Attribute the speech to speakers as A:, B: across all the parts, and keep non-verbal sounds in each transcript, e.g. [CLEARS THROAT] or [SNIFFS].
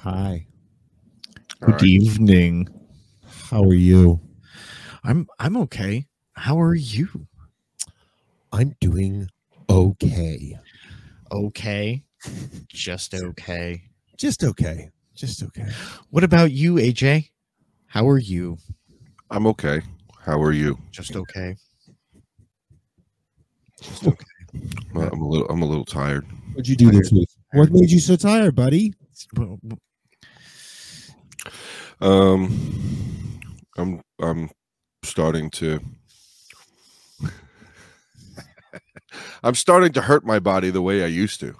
A: Hi.
B: All
A: Good
B: right.
A: evening.
C: How are you?
A: I'm I'm okay. How are you?
C: I'm doing okay.
A: Okay. Just okay.
C: Just okay. Just okay.
A: What about you, AJ? How are you?
B: I'm okay. How are you?
A: Just okay.
B: Well, I'm a little. I'm a little tired.
C: What'd you do this week? What made you so tired, buddy?
A: W- w-
B: Um, I'm. I'm starting to. [LAUGHS] I'm starting to hurt my body the way I used to.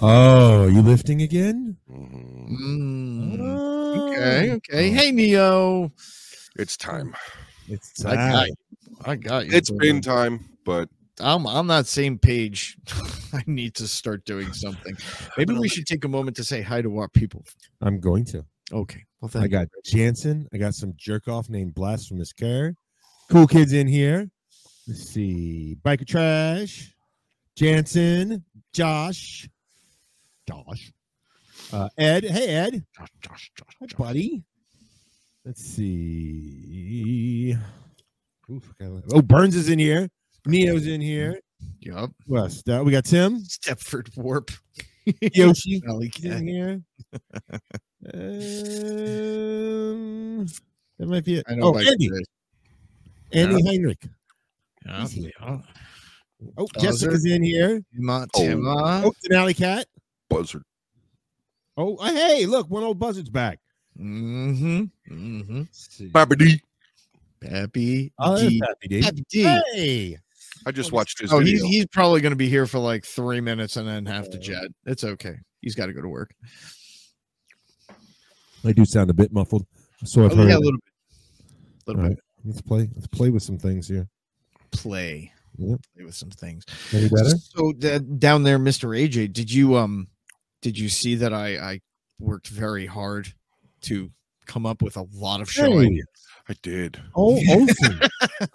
C: Oh, you lifting again?
B: Mhm.
A: Mm.
C: Oh.
A: Okay, okay. Hey Neo.
B: It's time.
C: It's
A: I got
C: time.
A: you. I got you.
B: It's
A: brother.
B: been time, but
A: I'm on that same page. [LAUGHS] I need to start doing something. Maybe we should take a moment to say hi to our people.
C: I'm going to.
A: Okay. Well,
C: I
A: thank
C: got Jansen. I got some jerk off named Blasphemous Care. Cool kids in here. Let's see. Biker Trash. Jansen. Josh. Josh. Uh, Ed. Hey, Ed.
A: Josh, Josh, Josh,
C: Hi,
A: Josh.
C: buddy. Let's see. Oof, I gotta- oh, Burns is in here. Neo's in here.
A: Mm-hmm. Yup.
C: West. Uh, we got Tim.
A: [LAUGHS] Stepford Warp. [LAUGHS]
C: Yoshi
A: Alley
C: is in
A: cat. [LAUGHS]
C: here. Um, that might be it.
A: I know.
C: Oh,
A: why
C: Andy.
A: it is.
C: Andy Heinrich.
A: Yeah.
C: Easy.
A: Yeah.
C: Oh,
A: Oh, is there-
C: Jessica's in here.
A: Tima,
B: Oh.
A: Tima.
C: Oh, Denali Cat.
B: buzzard.
C: Oh, uh, hey, look, one old buzzard's back. Uh,
A: Mm-hmm. Mm-hmm.
B: Babidi.
A: Peppy
C: Oh, there's
A: D.
C: Pappy D.
A: Peppy D.
C: Hey,
B: I just watched his
A: Oh, he's,
B: video.
A: he's probably going to be here for like three minutes and then have to jet. It's okay. He's got to go to work.
C: I do sound a bit muffled. So
A: Oh,
C: I've
A: yeah, a
C: heard.
A: little bit. little
C: All
A: bit
C: right, let's play. Let's play with some things here.
A: play.
C: Yep.
A: Play with some things.
C: Any better?
A: So da- down there, Mr. AJ, did you um did you see that I I worked very hard to come up with a lot of show
C: Hey.
A: ideas?
B: I did.
C: Oh, awesome.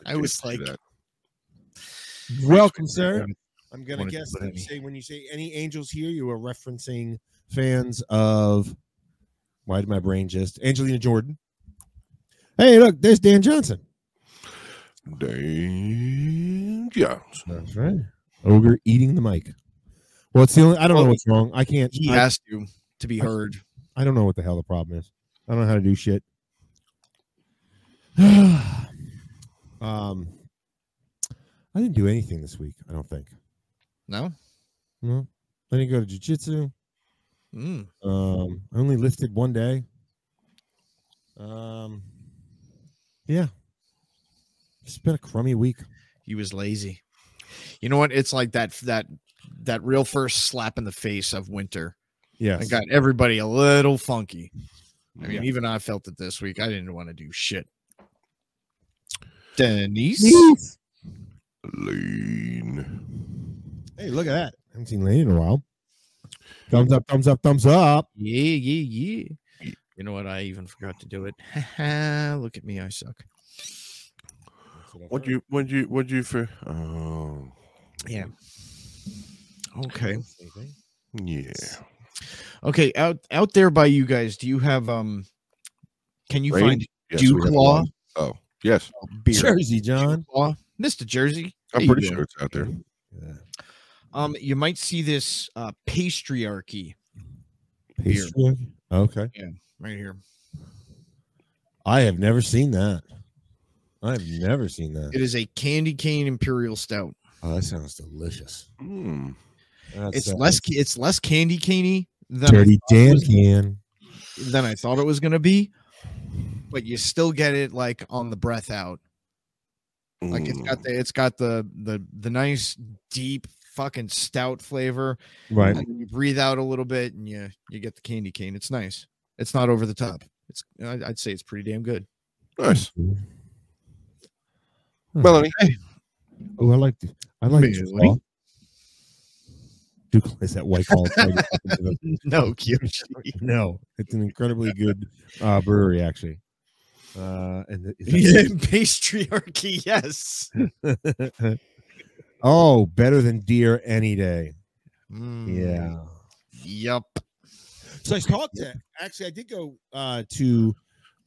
A: I
B: did
A: was
B: see
A: like-
B: that.
C: Welcome, sir.
A: wanted-
C: I'm gonna
A: wanted to
C: guess
A: put
C: that
A: any-
C: you say when you say any angels here, you are referencing fans of. Why did my brain just Angelina Jordan? Hey, look, there's Dan Johnson.
B: Dan Johnson.
C: That's right. Ogre eating the mic. Well, it's the only. I don't know what's wrong. I can't.
A: He
C: I,
A: asked you to be heard.
C: I don't know what the hell the problem is. I don't know how to do [SIGHS] shit. um, I didn't do anything this week. I don't think.
A: No.
C: No, I didn't go to jujitsu.
A: Mm.
C: Um, I only lifted one day. Um, yeah, it's been a crummy week.
A: He was lazy. You know what? It's like that that that real first slap in the face of winter.
C: Yeah,
A: I got everybody a little funky. I mean,
C: Yeah.
A: even I felt it this week. I didn't want to do shit. Denise,
B: Lean.
C: Hey, look at that! I haven't seen Lane in a while. Thumbs up, thumbs up, thumbs up.
A: yeah, yeah, yeah. You know what? I even forgot to do it. [LAUGHS] Look at me, I suck.
B: What you? What you? What you for? Oh,
A: Yeah. Okay.
B: yeah.
A: Okay. Out out there by you guys, do you have um? Can you
B: Rain?
A: find
B: Yes, we
A: Duke
B: have
A: Law
B: one. Oh, yes.
A: beer?
C: Jersey, John.
A: Duke Law, Mr. Jersey.
B: I'm
A: Hey,
B: pretty
A: Duke.
B: sure it's out there.
A: Um, you might see this uh, pastryarchy
C: Pastry. Okay,
A: right here.
C: I have never seen that. I have never seen that.
A: It is a candy cane imperial stout.
C: Oh, that sounds delicious.
B: Mm.
C: That
A: It's
C: sounds-
A: less ca- it's less candy caney than I,
C: dirty Dan
A: was-
C: can.
A: than I thought it was gonna be, but you still get it like on the breath out. Like it's
C: Mm.
A: got the it's got the the the nice deep fucking stout flavor.
C: Right.
A: And then you breathe out a little bit and you you get the candy cane. It's nice. It's not over the top. It's I- I'd say it's pretty damn good. [LAUGHS]
B: Hmm. nice.
C: Mhm.
B: Melanie,
C: Oh, I like th- I like Duke
A: Really?
C: Law. Duke Law- is that White Claw.
A: No, [LAUGHS] Kyoshi.
C: [LAUGHS] no, it's an incredibly good uh, brewery, actually. Uh, and
A: Yeah,
C: the,
A: pastryarchy, yes.
C: oh, better than deer any day.
A: Mm,
C: Yeah.
A: Yep.
C: So I talked to actually I did go uh to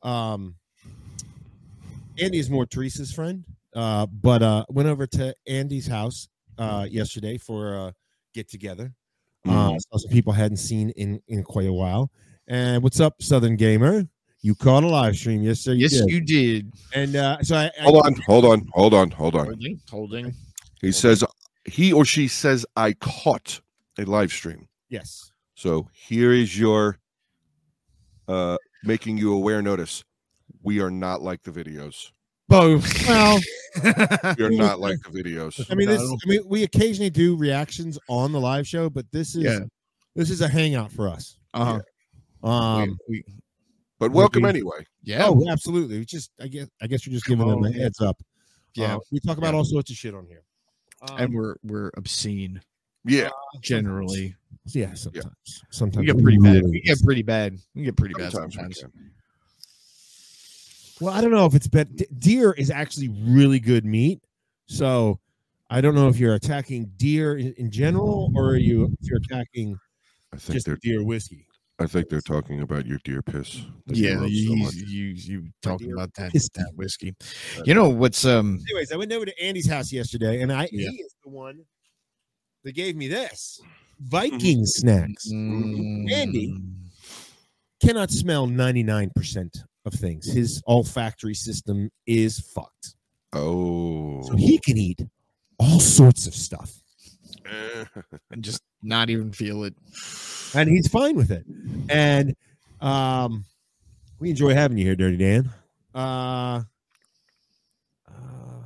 C: um Andy is more Teresa's friend. Uh but uh went over to Andy's house uh yesterday for a get together.
A: Um,
B: Hmm.
C: Uh saw some people I hadn't seen in in quite a while. And what's up, Southern Gamer? You caught a live stream, yes, sir. You
A: Yes,
C: did.
A: you did.
C: and uh so I, I
B: Hold on, hold on, hold on, hold on.
A: Holding, holding.
B: He says he or she says I caught a live stream.
C: yes.
B: So here is your uh making you aware notice. We are not like the videos.
A: Boom.
C: Well,
B: We are not like the videos.
C: I mean, this,
A: No.
C: I mean, we occasionally do reactions on the live show, but this is
A: Yeah.
C: this is a hangout for us.
A: [LAUGHS]
C: [LAUGHS]
A: uh-huh.
C: Um,
A: We-
B: But welcome anyway.
A: yeah.
C: Oh, absolutely. We just, I guess, I guess we're just giving them
A: Oh,
C: a
A: yeah.
C: heads up.
A: yeah.
C: Uh, we talk about all sorts of shit on here.
A: and
C: Um, oh,
A: we're we're obscene
B: Yeah.
A: generally.
C: yeah, sometimes, sometimes
A: We get pretty bad.
C: really
A: We get pretty bad. We get pretty bad
B: sometimes we
A: sometimes.
B: can.
C: Well, I don't know if it's bet. d- Deer is actually really good meat, so I don't know if you're attacking deer in, in general or are you if you're attacking
B: I think
C: just
B: they're
C: deer whiskey.
B: I think they're talking about your deer piss. that you
A: Yeah,
B: love
A: you
B: so
A: you,
B: much.
A: you you talking
C: dear
A: about that
C: Christy.
A: that whiskey? You know what's um?
C: Anyways, I went over to Andy's house yesterday, and I
A: Yeah.
C: he is the one that gave me this Viking snacks. Andy.
A: mm,
C: Cannot smell ninety nine percent of things. His olfactory system is fucked.
B: Oh.
C: So he can eat all sorts of stuff.
B: [LAUGHS] Eh.
A: and just not even feel it.
C: And he's fine with it. And um we enjoy having you here, Dirty Dan. Uh, uh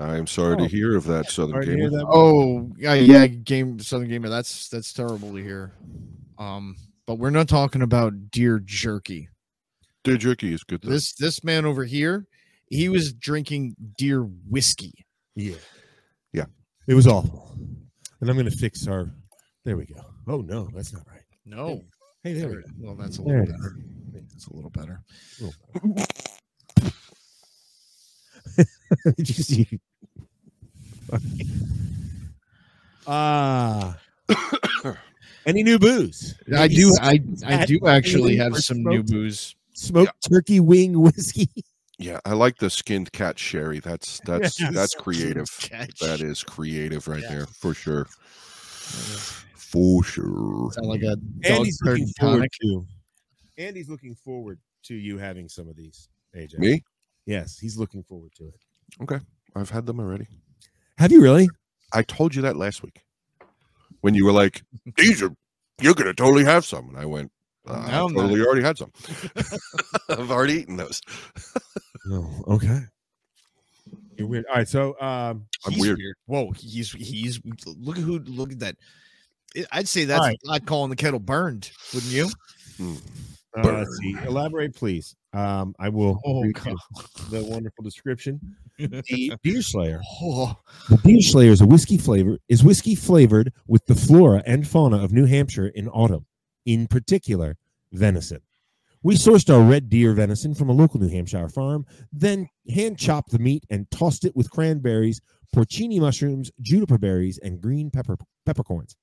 B: I am sorry
C: Oh.
B: to hear of that, Southern
C: sorry to hear
B: Gamer.
C: that.
A: Oh yeah, yeah, game Southern Gamer. That's that's terrible to hear. Um, but we're not talking about deer jerky.
B: Deer jerky is good. Though.
A: This this man over here, he was drinking deer whiskey.
C: yeah.
B: Yeah.
C: It was awful. And I'm gonna fix our there we go. Oh no, that's not right.
A: No,
C: Hey, there we
A: There- well, that's a
C: There
A: little
C: it is.
A: better. That's a little better.
C: go. [LAUGHS] Did you
A: [COUGHS]
C: see? Ah. [COUGHS] any new booze?
A: I do. I I
C: At
A: do actually
C: least
A: have
C: for
A: some new
C: smoked.
A: booze.
C: smoked turkey wing whiskey.
B: yeah, I like the skinned cat sherry. That's
C: [LAUGHS]
B: that's
C: Yeah.
B: that's creative.
A: [LAUGHS] Catch.
B: That is creative right
A: Yeah.
B: there for sure. For sure.
A: Sound like a dog
C: Andy's
A: turd
C: looking forward
A: tonic.
C: to. Andy's looking forward to you having some of these. AJ.
B: Me?
C: Yes, he's looking forward to it.
B: I've had them already.
C: Have you really?
B: I told you that last week when you were like, "These are you're gonna totally have some," and I went, "I
A: No, I'm not."
B: totally
C: [LAUGHS]
B: already had some. [LAUGHS] I've already eaten those.
C: No. Okay. You're weird. All right. So, um,
B: I'm
A: He's
B: weird.
A: Whoa, he's he's look at who look at that. I- I'd say that's
C: right.
A: not calling the kettle burned, wouldn't [LAUGHS] you?
B: Hmm,
C: uh,
B: Burn.
C: let's see. Elaborate, please. Um, I will.
A: Oh,
C: read
A: God.
C: The wonderful description. The Deerslayer.
A: [LAUGHS] Oh,
C: The Deerslayer is a whiskey flavor is whiskey flavored with the flora and fauna of New Hampshire in autumn, in particular venison. We sourced our red deer venison from a local New Hampshire farm, then hand chopped the meat and tossed it with cranberries, porcini mushrooms, juniper berries, and green pepper peppercorns.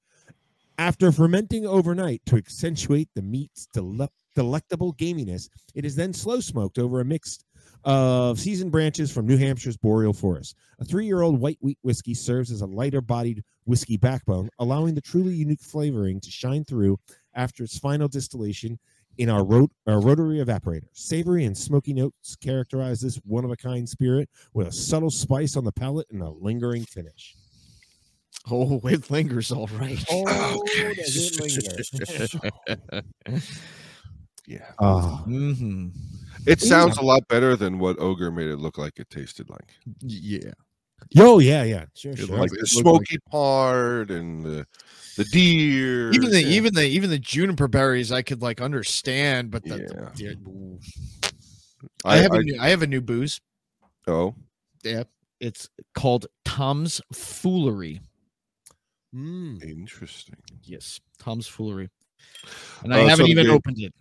C: After fermenting overnight to accentuate the meat's dele- delectable gaminess, it is then slow smoked over a mix of seasoned branches from New Hampshire's boreal forest. A three year old white wheat whiskey serves as a lighter bodied whiskey backbone, allowing the truly unique flavoring to shine through after its final distillation in our, rot- our rotary evaporator. Savory and smoky notes characterize this one of a kind spirit with a subtle spice on the palate and a lingering finish.
A: oh, it lingers all right.
B: Okay. yeah.
C: [LAUGHS] Ah,
A: hmm
B: It sounds a lot better than what Ogre made it look like it tasted like.
A: Yeah,
C: yo, yeah, yeah. Sure,
B: It
C: sure.
B: like
A: it
B: the
A: looked
B: smoky part and the the deer.
A: even the
B: yeah.
A: even the even the juniper berries I could like understand, but the, the-
B: Yeah.
A: the- ooh. I,
B: I,
A: have a
B: I,
A: new, I have a new booze.
B: oh
A: Yeah, it's called Tom's Foolery.
C: Mm.
B: interesting.
A: Yes, Tom's Foolery, and I
B: Uh,
A: haven't
B: so
A: even
B: they-
A: opened it.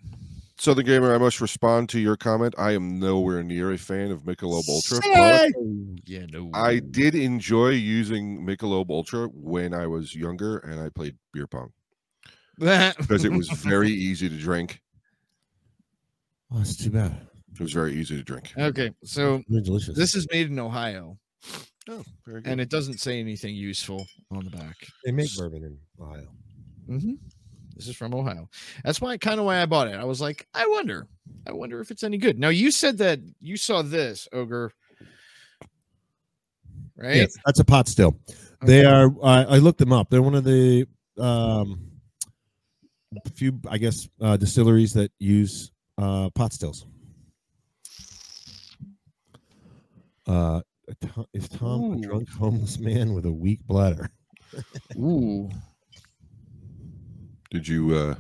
B: Southern Gamer, I must respond to your comment. I am nowhere near a fan of Michelob Ultra.
C: Say-
B: but
A: Oh, yeah, no.
B: I did enjoy using Michelob Ultra when I was younger and I played beer pong. because it was [LAUGHS] very easy to drink.
C: Oh, that's too bad.
B: It was very easy to drink.
A: [LAUGHS] okay. So
C: Really delicious.
A: this is made in Ohio,
B: Oh, very good.
A: and it doesn't say anything useful on the back.
C: they make bourbon in Ohio.
B: Mm-hmm.
A: hmm This is from Ohio. That's why kind of why I bought it. I was like, I wonder, I wonder if it's any good. Now you said that you saw this ogre, right?
C: Yes, that's a pot still. They
A: Okay.
C: are. I I looked them up. They're one of the um, few, I guess, uh, distilleries that use uh, pot stills. Uh, Tom- is Tom a
A: Ooh.
C: drunk [LAUGHS] homeless man with a weak bladder?
A: Ooh,
B: Did you uh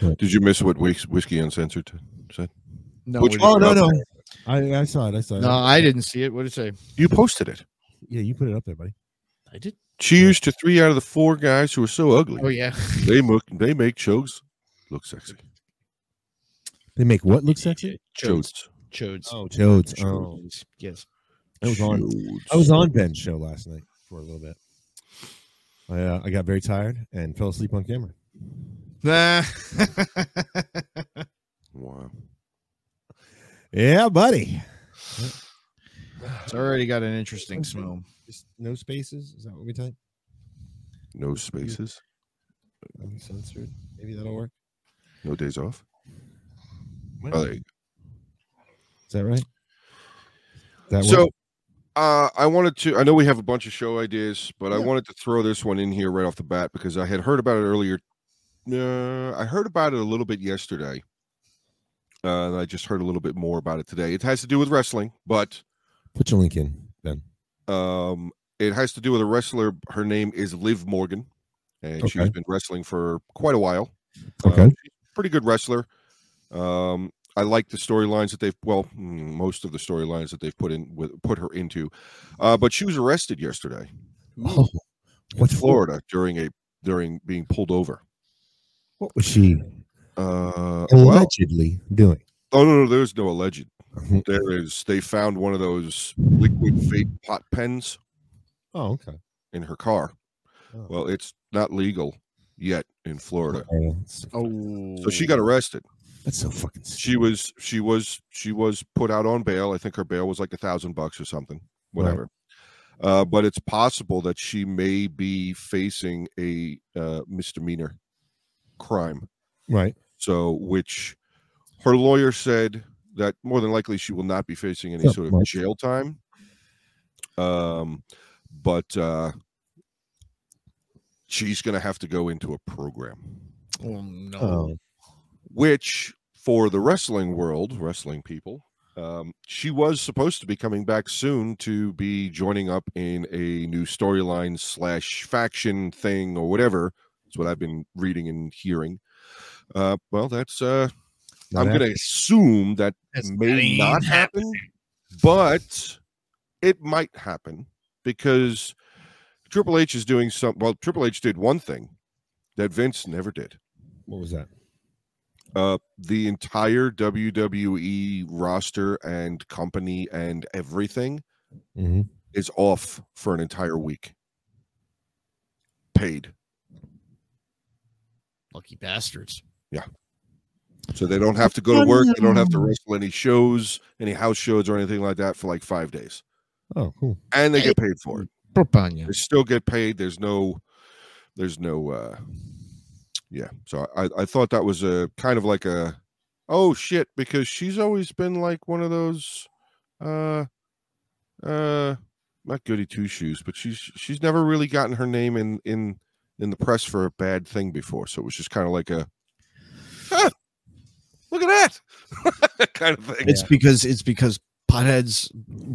C: What?
B: did you miss what Whis- whiskey uncensored said?
A: no,
B: Which
A: it-
B: one? Oh, no, no.
C: I, I saw it. I saw it.
A: no, I didn't see it. What did it say?
B: You posted it.
C: Yeah, you put it up there, buddy.
A: I did.
B: Cheers to three out of the four guys who are so ugly.
A: Oh yeah,
B: They look they make chokes look sexy.
C: They make what look sexy?
A: Chodes.
B: Chodes.
A: Chodes.
C: Oh, toads. Oh,
A: Chodes. Yes.
C: I was on. I was on Ben's show last night for a little bit. I uh, I got very tired and fell asleep on camera.
B: [LAUGHS]
A: Nah.
B: Wow.
C: Yeah, buddy.
A: it's already got an interesting smell.
C: Just no spaces. Is that what we type?
B: No spaces.
C: Uncensored. Maybe that'll work.
B: No days off.
C: Might
B: Oh,
C: not.
B: there you
C: Is that right?
B: go.
C: That
B: So
C: work?
B: uh, I wanted to. I know we have a bunch of show ideas, but I
C: Yeah.
B: wanted to throw this one in here right off the bat because I had heard about it earlier. Uh, I heard about it a little bit yesterday. Uh, and I just heard a little bit more about it today. It has to do with wrestling, but
C: put your link in, Ben.
B: um, it has to do with a wrestler. Her name is Liv Morgan, and she's
C: Okay.
B: been wrestling for quite a while.
C: Okay.
B: Um, she's a pretty good wrestler. Um, I like the storylines that they've well, mm, most of the storylines that they've put in with put her into. Uh, but she was arrested yesterday
C: Oh, what
B: in
C: floor?
B: Florida during a during being pulled over.
C: What was she
B: Uh, well,
C: allegedly doing? Mm-hmm.
B: oh no, no, there's no alleged. There is. They found one of those liquid fate pot pens
C: Oh, okay.
B: in her car.
C: Oh.
B: Well, it's not legal yet in Florida,
C: Oh, that's,
A: Oh.
B: so she got arrested.
C: that's so fucking.
B: she was she was she was put out on bail i think her bail was like a thousand bucks or something
C: Right.
B: whatever uh, but it's possible that she may be facing a uh, misdemeanor crime
C: right.
B: so which her lawyer said that more than likely she will not be facing any
C: Yeah,
B: sort of
C: right.
B: jail time um but uh she's gonna have to go into a program
A: Oh no.
C: Oh,
B: which for the wrestling world, wrestling people, um, she was supposed to be coming back soon to be joining up in a new storyline slash faction thing or whatever. That's what I've been reading and hearing. Uh, well, that's uh,
C: now
B: I'm
C: that-
B: going to assume that
A: That's- that
B: may
A: ain't
B: not
A: happening.
B: happen, but it might happen because Triple H is doing some. Well, Triple H did one thing that Vince never did
C: What was that?
B: uh the entire WWE roster and company and everything
C: Mm-hmm.
B: is off for an entire week. Paid.
A: Lucky bastards.
B: So they don't have to go to work, they don't have to wrestle any shows, any house shows or anything like that for like 5 days.
C: Oh, cool.
B: And they get paid for it. They
A: Propanya.
B: still get paid. There's no there's no uh yeah. So I I thought that was a kind of like a oh shit because she's always been like one of those uh uh not goody two shoes, but she's she's never really gotten her name in in in the press for a bad thing before. So it was just kind of like a "Ah, look at that [LAUGHS] kind of thing.
A: It's because it's because potheads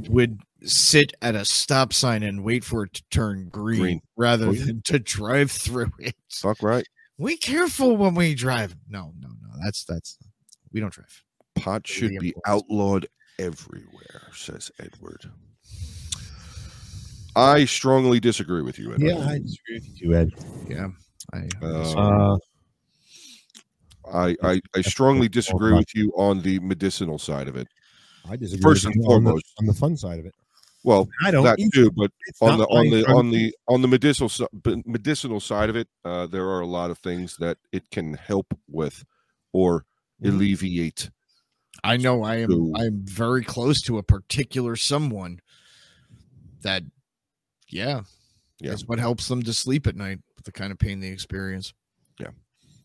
A: would sit at a stop sign and wait for it to turn green,
B: Green.
A: rather
B: Oh, yeah.
A: than to drive through it.
B: [LAUGHS] Fuck right.
A: We careful when we drive. No, no, no. That's that's we don't drive.
B: Pot should
A: Really
B: be
A: important.
B: outlawed everywhere, says Edward. I strongly disagree with you, Edward.
C: disagree with you, Ed.
A: Yeah. I
B: Uh,
C: Uh,
B: I, I, I strongly disagree with you on the medicinal side of it.
C: I disagree.
B: First
C: with
B: and
C: you on the-
B: foremost.
C: on the fun side of it.
B: Well,
C: I don't.
B: that
C: either.
B: too, but
C: It's
B: on the
C: not
B: on
C: my
B: the on
C: drug.
B: the on the medicinal si- b- medicinal side of it, uh, there are a lot of things that it can help with or
A: Mm.
C: Mhm.
B: alleviate.
A: I know I am
B: So-
A: I am very close to a particular someone that yeah,
B: Yeah.
A: that's what helps them to sleep at night with the kind of pain they experience.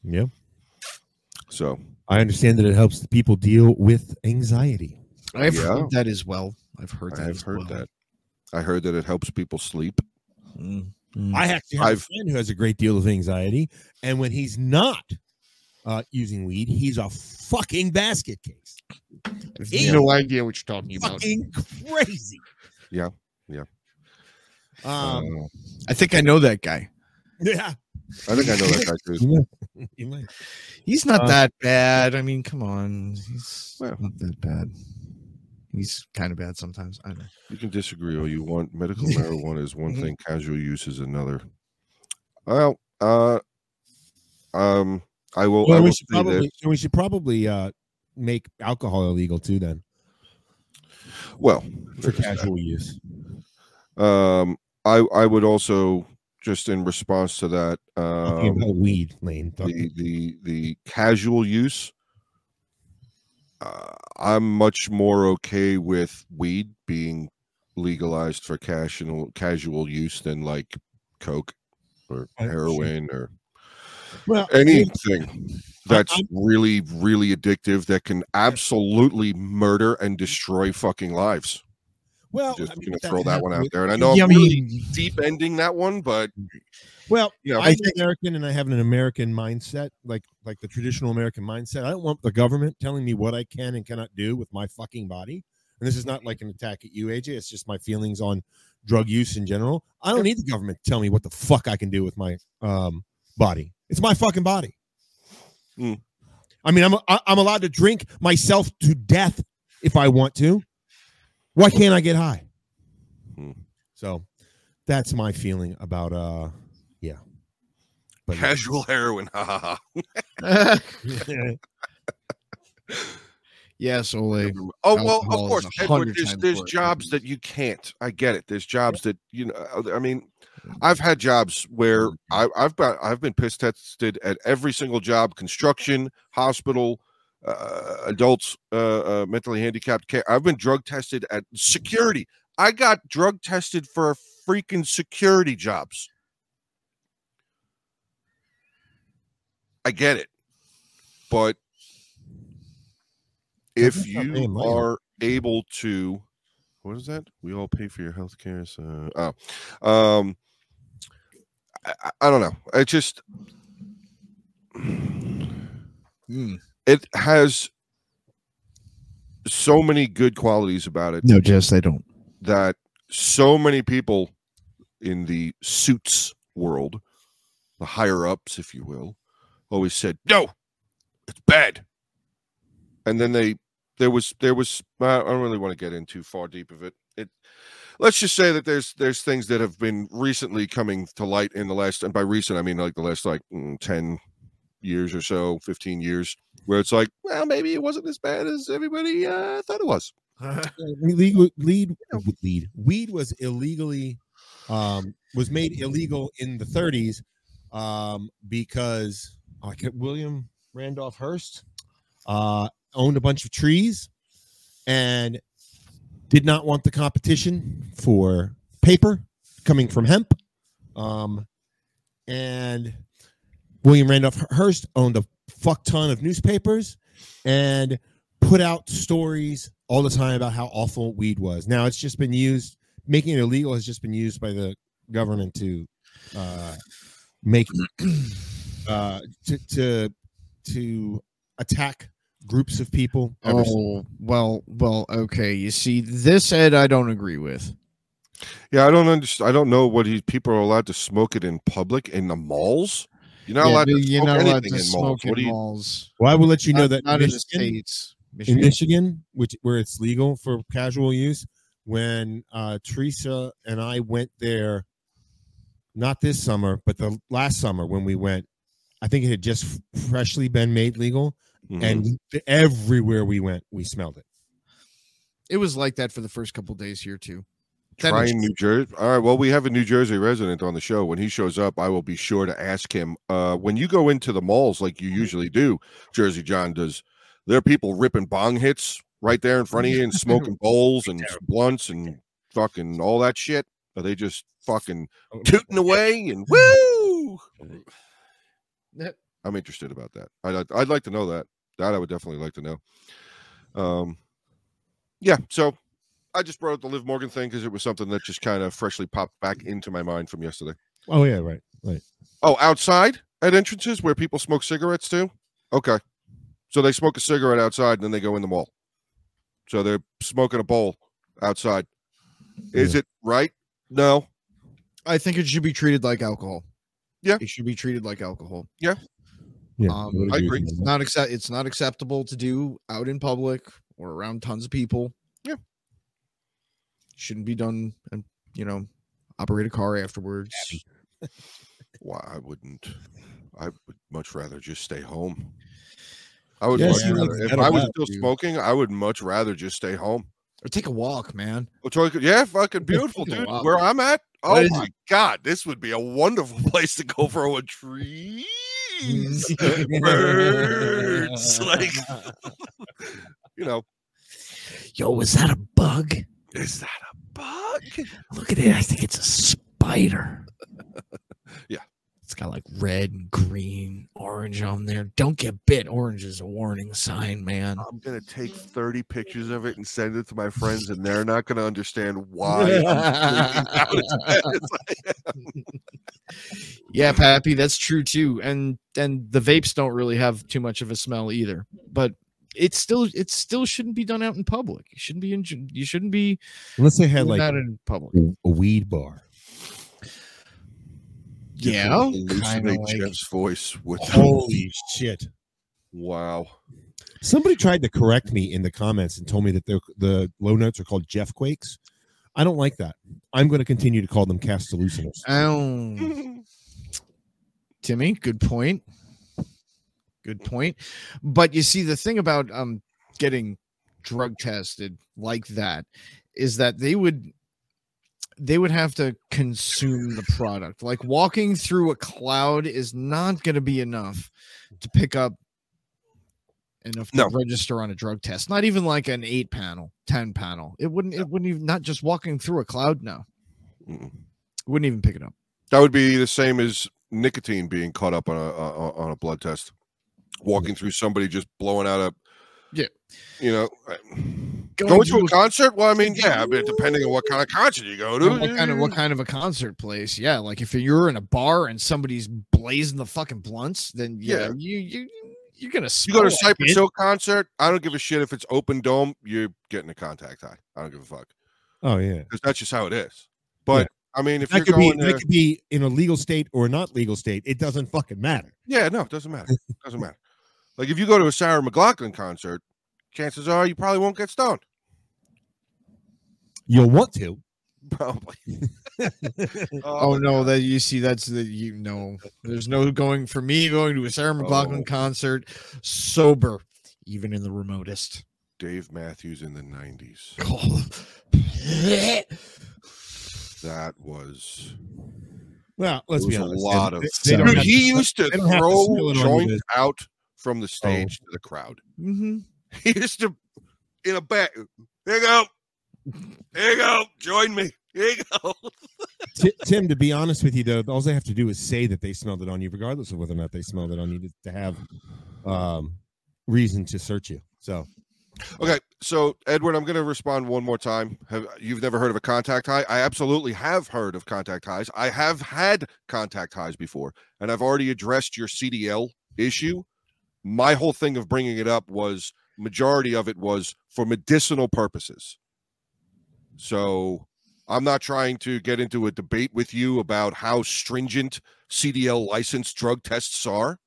C: Yeah,
B: So
C: I understand that it helps the people deal with anxiety.
A: I've
B: Yeah.
A: heard that as well. I've heard that.
B: I've
A: as
B: heard
A: well.
B: that. I heard that it helps people sleep.
A: Mm, mm.
C: I actually have
B: I've-
C: a friend who has a great deal of anxiety, and when he's not uh, using weed, he's a fucking basket case.
A: I have
C: Yeah.
A: no idea what you're talking about.
C: Fucking crazy.
B: Yeah, yeah.
C: Um.
B: Uh,
A: I think I know that guy.
C: [LAUGHS] yeah.
B: I think I know
A: [LAUGHS]
B: that guy too.
C: You might- [LAUGHS] you might.
A: He's not
C: Uh,
A: that bad. I mean, come on. He's
B: Well.
A: not that bad. He's kind of bad sometimes. I know.
B: You can disagree all you
C: [LAUGHS]
B: want. Medical marijuana is one
C: Mm-hmm.
A: Mhm.
B: thing, casual use is another. Well, uh, um, I will. I
C: Well,
B: will
C: we
B: say
C: should probably
B: this.
C: we should probably uh, make alcohol illegal too then
B: Well,
C: for
B: there's that.
C: casual use.
B: Um, I I would also just in response to that,
C: Talking
B: um,
C: about weed, Lane. Talking-
B: the the the casual use. Uh, I'm much more okay with weed being legalized for casual casual use than like coke or
C: Uh, sure.
B: heroin or
C: well,
B: anything that's
C: I'm-
B: really really addictive that can absolutely murder and destroy fucking lives
C: well,
B: just
C: I mean,
B: gonna
C: that
B: throw that one out
C: happened-
B: there and i know
A: yeah, I
B: i'm really
A: mean, [LAUGHS]
B: deep ending that one but
C: Well,
B: you know
C: I'm an American and I have an American mindset, like like the traditional American mindset. I don't want the government telling me what I can and cannot do with my fucking body. And this is not like an attack at you, AJ. It's just my feelings on drug use in general. I don't need the government to tell me what the fuck I can do with my um, body. It's my fucking body.
B: Mm.
C: I mean, I'm I- I'm allowed to drink myself to death if I want to. Why can't I get high?
B: Mm.
C: So that's my feeling about uh yeah. But yeah.
B: casual [LAUGHS] heroin ha ha ha
A: yes, Ole.
B: Never mi- Oh well,
A: alcohol
B: of
A: is
B: course,
A: a
B: Edward.
A: hundred
B: There's
A: times
B: there's
A: worse.
B: jobs that you can't. I get it. There's jobs that you know. uh, I- I mean,
A: Mm.
B: I've had jobs where I, I've got I've been piss tested at every single job: construction, hospital, uh, adults, uh, uh, mentally handicapped care. I've been drug tested at security. I got drug tested for freaking security jobs. I get it, but if
C: that's not
B: you
C: paying money.
B: are able to, what is that? We all pay for your health care. So, oh, um, I, I- I don't know. It just
A: Mm.
B: it has so many good qualities about it
A: No, Jess, I don't. [LAUGHS]
B: that so many people in the suits world, the higher ups, if you will, always said, "No, it's bad." And then they, there was, there was. I I don't really want to get in too far deep of it. It, let's just say that there's, there's things that have been recently coming to light in the last, and by recent I mean like the last like mm, ten years or so, fifteen years, where it's like, well, maybe it wasn't as bad as everybody uh, thought it was.
C: legal lead lead weed was illegally um was made illegal in the 30s um because oh, I can't- William Randolph Hearst uh owned a bunch of trees and did not want the competition for paper coming from hemp um and William Randolph Hearst owned a fuck ton of newspapers and put out stories all the time about how awful weed was. Now it's just been used, making it illegal has just been used by the government to uh, make uh, to, to to attack groups of people. ever since.
A: Oh well, well, okay. You see, this Ed, I don't agree with.
B: Yeah, I don't understand. I don't know what he, people are allowed to smoke it in public in the malls. You're not
A: Yeah,
B: allowed to
A: you're
B: smoke
A: not
B: anything
A: allowed to
B: in malls.
A: smoke
B: What do
A: in
B: you?
A: malls.
C: Well, I will let you know
A: Not-
C: that
A: not in the
C: Michigan,
A: states.
C: in
A: Michigan.
C: Michigan, which where it's legal for casual use. When uh, Teresa and I went there, not this summer, but the last summer when we went, I think it had just freshly been made legal,
B: Mhm.
A: Mm-hmm.
C: and th- everywhere we went, we smelled it.
A: It was like that for the first couple days here too. That
B: Trying
A: is-
B: New Jersey. All right. Well, we have a New Jersey resident on the show. When he shows up, I will be sure to ask him. Uh, when you go into the malls like you usually do, Jersey John does, there are people ripping bong hits right there in front of you
A: [LAUGHS]
B: and smoking bowls and blunts and fucking all that shit. Are they just fucking
A: Oh,
B: tooting away
A: [LAUGHS]
B: and woo? I'm interested about that. I'd, I'd- I'd like to know that. That I would definitely like to know. Um, yeah. So I just brought up the Liv Morgan thing because it was something that just kind of freshly popped back into my mind from yesterday.
C: Oh yeah, right, right.
B: Oh, outside at entrances where people smoke cigarettes too. Okay, so they smoke a cigarette outside and then they go in the mall. So they're smoking a bowl outside. Is it right? No.
A: I think it should be treated like alcohol.
B: Yeah.
A: It should be treated like alcohol.
C: Yeah,
A: Um,
C: would
B: I
C: agree
B: agree.
C: with
A: It's
C: you.
A: not accept it's not acceptable to do out in public or around tons of people.
B: Yeah.
A: Shouldn't be done and you know, operate a car afterwards.
B: Why I wouldn't. I would much rather just stay home. I would
C: Yeah,
B: much
A: see, like,
B: rather.
C: you
B: If
C: gotta
B: I was
C: walk,
B: still
A: dude.
B: smoking, I would much rather just stay home.
A: Or take a walk, man.
B: Oh, Troy- yeah, fucking beautiful,
A: fucking
B: dude.
A: wild.
B: Where I'm at.
A: What
B: Oh
A: is
B: my god, this would be a wonderful [LAUGHS] place to go for a tree. Birds, like you know,
A: Yo, was that a bug?
B: is that a bug?
A: Look at it. I think it's a spider.
B: [LAUGHS] Yeah.
A: It's got like red, and green,
B: [LAUGHS]
A: orange on there. Don't get bit. Orange is a warning sign, man.
B: I'm gonna take 30 pictures of it and send it to my friends, and they're not gonna understand why. [LAUGHS] I'm freaking
A: [LAUGHS]
B: out. It's like-
A: Yeah, Pappy, that's true too. And and the vapes don't really have too much of a smell either. But it still it still shouldn't be done out in public. You shouldn't be in you shouldn't be
C: Unless they had like
A: doing that in public.
C: a weed bar.
B: You can
A: Yeah, Oh, kinda
B: hallucinate
A: like- Oh.
B: Jeff's voice with
C: Holy shit!
B: [LAUGHS] wow.
C: Somebody tried to correct me in the comments and told me that the the low notes are called Jeff Quakes. I don't like that. I'm going to continue to call them cast hallucinators.
A: Um, Timmy, good point. Good point. But you see, the thing about um getting drug tested like that is that they would they would have to consume the product. Like walking through a cloud is not going to be enough to pick up enough to
B: No.
A: register on a drug test. Not even like an eight panel, ten panel. It wouldn't. It wouldn't even. Not just walking through a cloud. No,
B: Mm.
A: wouldn't even pick it up.
B: That would be the same as nicotine being caught up on a on on a blood test, walking through somebody just blowing out a
A: Yeah.
B: you know. I-
A: Going
B: Going to
A: to
B: a
A: a-
B: concert? Well, I mean, yeah, I mean, depending on what kind of concert you go to.
A: Well, what kind of what kind of a concert place? Yeah, like if you're in a bar and somebody's blazing the fucking blunts, then yeah,
B: Yeah.
A: you you you're gonna
B: you go
A: smell
B: to
A: like
B: Cypress
A: it.
B: Hill concert? I don't give a shit if it's open dome. You're getting a contact high. I don't give a fuck
C: Oh yeah,
B: because that's just how it is. But I mean, if
C: that
B: you're
C: could be
B: going
C: that
B: there,
C: could be in a legal state or not legal state. It doesn't fucking matter.
B: yeah, no, it doesn't matter. doesn't matter. Like if you go to a Sarah McLaughlin concert, chances are you probably won't get stoned. [LAUGHS]
C: You'll want to. [LAUGHS]
B: Probably. Um,
A: Oh
B: my
A: no,
B: God.
A: that you see, that's the you know, there's no going for me going to a Sarah McLaughlin
B: Oh.
A: concert sober, even in the remotest. [LAUGHS]
B: Dave Matthews in the 90s.
A: Mm-hmm. they
B: That was
C: Well, let's
B: it
C: be
B: was
C: honest.
B: a lot of
A: they don't
B: Dude,
A: have
B: he used to
C: they don't have to
B: throw
C: spill it on you, Oh.
B: joint
C: Liz.
B: out from the stage to the crowd. [LAUGHS]
A: hmm
B: He used to in a bag. Here you go. Here you go. Join me. Here you go.
C: [LAUGHS] Ti- Tim, to be honest with you, though, all they have to do is say that they smelled it on you, regardless of whether or not they smelled it on you, to, to have um, reason to search you. So
B: Okay, so Edward, I'm going to respond one more time. Have, you've never heard of a contact high? I absolutely have heard of contact highs. I have had contact highs before, and I've already addressed your CDL issue. My whole thing of bringing it up was majority of it was for medicinal purposes. So I'm not trying to get into a debate with you about how stringent CDL licensed drug tests are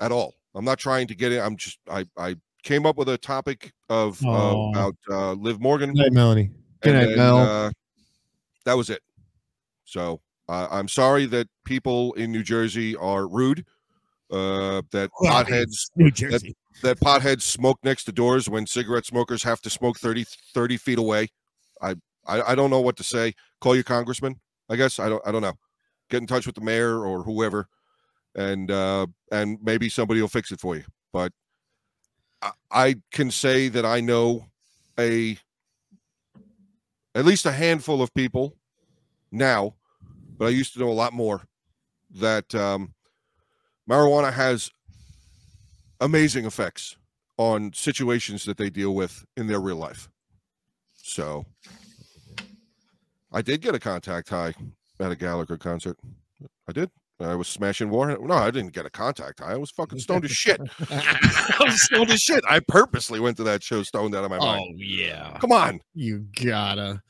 B: at all. I'm not trying to get it. I'm just I I came up with a topic of uh,
A: Aw.
B: about uh, Liv Morgan.
C: night, Melanie.
A: Good
B: and
A: night,
B: then,
A: Mel.
B: uh, that was it. So uh, I'm sorry that people in New Jersey are rude. Uh, that
C: Well,
B: potheads
C: New Jersey.
B: that potheads smoke next to doors when cigarette smokers have to smoke 30, 30 feet away. I I, I don't know what to say. Call your congressman, I guess. I don't I don't know. Get in touch with the mayor or whoever, and uh, and maybe somebody will fix it for you. But I, I can say that I know a at least a handful of people now, but I used to know a lot more that um, marijuana has amazing effects on situations that they deal with in their real life. So I did get a contact high at a Gallagher concert. I did. I was smashing Warhead. No, I didn't get a contact high. I was fucking stoned as shit. [LAUGHS] I was stoned as shit. I purposely went to that show stoned out of my mind.
A: Oh yeah,
B: Come on.
A: you gotta.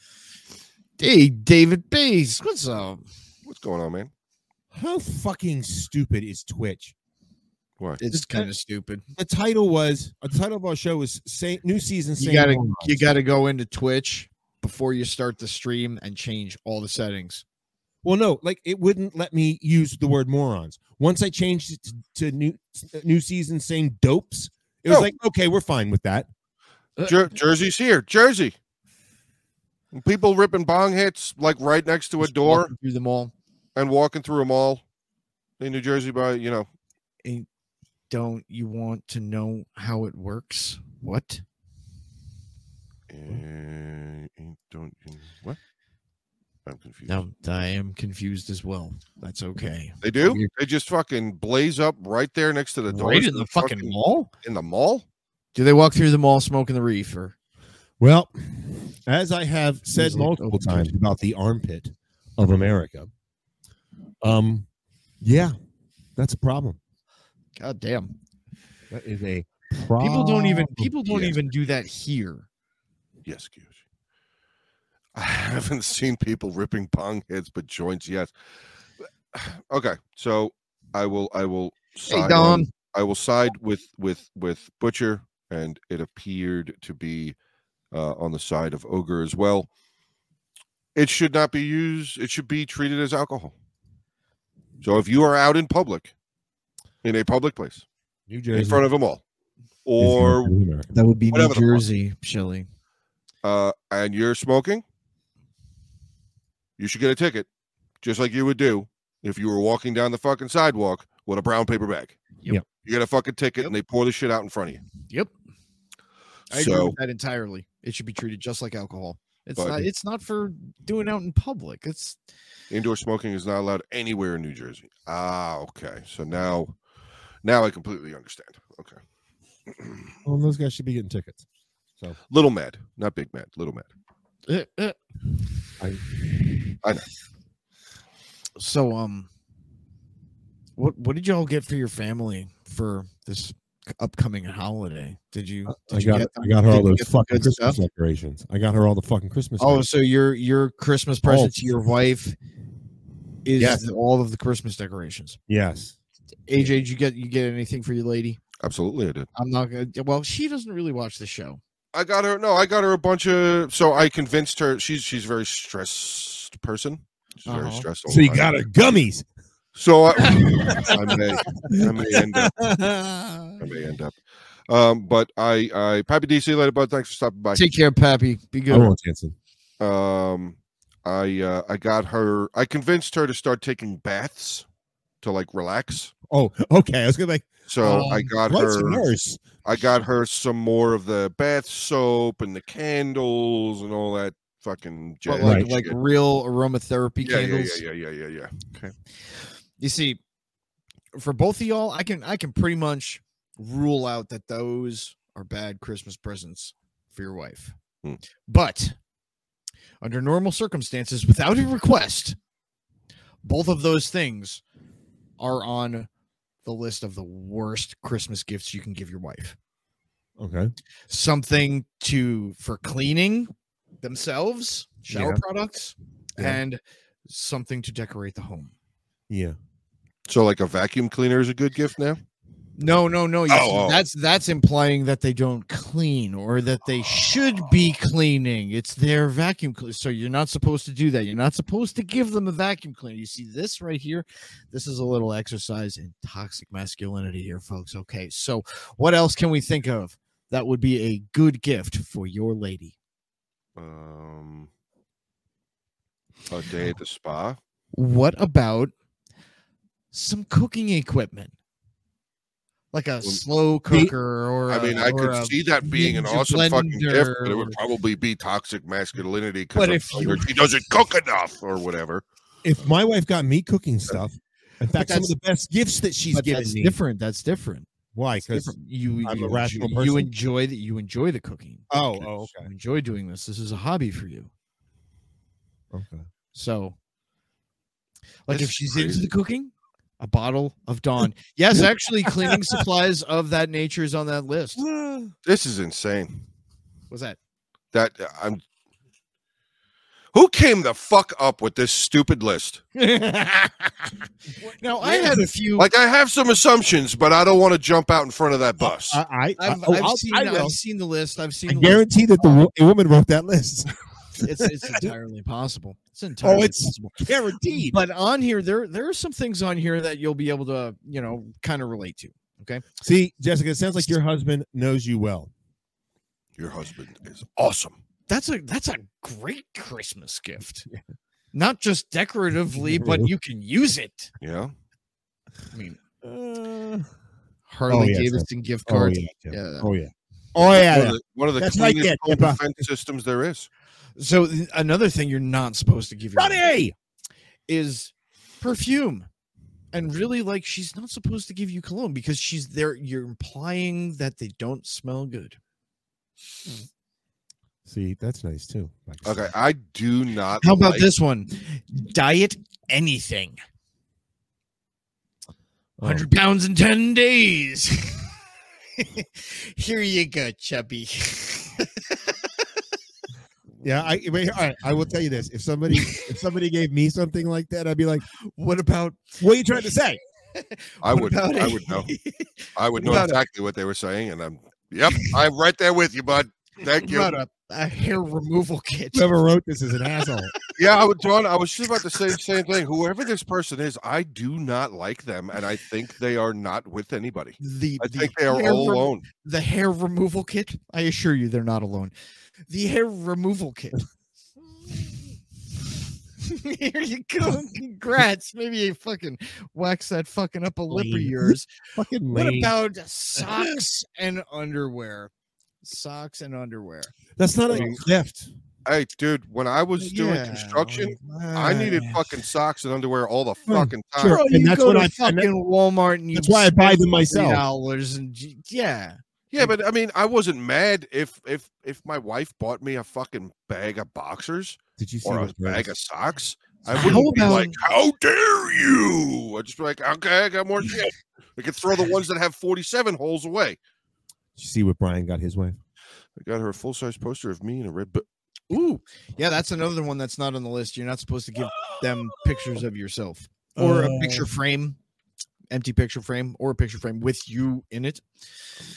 A: Hey, David Bass, what's up?
B: What's going on, man?
C: How fucking stupid is Twitch?
B: Why?
A: It's
C: It's kinda
A: kind of stupid.
C: The title was uh, the title of our show was Saint New Season.
A: You
C: Same
A: gotta,
C: Morons.
A: you gotta go into Twitch before you start the stream and change all the settings.
C: Well, no, like it wouldn't let me use the word morons. Once I changed it to, to new uh, new season saying dopes, it was
B: No.
C: like okay, we're fine with that.
A: Uh,
B: Jer- Jersey's here. Jersey. People ripping bong hits like right next to a
A: Just
B: door
A: walking through them all.
B: and walking through a mall in New Jersey by, you know,
A: Don't you want to know how it works? What?
B: Eh, ain't don't you- what? I'm confused.
A: No, I am confused as well. That's okay.
B: They do.
A: You-
B: They just fucking blaze up right there next to the door
A: Right in the fucking mall?
B: in the mall.
A: Do they walk through the mall smoking the reefer?
C: Well, as I have said
A: He's like,
C: multiple
A: "Oh,
C: times
A: dude."
C: about the armpit of America, um, yeah, that's a problem.
A: God damn.
C: That is a problem.
A: People don't even people don't
B: yes.
A: even do that here.
B: Yes, Gucci. [LAUGHS] I haven't seen people ripping bong heads, but joints, yes. [SIGHS] Okay, so I will. I will.
A: Hey
B: side on-
A: Don,
B: I will side with with with Butcher, and it appeared to be uh, on the side of Ogre as well. It should not be used. It should be treated as alcohol. So if you are out in public, in a public place,
C: New Jersey
B: in front of them all,
C: is the
B: or
C: armpit of America.
A: that would be New
B: Whatever the fuck.
A: Jersey, Shelley.
B: uh, and you're smoking, you should get a ticket, just like you would do if you were walking down the fucking sidewalk with a brown paper bag.
A: Yep.
C: Yep.
B: You get a fucking ticket, and they pour the shit out in front of you.
A: Yep. I agree
B: so
A: with that entirely. It should be treated just like alcohol. It's
B: But-
A: not it's not for doing out in public. It's
B: indoor smoking is not allowed anywhere in New Jersey. Ah, okay. So now, now I completely understand. Okay.
C: Well, those guys should be getting tickets. So
B: Little mad, not big mad. Little mad.
A: eh, eh.
C: I-
B: I know.
A: So um what what did y'all get for your family for this upcoming holiday? Did you did
C: I
A: you
C: got
A: get
C: I got her all
A: did you
C: those
A: get the
C: fucking
A: good
C: Christmas
A: stuff?
C: decorations. I got her all the fucking Christmas.
A: Oh,
C: decorations.
A: so your your Christmas present to your wife is
C: Oh. Yes.
A: all of the Christmas decorations.
C: yes.
A: AJ, did you get you get anything for your lady?
B: Absolutely, I did.
A: I'm not gonna. Well, she doesn't really watch the show.
B: I got her. No, I got her a bunch of. So I convinced her. She's she's a very stressed person. She's very
A: Uh-huh.
B: stressed. all
C: So
B: the
C: you
B: time.
C: got her gummies.
B: So I, [LAUGHS] I may, I may end up. I may end up. Um, but I, I, Pappy DC, later, bud. Thanks for stopping by.
A: Take care, Pappy. Be
C: I
A: good.
C: won't, Jansen.
B: um i uh i got her i convinced her to start taking baths to like relax
C: Oh, okay. I was gonna be like
B: so i
A: Um,
B: got
C: what's
B: her
C: nurse?
B: i got her some more of the bath soap and the candles and all that fucking
A: But
B: jazz
A: like
B: and
A: like
B: shit.
A: real aromatherapy
B: yeah, yeah
A: candles.
B: yeah yeah yeah yeah yeah okay
A: You see, for both of y'all, I can I can pretty much rule out that those are bad Christmas presents for your wife.
B: Hmm.
A: But under normal circumstances, without a request, both of those things are on the list of the worst Christmas gifts you can give your wife.
C: Okay.
A: something to for cleaning themselves, shower
C: Yeah.
A: products,
C: Yeah.
A: and something to decorate the home.
C: Yeah.
B: so like a vacuum cleaner is a good gift now
A: No, no, no. you see,
B: Oh, oh.
A: That's that's implying that they don't clean or that they should be cleaning. It's their vacuum cleaner. So you're not supposed to do that. You're not supposed to give them a vacuum cleaner. You see this right here? This is a little exercise in toxic masculinity here, folks. Okay. So what else can we think of that would be a good gift for your lady?
B: um a day at the spa.
A: What about some cooking equipment? Like a slow cooker or
B: I
A: a-
B: mean, I
A: or
B: could
A: a-
B: see that being an
A: ninja
B: awesome fucking gift, but it would
A: blender.
B: probably be toxic masculinity
A: But
B: because
A: if you-
B: she doesn't cook enough or whatever.
C: If my wife got me cooking stuff, in fact, some of
A: that's-
C: the best gifts that she's
A: but
C: given
A: that's
C: me.
A: different. That's different.
C: Why?
A: It's
C: Because
A: different. you,
C: I'm a
A: you
C: rational
A: enjoy, You
C: person.
A: enjoy that. You enjoy the cooking.
C: oh, oh,
A: You enjoy doing this. This is a hobby for you.
C: okay, okay.
A: So, like,
B: This
A: if
B: is
A: she's into
B: crazy.
A: the cooking, a bottle of Dawn. Yes, actually, cleaning supplies of that nature is on that list.
B: This is insane.
A: Was that?
B: That uh, I'm. Who came the fuck up with this stupid list?
C: [LAUGHS]
A: now Oh, I had a few.
B: Like, I have some assumptions, but I don't want to jump out in front of
A: Uh,
B: that bus.
C: I, I,
A: I've,
C: oh,
A: I've
C: I'll-
A: seen.
C: I
A: I
C: will.
A: have seen the list. I've
C: I
A: seen. the list.
C: guarantee that the wo- a woman wrote that
A: [LAUGHS]
C: list.
A: It's, it's entirely possible. It's entirely
C: Oh, it's-
A: possible.
C: Guaranteed.
A: But on here, there there are some things on here that you'll be able to, you know, kind of relate to.
C: See, Jessica, it sounds like your husband knows you well.
B: Your husband is awesome.
A: That's a that's a great Christmas gift. Not just decoratively,
C: [LAUGHS]
A: but you can use it.
B: Yeah.
A: I mean,
C: Uh,
A: Harley
C: yes,
A: Davidson gift
C: oh,
A: card.
C: yeah, yeah.
A: yeah. that-
C: Oh, yeah. Oh, yeah.
B: One of the, one of the
C: That's right,
B: cleanest
C: yeah,
B: home
C: Peppa.
B: defense systems there is.
A: So th- another thing you're not supposed to give your wife
C: Buddy!
A: is perfume. And really, like she's not supposed to give you cologne because she's there. You're implying that they don't smell good.
C: See, that's nice too. Like,
B: Okay. I do not.
A: How about
B: like-
A: this one? Diet anything.
C: oh,
A: 100 pounds in 10 days. [LAUGHS] Here you go, chubby.
C: Yeah, I wait, all right, I will tell you this. If somebody if somebody gave me something like that, I'd be like,
A: what about
C: What are you trying to say?
B: I
A: what
B: would.
A: about
B: I
A: a-
B: would
A: [LAUGHS]
B: know. I would know
A: About a-
B: exactly what they were saying, and I'm. Yep, I'm right there with you, [LAUGHS] bud. Thank you.
A: what about a, a hair removal kit?
C: Whoever wrote this is an asshole.
B: Yeah, I would, John. I was just about to say the same thing. Whoever this person is, I do not like them, and I think they are not with anybody.
A: The,
B: I
A: the
B: think they are
A: hair
B: all
A: rem-
B: alone.
A: The hair removal kit. I assure you, they're not alone. The hair removal kit. [LAUGHS] Here you go. Congrats. Maybe you fucking wax that fucking up a lip of
C: Lame.
A: yours.
C: Fucking
A: What
C: lame. [LAUGHS]
A: about socks and underwear? Socks and underwear.
C: that's not
A: I
C: a
A: mean-
C: gift.
B: Hey, dude, when I was doing
A: Yeah,
B: construction, oh,
A: like,
B: I needed
A: uh,
B: fucking socks and underwear all the
C: Sure,
B: fucking time.
C: sure.
A: Bro,
C: And
A: you
C: that's
A: go
C: what
A: to
C: I- and that-
A: fucking Walmart and you
C: That's why I buy them myself.
A: Dollars and j- yeah,
B: Yeah, but I mean, I wasn't mad if if if my wife bought me a fucking bag of boxers
C: Did you see
B: or a
C: what
B: bag of socks. I
A: How
B: wouldn't be like,
A: about-
B: "How dare you!" I'd just be like, "Okay, I got more shit." I could throw the ones that have forty-seven holes away.
C: Did you see what Brian got his wife?
B: I got her a full-size poster of me in a red. book.
A: ooh, yeah. That's another one that's not on the list. You're not supposed to give them pictures of yourself or
C: Uh.
A: a picture frame, empty picture frame, or a picture frame with you in it,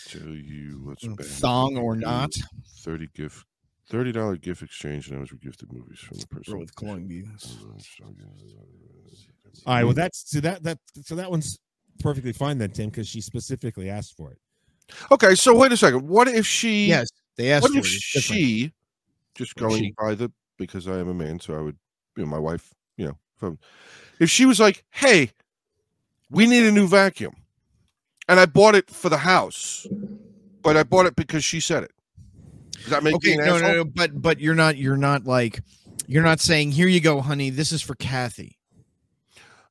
B: tell you what's bad.
A: thong or
B: You
A: not.
B: Thirty gift, thirty dollar gift exchange, and I was gifted movies from the person.
A: Bro, with cologne beads.
B: uh,
C: All right. Well, that's so that that so that one's perfectly fine then, Tim, because she specifically asked for it.
B: okay. So wait a second. What if she?
A: Yes, they asked
B: What
A: for it.
B: if
A: It's different.
B: she? Just
A: What if
B: going
A: she-
B: by the because I am a man, so I would, you know, my wife, you know, if, I'm- if she was like, "Hey, we need a new vacuum," and I bought it for the house, but I bought it because she said it. Does that make
A: okay
B: me an
A: no,
B: asshole?
A: no no but but you're not you're not like you're not saying here you go honey this is for kathy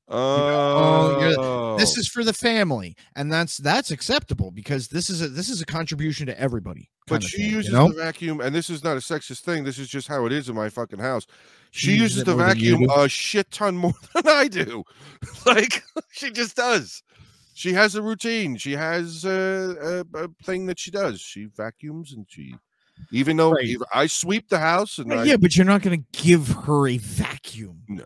B: Oh,
A: you're- this is for the family and that's that's acceptable because this is a this is a contribution to everybody
B: But
A: kind of
B: she
A: thing, you
B: uses
A: know?
B: the vacuum, and this is not a sexist thing. This is just how it is in my fucking house. She,
A: She uses
B: uses
A: it
B: the
A: more than you
B: vacuum a shit ton more [LAUGHS] than I do. like she just does. She has a routine. She has a, a, a thing that she does. She vacuums, and she, even though
A: Right.
B: ev- I sweep the house, and I,
A: Right, yeah but you're not gonna give her a vacuum
B: no,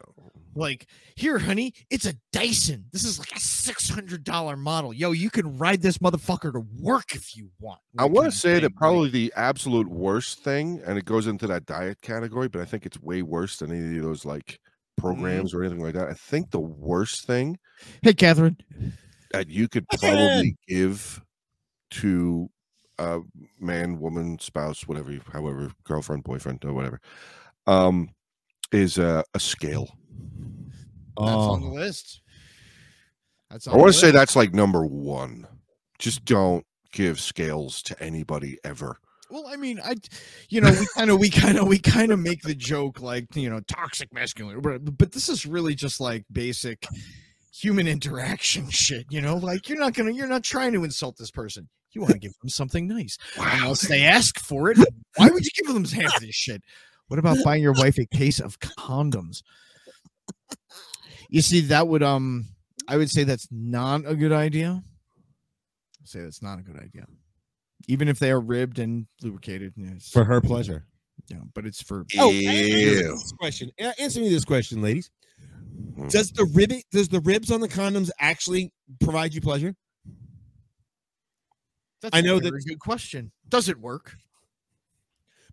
A: like here honey it's a dyson this is like a $600 model yo you can ride this motherfucker to work if you want
B: I
A: Like,
B: want
A: kind
B: to
A: of
B: say that
A: thing, like-
B: probably the absolute worst thing, and it goes into that diet category, but I think it's way worse than any of those like
A: Mm-hmm.
B: programs or anything like that. I think the worst thing
A: hey catherine
B: that you could
C: Again.
B: probably give to a man, woman, spouse, whatever, you- however, girlfriend, boyfriend, or whatever, um, is uh, a scale.
A: That's on the
C: Oh,
A: list. That's
B: I want to say that's like number one. Just don't give scales to anybody ever.
A: Well, I mean, I, you know, we kind of, we kind of, we kind of make the joke like, you know, toxic masculinity, but, but this is really just like basic human interaction [LAUGHS] shit. You know, like you're not gonna, you're not trying to insult this person. You want to give them something nice.
B: Wow.
A: Unless they ask for it, why would you
C: [LAUGHS]
A: give them half this shit? What about buying your wife a case of condoms? You see, that would um, I would say that's not a good idea. I'd say that's not a good idea, even if they are ribbed and lubricated. and it's-
C: for her pleasure.
A: yeah, but it's for
C: Oh,
B: Ew.
C: this question. A- Answer me this question, ladies.
B: Hmm.
C: Does the ribbit, does the ribs on the condoms actually provide you pleasure?
A: that's
C: I know
A: a
C: that-
A: very good question. Does it work?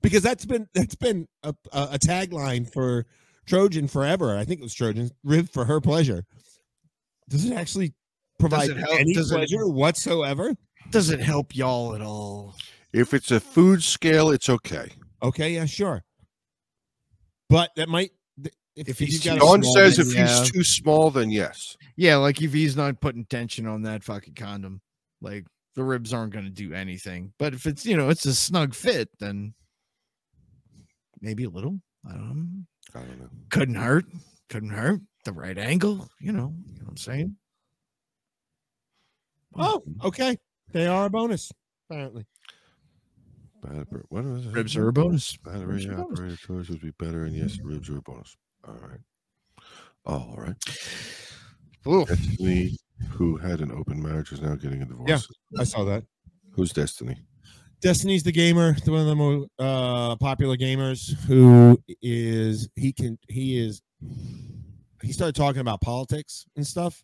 C: Because that's been that's been a, a, a tagline for Trojan forever. I think it was Trojan rib for her pleasure. Does it actually provide
A: it help?
C: any
A: Does it-
C: pleasure whatsoever?
A: Does it help y'all at all?
B: If it's a food scale, it's okay.
C: Okay, yeah, sure. But that might th- if,
A: If
C: if
A: he's
C: you've got a
A: small,
B: Don
C: small
B: says
A: then
B: if
A: yeah.
B: he's too small, then yes.
A: Yeah, like if he's not putting tension on that fucking condom, like the ribs aren't going to do anything. But if it's, you know, it's a snug fit, then maybe a little. I don't know.
B: I don't know.
A: Couldn't hurt. Couldn't hurt. The right angle. You know, you know what I'm saying?
C: Oh, okay. They are a bonus, apparently.
B: Battery- What is it?
A: Ribs are a bonus.
B: Battery
A: ribs are a bonus.
B: operated choice would be better, and yes, the ribs are a bonus. All right. Oh, all right.
A: Oof.
B: Destiny, who had an open marriage, is now getting a divorce.
C: Yeah. I saw that.
B: Who's Destiny?
C: Destiny's the gamer, the one of the more uh, popular gamers who is he can he is he started talking about politics and stuff.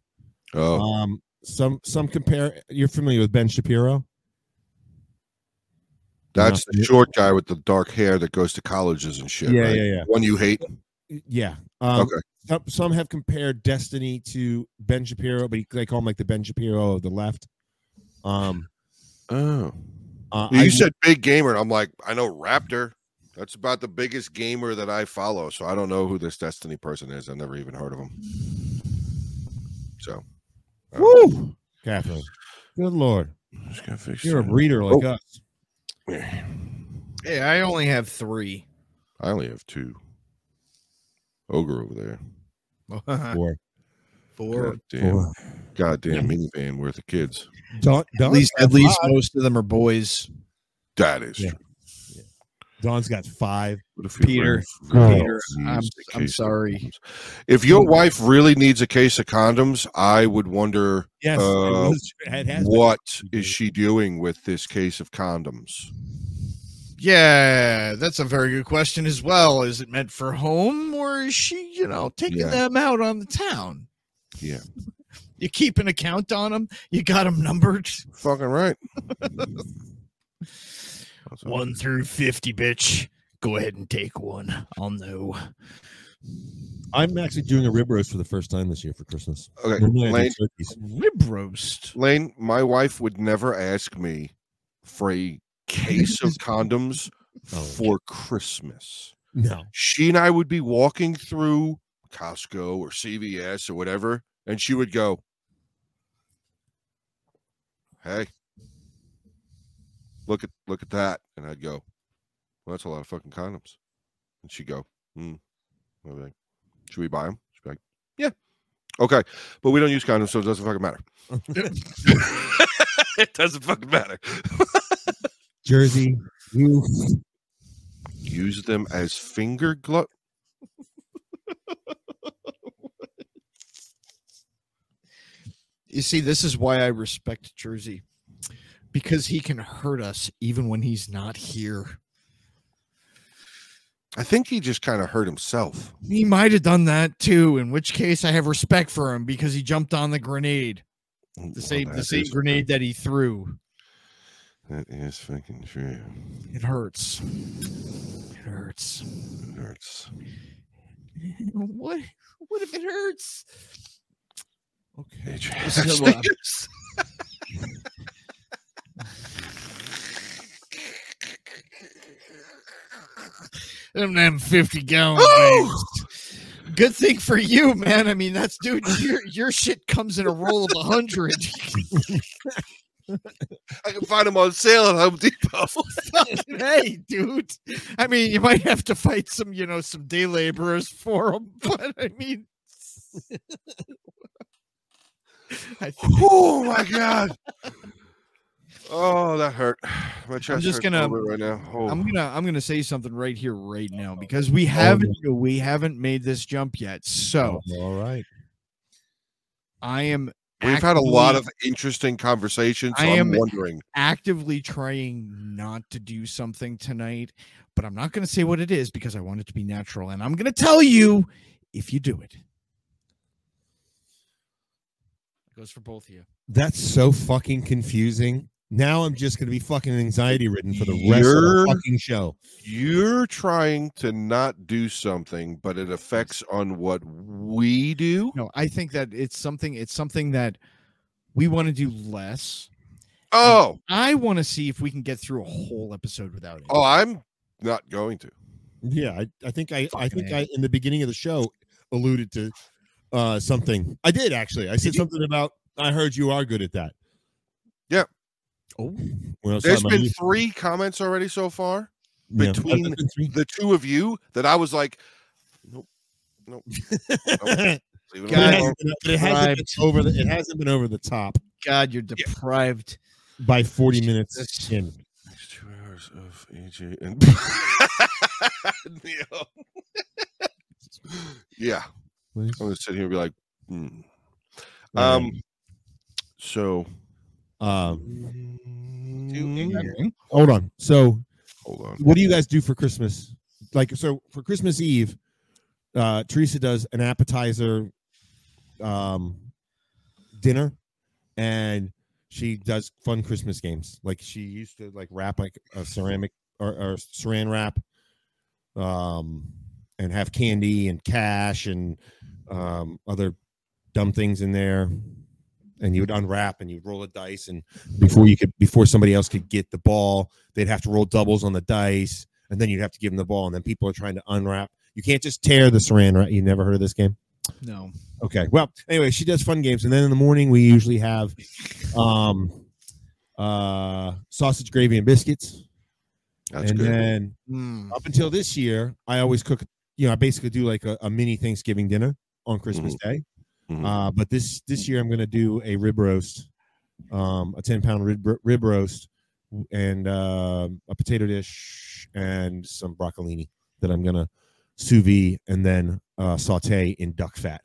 B: Oh,
C: Um, some some compare. You're familiar with Ben Shapiro?
B: that's the
C: yeah.
B: short guy with the dark hair that goes to colleges and shit. right?
C: yeah,
B: One you hate.
C: yeah. Yeah. Um,
B: okay.
C: some, some have compared Destiny to Ben Shapiro, but he, they call him like the Ben Shapiro of the left. Um,
B: Oh.
C: uh,
B: You
C: I-
B: said big gamer. and I'm like, I know Raptor. That's about the biggest gamer that I follow. So I don't know who this Destiny person is. I never even heard of him. So I don't know.
C: Woo! Catherine. Good lord,
B: Just gotta fix
C: you're a
B: that.
C: breeder
B: Oh.
C: like us.
A: Hey, I only have three. [LAUGHS]
B: I only have two. Ogre over there.
C: Or,
A: Four.
B: God damn, goddamn minivan worth of kids.
C: Don, Don,
A: At least, at least most of them are boys.
B: That is
C: Yeah.
B: true.
C: Don's got five.
B: What if your
A: Peter,
C: Oh,
B: wife
A: Peter,
B: really
A: I'm-
B: needs a
A: I'm
B: case of
A: sorry.
B: condoms? If your wife really needs a case of condoms, I would wonder
C: Yes, it
B: Uh,
C: was- [LAUGHS] it has been.
B: what is she doing with this case of condoms.
A: Yeah, that's a very good question as well. Is it meant for home or is she, you know, taking
B: Yeah.
A: them out on the town?
B: Yeah.
A: [LAUGHS] You keep an account on them. You got them numbered
B: Fucking right.
A: [LAUGHS] one through 50, bitch. Go ahead and take one. I'll know.
C: I'm actually doing a rib roast for the first time this year for Christmas.
B: Okay,
C: Normally I do
B: Lane.
C: turkeys.
A: Rib roast.
B: Lane, my wife would never ask me for a
C: [LAUGHS]
B: case of condoms
C: Oh.
B: for Christmas.
C: No,
B: she and I would be walking through Costco or CVS or whatever, and she would go, "Hey, look at look at that," and I'd go, "Well, that's a lot of fucking condoms," and she'd go, "Hmm." I'd be like, "Should we buy them?" She'd be like, "Yeah." Okay, but we don't use condoms, so it doesn't fucking matter. [LAUGHS] it doesn't fucking matter.
C: Jersey. You.
B: Use them as finger glove.
A: You see, this is why I respect Jersey because he can hurt us even when he's not here.
B: I think he just kind of hurt himself.
A: He might have done that too, in which case I have respect for him because he jumped on the grenade.
B: Oh,
A: The same the same grenade that he threw.
B: That is fucking true.
A: It hurts. It hurts. [LAUGHS]
B: It hurts.
A: What what if it hurts?
C: Okay.
B: It [LAUGHS]
A: Still
B: actually
A: laugh. [LAUGHS]
B: is.
A: them damn 50 gallon
B: Oh!
A: bags. Good thing for you, man. I mean, that's dude, your your shit comes in a roll of a hundred. [LAUGHS]
B: I can find them on sale at Home Depot.
A: Fucking hey, dude. I mean, you might have to fight some, you know, some day laborers for them, [LAUGHS] but I mean, I think
B: oh my god. Oh, that hurt. My chest
A: just
B: hurts a
A: gonna-
B: little bit right now. Oh.
A: I'm gonna I'm gonna say something right here, right now, because we haven't we haven't made this jump yet. So
C: all right.
A: I am
B: We've had a lot
A: actively-
B: of interesting conversations. So
A: I
B: I'm
A: am-
B: wondering.
A: actively trying not to do something tonight, but I'm not going to say what it is because I want it to be natural. And I'm going to tell you if you do it. Goes for both of you.
C: That's so fucking confusing. Now I'm just gonna be fucking anxiety ridden for the rest
B: You're-
C: of the fucking show.
B: You're trying to not do something, but it affects on what we do.
A: No, I think that it's something. It's something that we want to do less.
B: Oh,
A: I want to see if we can get through a whole episode without it.
B: oh, I'm not going to.
C: Yeah, I, I think I, I
A: Fucking
C: think
A: A.
C: I in the beginning of the show alluded to uh something. I did actually. I said something about I heard you are good at that.
B: Yeah.
C: Oh, when I was
B: There's
C: talking about
B: been
C: you-
B: three comments already so far.
C: yeah.
B: between
C: [LAUGHS] There's been three-
B: The two of you that I was like, Oh.
C: [LAUGHS] But
B: leave it
C: it
A: Guys,
B: alone.
C: hasn't been- but it hasn't been over the it hasn't been over the top
A: God, you're deprived.
C: by 40 minutes
A: Jesus.
C: in.
B: Next two hours of AJ and Neo. [LAUGHS] yeah, I'm gonna sit here and be like, hmm. um, so
C: um
A: Mhm.
C: hold on. So
B: hold on.
C: what do you guys do for Christmas? Like, so for Christmas Eve, uh, Teresa does an appetizer um, dinner, and she does fun Christmas games. Like she used to like wrap like a ceramic or, or saran wrap, um, and have candy and cash and um, other dumb things in there. And you would unwrap and you'd roll a dice, and before you could, before somebody else could get the ball, they'd have to roll doubles on the dice, and then you'd have to give them the ball, and then people are trying to unwrap. You can't just tear the saran wrap. You never heard of this game?
A: No.
C: Okay. Well, anyway, she does fun games, and then in the morning we usually have um, uh, sausage gravy and biscuits,
B: That's
C: and
B: good.
C: then
A: Mm.
C: up until this year, I always cook. You know, I basically do like a, a mini Thanksgiving dinner on Christmas Day.
B: Mhm.
C: Uh, but this this year I'm going to do a rib roast, um, a ten pound rib rib roast, and uh, a potato dish and some broccolini that I'm going to sous vide and then uh, saute in duck fat.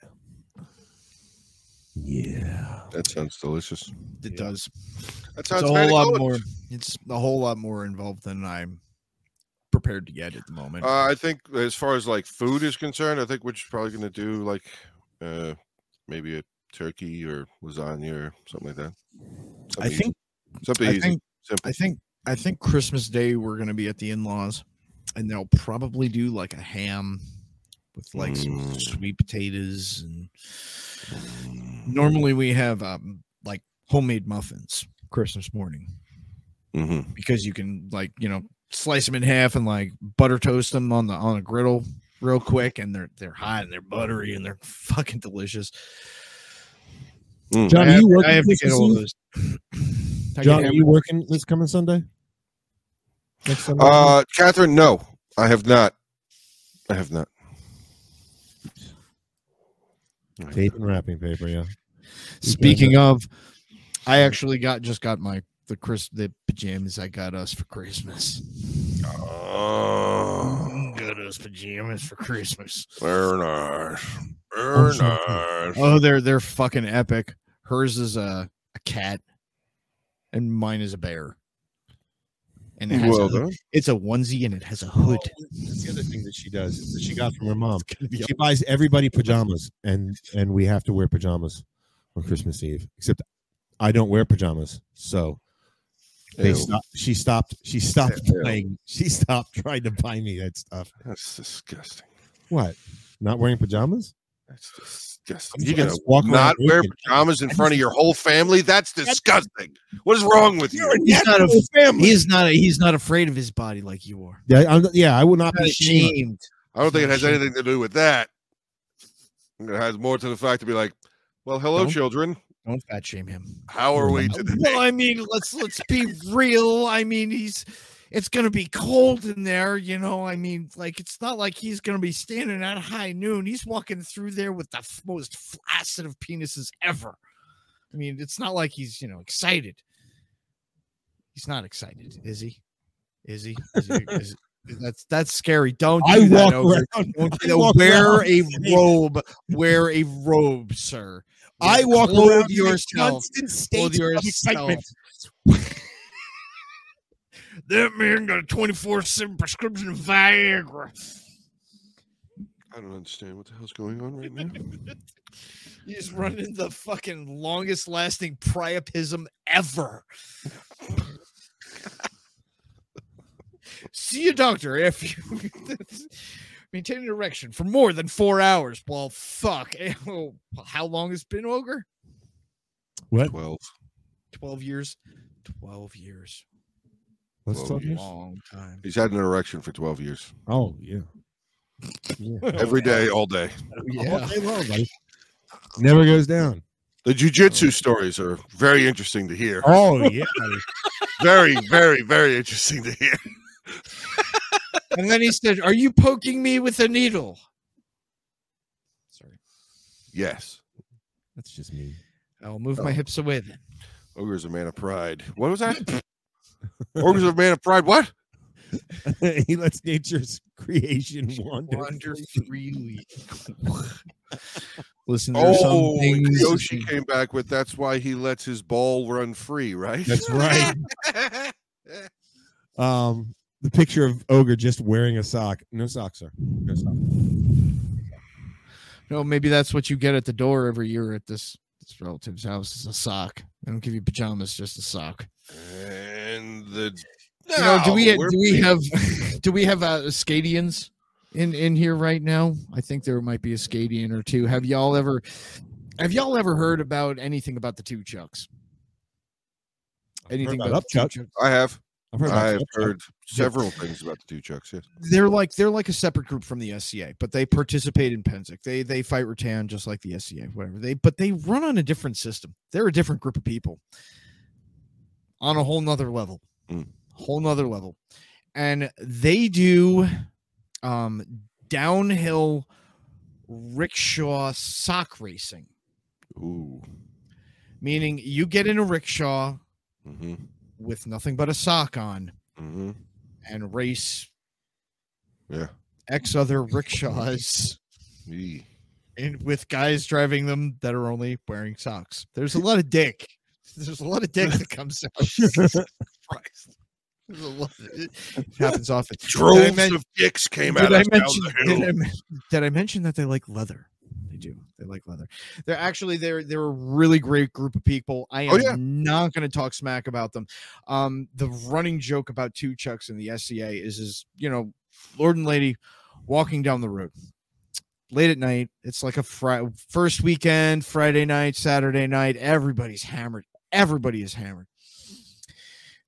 C: Yeah,
B: that sounds delicious.
A: It
C: Yeah.
A: does.
B: That
A: It's
B: sounds
A: a whole
B: kinda
A: lot
B: good.
A: more. It's a whole lot more involved than I'm prepared to get at the moment.
B: Uh, I think as far as like food is concerned, I think we're just probably gonna do like uh maybe a turkey or lasagna or something like that. Something
A: I
B: easy.
A: think
B: something
A: I
B: easy.
A: think
B: simple.
A: I think I think Christmas Day we're gonna be at the in-laws, and they'll probably do like a ham with like some
B: Mm.
A: sweet potatoes. And normally we have um, like homemade muffins Christmas morning
B: Mhm.
A: because you can like you know slice them in half and like butter toast them on the on a griddle real quick, and they're they're hot and they're buttery and they're [LAUGHS] fucking delicious.
B: Mm.
C: John,
A: I
C: are
A: have,
C: you working?
A: I have to get
C: Christmas
A: all
C: Eve?
A: those. I
C: John,
A: get
C: are you working this coming Sunday? Next Sunday.
B: Uh, Catherine, no, I have not. I have not.
C: Tape and wrapping paper. Yeah.
A: Speaking of, I actually got just got my the Chris the pajamas I got us for Christmas.
B: Oh,
A: Got us pajamas for Christmas.
B: Bernard.
C: shit.
B: Bernard.
A: Oh, they're they're fucking epic. Hers is a, a cat, and mine is a bear. And it has
B: Well
A: a-
B: done.
A: it's a onesie and it has a hood.
C: That's the other thing that she does is that she got from her mom.
A: It's gonna be
C: She buys everybody pajamas, and and we have to wear pajamas on Christmas Eve. Except I don't wear pajamas, so they
B: Ew,
C: stopped, she stopped. She stopped
B: Ew.
C: buying. She stopped trying to buy me that stuff.
B: That's disgusting.
C: What? Not wearing pajamas?
B: That's disgusting.
C: I'm
B: You're gonna
C: just walking around
B: not wear
C: naked.
B: pajamas in front of your whole family? That's disgusting. What is wrong with you?
A: He's not, a,
C: family.
A: he's not. A, he's not afraid of his body like you are.
C: Yeah, I'm, yeah, I would not
A: Not
C: be ashamed.
A: ashamed.
B: I don't think it has anything to do with that. It has more to the fact to be like, well, hello,
A: Don't-
B: children.
A: Don't fat shame him.
B: How are we today?
A: [LAUGHS] Well, I mean, let's let's be real. I mean, he's it's gonna be cold in there, you know. I mean, like it's not like he's gonna be standing at high noon. He's walking through there with the f- most flaccid of penises ever. I mean, it's not like he's you know excited. He's not excited, is he? Is he? Is he- is- that's that's scary. Don't do
C: I
A: that,
C: walk
A: Ogre.
C: around.
A: Don't
C: I
A: do that.
C: walk
A: wear
C: around
A: a
C: naked.
A: robe. Wear a robe, sir.
C: I walk
A: Clothe
C: around
A: yourself.
C: yourself. In a constant state of excitement.
A: that man got a 24 7 prescription of Viagra.
B: I don't understand what the hell's going on right
A: [LAUGHS]
B: now.
A: He's running the fucking longest lasting priapism ever. [LAUGHS] See a doctor if you [LAUGHS] maintain an erection for more than four hours. Well, fuck. [LAUGHS] Oh, How long has it been, Ogre?
C: What?
B: Twelve.
A: 12 years. 12 years.
C: What's
B: Whoa,
C: twelve years?
A: Long time.
B: He's had an erection for twelve years.
C: Oh yeah.
A: [LAUGHS]
C: yeah.
A: Oh,
B: Every day, all day.
A: Yeah.
C: All day long, buddy. Never goes down.
B: The
A: Oh.
B: jujitsu stories are very interesting to hear.
C: Oh
A: [LAUGHS]
C: yeah. buddy.
B: Very, very, very interesting to hear.
A: And then he said, Are you poking me with a needle? Sorry.
B: Yes.
C: That's just me. [LAUGHS]
A: I'll move
B: Oh.
A: my hips away
B: [LAUGHS]
A: then.
B: Ogre's a man of pride. What was that?
A: [LAUGHS]
B: Ogre's a man of pride. What?
C: he lets nature's creation wander.
A: Wander
B: [LAUGHS]
A: freely. [LAUGHS] Listen, there's
B: Oh,
A: some things.
B: Yoshi came back with that's why he lets his ball run free, right?
A: [LAUGHS]
C: That's right. Um, the picture of ogre just wearing a sock. No socks, sir. No sock.
A: No, maybe that's what you get at the door every year at this, this relative's house is a sock. They don't give you pajamas, just a sock.
B: [LAUGHS] and the
A: You know, do we
B: No,
A: do
B: we're
A: we
B: being-
A: have [LAUGHS] do we have uh, Skadians in in here right now? I think there might be a Skadian or two. Have y'all ever have y'all ever heard about anything about the two chucks? Anything
C: about
A: about the
C: Upchuck.
A: two chucks?
B: I have
C: I've heard.
B: I've
C: that.
B: heard several things about the two chucks, yes.
A: They're like they're like a separate group from the SCA, but they participate in Penzic. They they fight Rattan just like the SCA, whatever. They but they run on a different system. They're a different group of people on a whole nother level.
B: Mm.
A: Whole nother level. And they do um downhill rickshaw sock racing,
B: Ooh.
A: meaning you get in a rickshaw
B: Mm-hmm.
A: with nothing but a sock on
B: Mm-hmm.
A: and race
B: Yeah.
A: X other rickshaws.
B: Yee.
A: and with guys driving them that are only wearing socks. There's a lot of dick. [LAUGHS] There's a lot of dick that comes out. [LAUGHS] Jesus Christ. There's a lot- It happens often.
B: Droves
A: men-
B: of dicks came
A: Did
B: out
A: I,
B: of down
A: mention,
B: the
A: did, I,
B: hill.
A: men- did I mention that they like leather? They do. They like leather. They're actually they're they're a really great group of people. I am
B: Oh, yeah.
A: not going to talk smack about them. Um, the running joke about two chucks and the SCA is is you know, Lord and Lady walking down the road late at night. It's like a Friday first weekend, Friday night, Saturday night. Everybody's hammered. Everybody is hammered.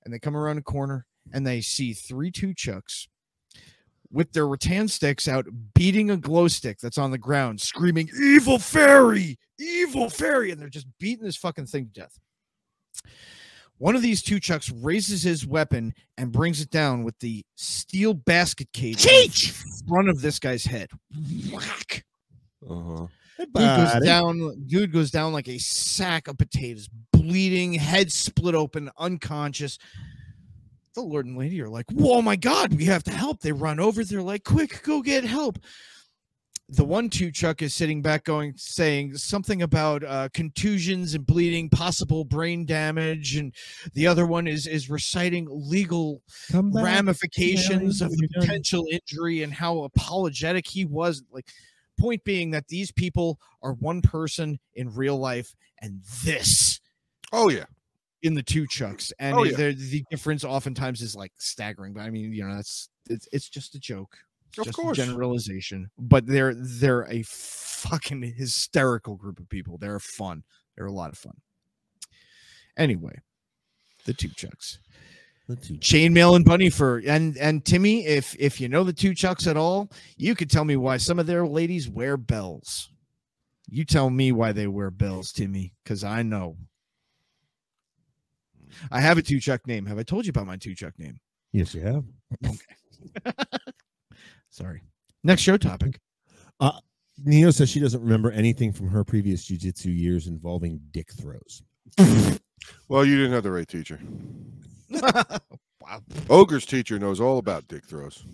A: And they come around a corner and they see three two chucks with their rattan sticks out, beating a glow stick that's on the ground, screaming, Evil fairy, evil fairy. And they're just beating this fucking thing to death. One of these two chucks raises his weapon and brings it down with the steel basket cage in front of this guy's head. Whack.
B: Uh-huh.
A: Dude goes
C: Buddy.
A: down. Dude goes down like a sack of potatoes, bleeding, head split open, unconscious. The Lord and Lady are like, "Whoa, my God, we have to help!" They run over. They're like, "Quick, go get help!" The one two Chuck is sitting back, going, saying something about uh, contusions and bleeding, possible brain damage, and the other one is is reciting legal
C: Come back.
A: ramifications of
C: when
A: the
C: you're done.
A: potential injury and how apologetic he was. Like, point being that these people are one person in real life, and this
B: Oh yeah.
A: in the two chucks, and
B: Oh, yeah.
A: the, the difference oftentimes is like staggering. But I mean, you know, that's it's, it's just a joke, It's
B: Of
A: just a
B: course.
A: generalization. But they're they're a fucking hysterical group of people. They're fun. They're a lot of fun. Anyway, the two chucks. Chainmail and Bunny fur. And and Timmy, if if you know the two chucks at all, you could tell me why some of their ladies wear bells. You tell me why they wear bells, Timmy, because I know. I have a two chuck name. Have I told you about my two chuck name?
C: Yes, you have.
A: Sorry. Next show topic.
C: Neo says she doesn't remember anything from her previous jujitsu years involving dick throws.
B: Well, you didn't have the right teacher.
A: wow.
B: Ogre's teacher knows all about dick throws.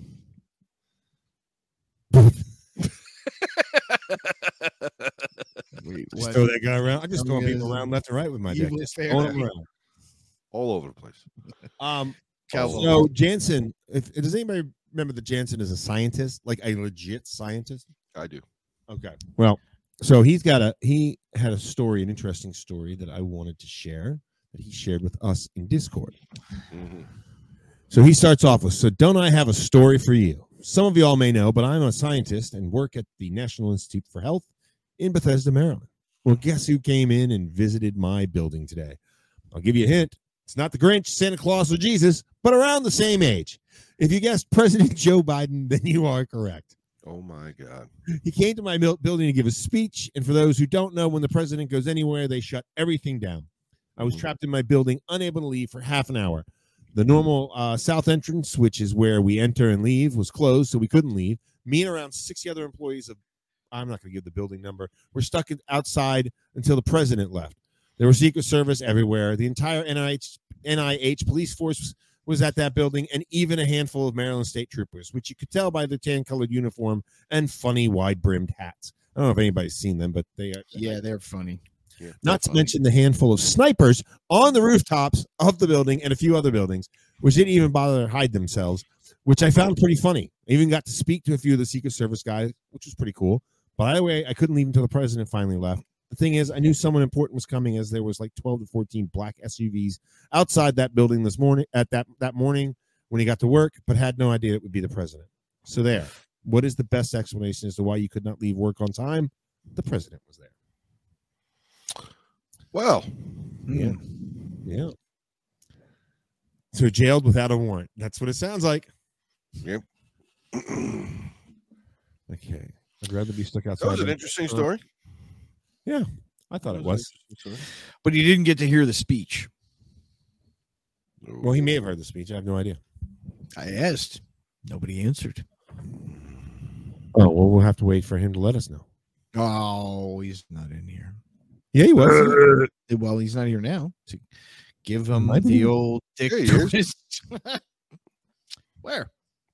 A: Wait,
C: Just
A: what?
C: throw that guy around. I just
A: I'm
C: throw people
A: gonna-
C: around left and right with my dick.
A: Evil
C: Just
A: fair.
C: throwing 'em around.
B: All over the place.
C: Um,
A: Cowboy.
C: so Jansen, if, does anybody remember that Jansen is a scientist, like a legit scientist?
B: I do.
C: Okay. Well, so he's got a he had a story, an interesting story that I wanted to share that he shared with us in Discord.
B: Mhm.
C: So he starts off with, "So don't I have a story for you? Some of you all may know, but I'm a scientist and work at the National Institute for Health in Bethesda, Maryland. Well, guess who came in and visited my building today? I'll give you a hint. It's not the Grinch, Santa Claus, or Jesus, but around the same age. If you guessed President [LAUGHS] Joe Biden, then you are correct."
B: Oh my God.
C: He came to my mil- building to give a speech. And for those who don't know, when the president goes anywhere, they shut everything down. I was
B: Mhm.
C: trapped in my building, unable to leave for half an hour. The normal uh, south entrance, which is where we enter and leave, was closed, so we couldn't leave. Me and around 60 other employees of, I'm not going to give the building number, were stuck in- outside until the president left. There was Secret Service everywhere. The entire NIH, NIH police force was, was at that building, and even a handful of Maryland state troopers, which you could tell by their tan colored uniform and funny wide brimmed hats. I don't know if anybody's seen them, but they are.
A: Yeah, they're funny.
B: Yeah,
C: Not to
B: definitely.
C: mention the handful of snipers on the rooftops of the building and a few other buildings, which didn't even bother to hide themselves, which I found pretty funny. I even got to speak to a few of the Secret Service guys, which was pretty cool. By the way, I couldn't leave until the president finally left. The thing is, I knew someone important was coming as there was like 12 to 14 black SUVs outside that building this morning at that that morning when he got to work, but had no idea it would be the president. So there. What is the best explanation as to why you could not leave work on time? The president was there.
B: Well,
C: Yeah. Yeah. Hmm. So jailed without a warrant. That's what it sounds like. [CLEARS THROAT]
B: yep. that
C: Okay. I'd rather be stuck outside.
B: was an
C: than-
B: interesting story.
C: I Uh, thought
B: That
C: it
B: an
C: was.
B: interesting story.
A: But he didn't get to hear the speech.
C: Well, he may have heard the speech. I have no idea.
A: I asked. Nobody answered.
C: Oh, well, we'll have to wait for him to let us know.
A: Oh, he's not in here.
C: Yeah, he
B: [LAUGHS]
C: was.
A: Well, he's not here now. To give him
C: Might be.
A: the old dick
B: Yeah, he is.
A: twist. [LAUGHS] Where?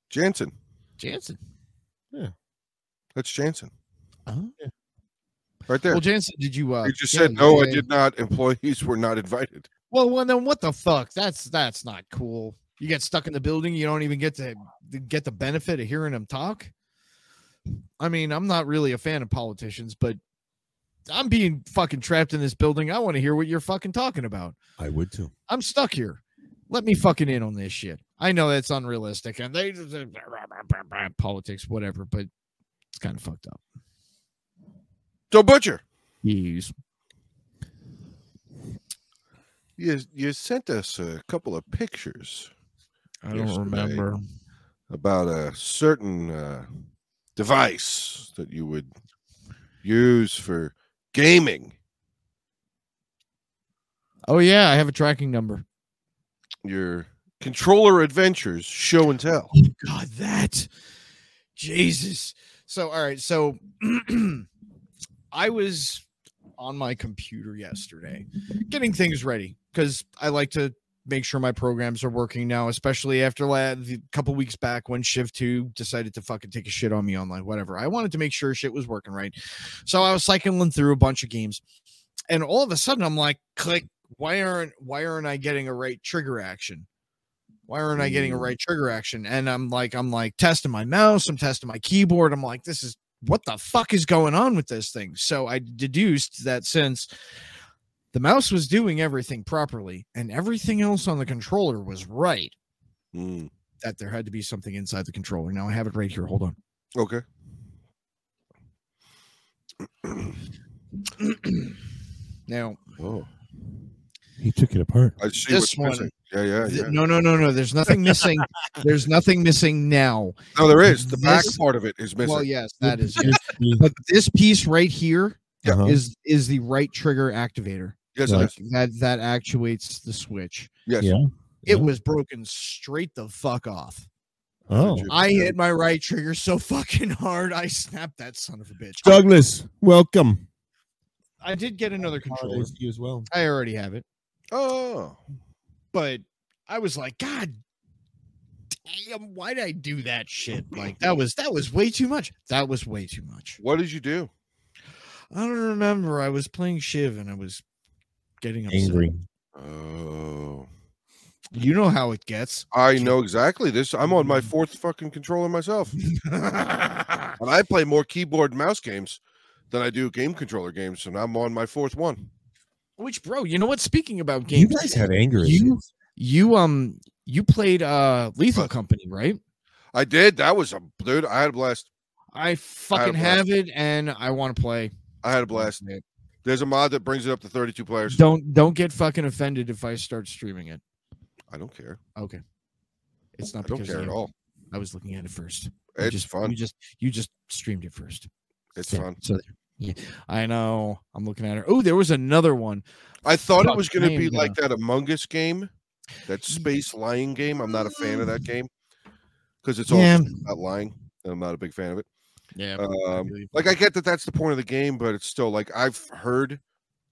B: Jansen.
A: Jansen.
B: That's Jansen.
A: Uh-huh.
B: Right there.
A: Well, Jansen, did you? Uh,
B: you just
A: yeah,
B: said,
A: you
B: no, I
A: say-
B: did not. Employees were not invited.
A: Well, well, then what the fuck? That's that's not cool. You get stuck in the building. You don't even get to to get the benefit of hearing them talk. I mean, I'm not really a fan of politicians, but I'm being fucking trapped in this building. I want to hear what you're fucking talking about.
C: I would too.
A: I'm stuck here. Let me fucking in on this shit. I know that's unrealistic, and they [LAUGHS] politics, whatever. But it's kind of fucked up.
B: So, Butcher,
A: Yes.
B: you, you sent us a couple of pictures
A: I
B: don't remember. about a certain uh, device that you would use for gaming.
A: Oh yeah, I have a tracking number.
B: Your controller adventures show and tell.
A: Oh God, that Jesus. So all right, so [CLEARS THROAT] I was on my computer yesterday getting things ready because I like to make sure my programs are working now, especially after la- the couple weeks back when Shift 2 decided to fucking take a shit on me online, whatever. I wanted to make sure shit was working right. So I was cycling through a bunch of games and all of a sudden I'm like, click, why aren't why aren't I getting a right trigger action? Why aren't I getting a
B: Mm.
A: right trigger action? And I'm like, I'm like testing my mouse, I'm testing my keyboard. I'm like, this is what the fuck is going on with this thing? So I deduced that since the mouse was doing everything properly and everything else on the controller was right,
B: Mm,
A: that there had to be something inside the controller. Now I have it right here. Hold on.
B: okay.
A: [CLEARS THROAT] Now,
B: Oh,
C: He took it apart.
B: I see
A: This
B: what's missing. Yeah, yeah,
A: th-
B: Oh, yeah.
A: no, no, no, no. There's nothing missing. There's nothing missing now.
B: No, there is. The back
A: this-
B: part of it is missing.
A: Well, yes,
C: [LAUGHS]
A: that is. [LAUGHS] it.
C: Yeah.
A: But this piece right here
C: Uh-huh.
A: is is the right trigger activator.
B: yes,
C: Right.
B: it
A: Like
B: is.
A: that that actuates the switch.
B: Yes.
C: Yeah.
A: It
C: Yeah.
A: was broken straight the fuck off.
C: Oh,
A: I hit my right trigger so fucking hard, I snapped that son of a bitch.
C: Douglas, welcome.
A: I did get another controller.
C: you as well.
A: I already have it,
B: Oh,
A: but I was like, God damn, why'd I do that shit? Like that was that was way too much. That was way too much.
B: what did you do?
A: I don't remember. I was playing Shiv and I was getting upset.
B: [LAUGHS]
C: Angry.
B: Oh,
A: You know how it gets.
B: I know exactly this. I'm on my fourth fucking controller myself, and I play more keyboard mouse games than I do game controller games, and I'm on my fourth one.
A: Which bro, you know what? Speaking about
C: You
A: games,
C: guys had anger
A: You-
C: issues.
A: you um you played uh Lethal Company, right?
B: I did. That was a dude. I had a blast.
A: I fucking
B: blast.
A: have it and I want to play.
B: I had a blast. There's a mod that brings it up to 32 players.
A: Don't don't get fucking offended if I start streaming it.
B: I don't care.
A: Okay. It's
B: I
A: not
B: don't
A: because
B: care
A: of
B: at
A: you.
B: all.
A: I was looking at it first. You
B: It's
A: just,
B: fun.
A: You just you just streamed it first.
B: It's
A: Yeah,
B: fun.
A: So there. yeah, I know. I'm looking at her. Oh, there was another one.
B: I thought it
A: Fuck,
B: was going to
A: I
B: be
A: am
B: like that Among Us game, that space lying game. I'm not a fan of that game because it's all
A: Mm. Yeah.
B: just about lying, and I'm not a big fan of it.
A: Yeah.
B: Um,
A: feel you.
B: like I get that that's the point of the game, but it's still like I've heard,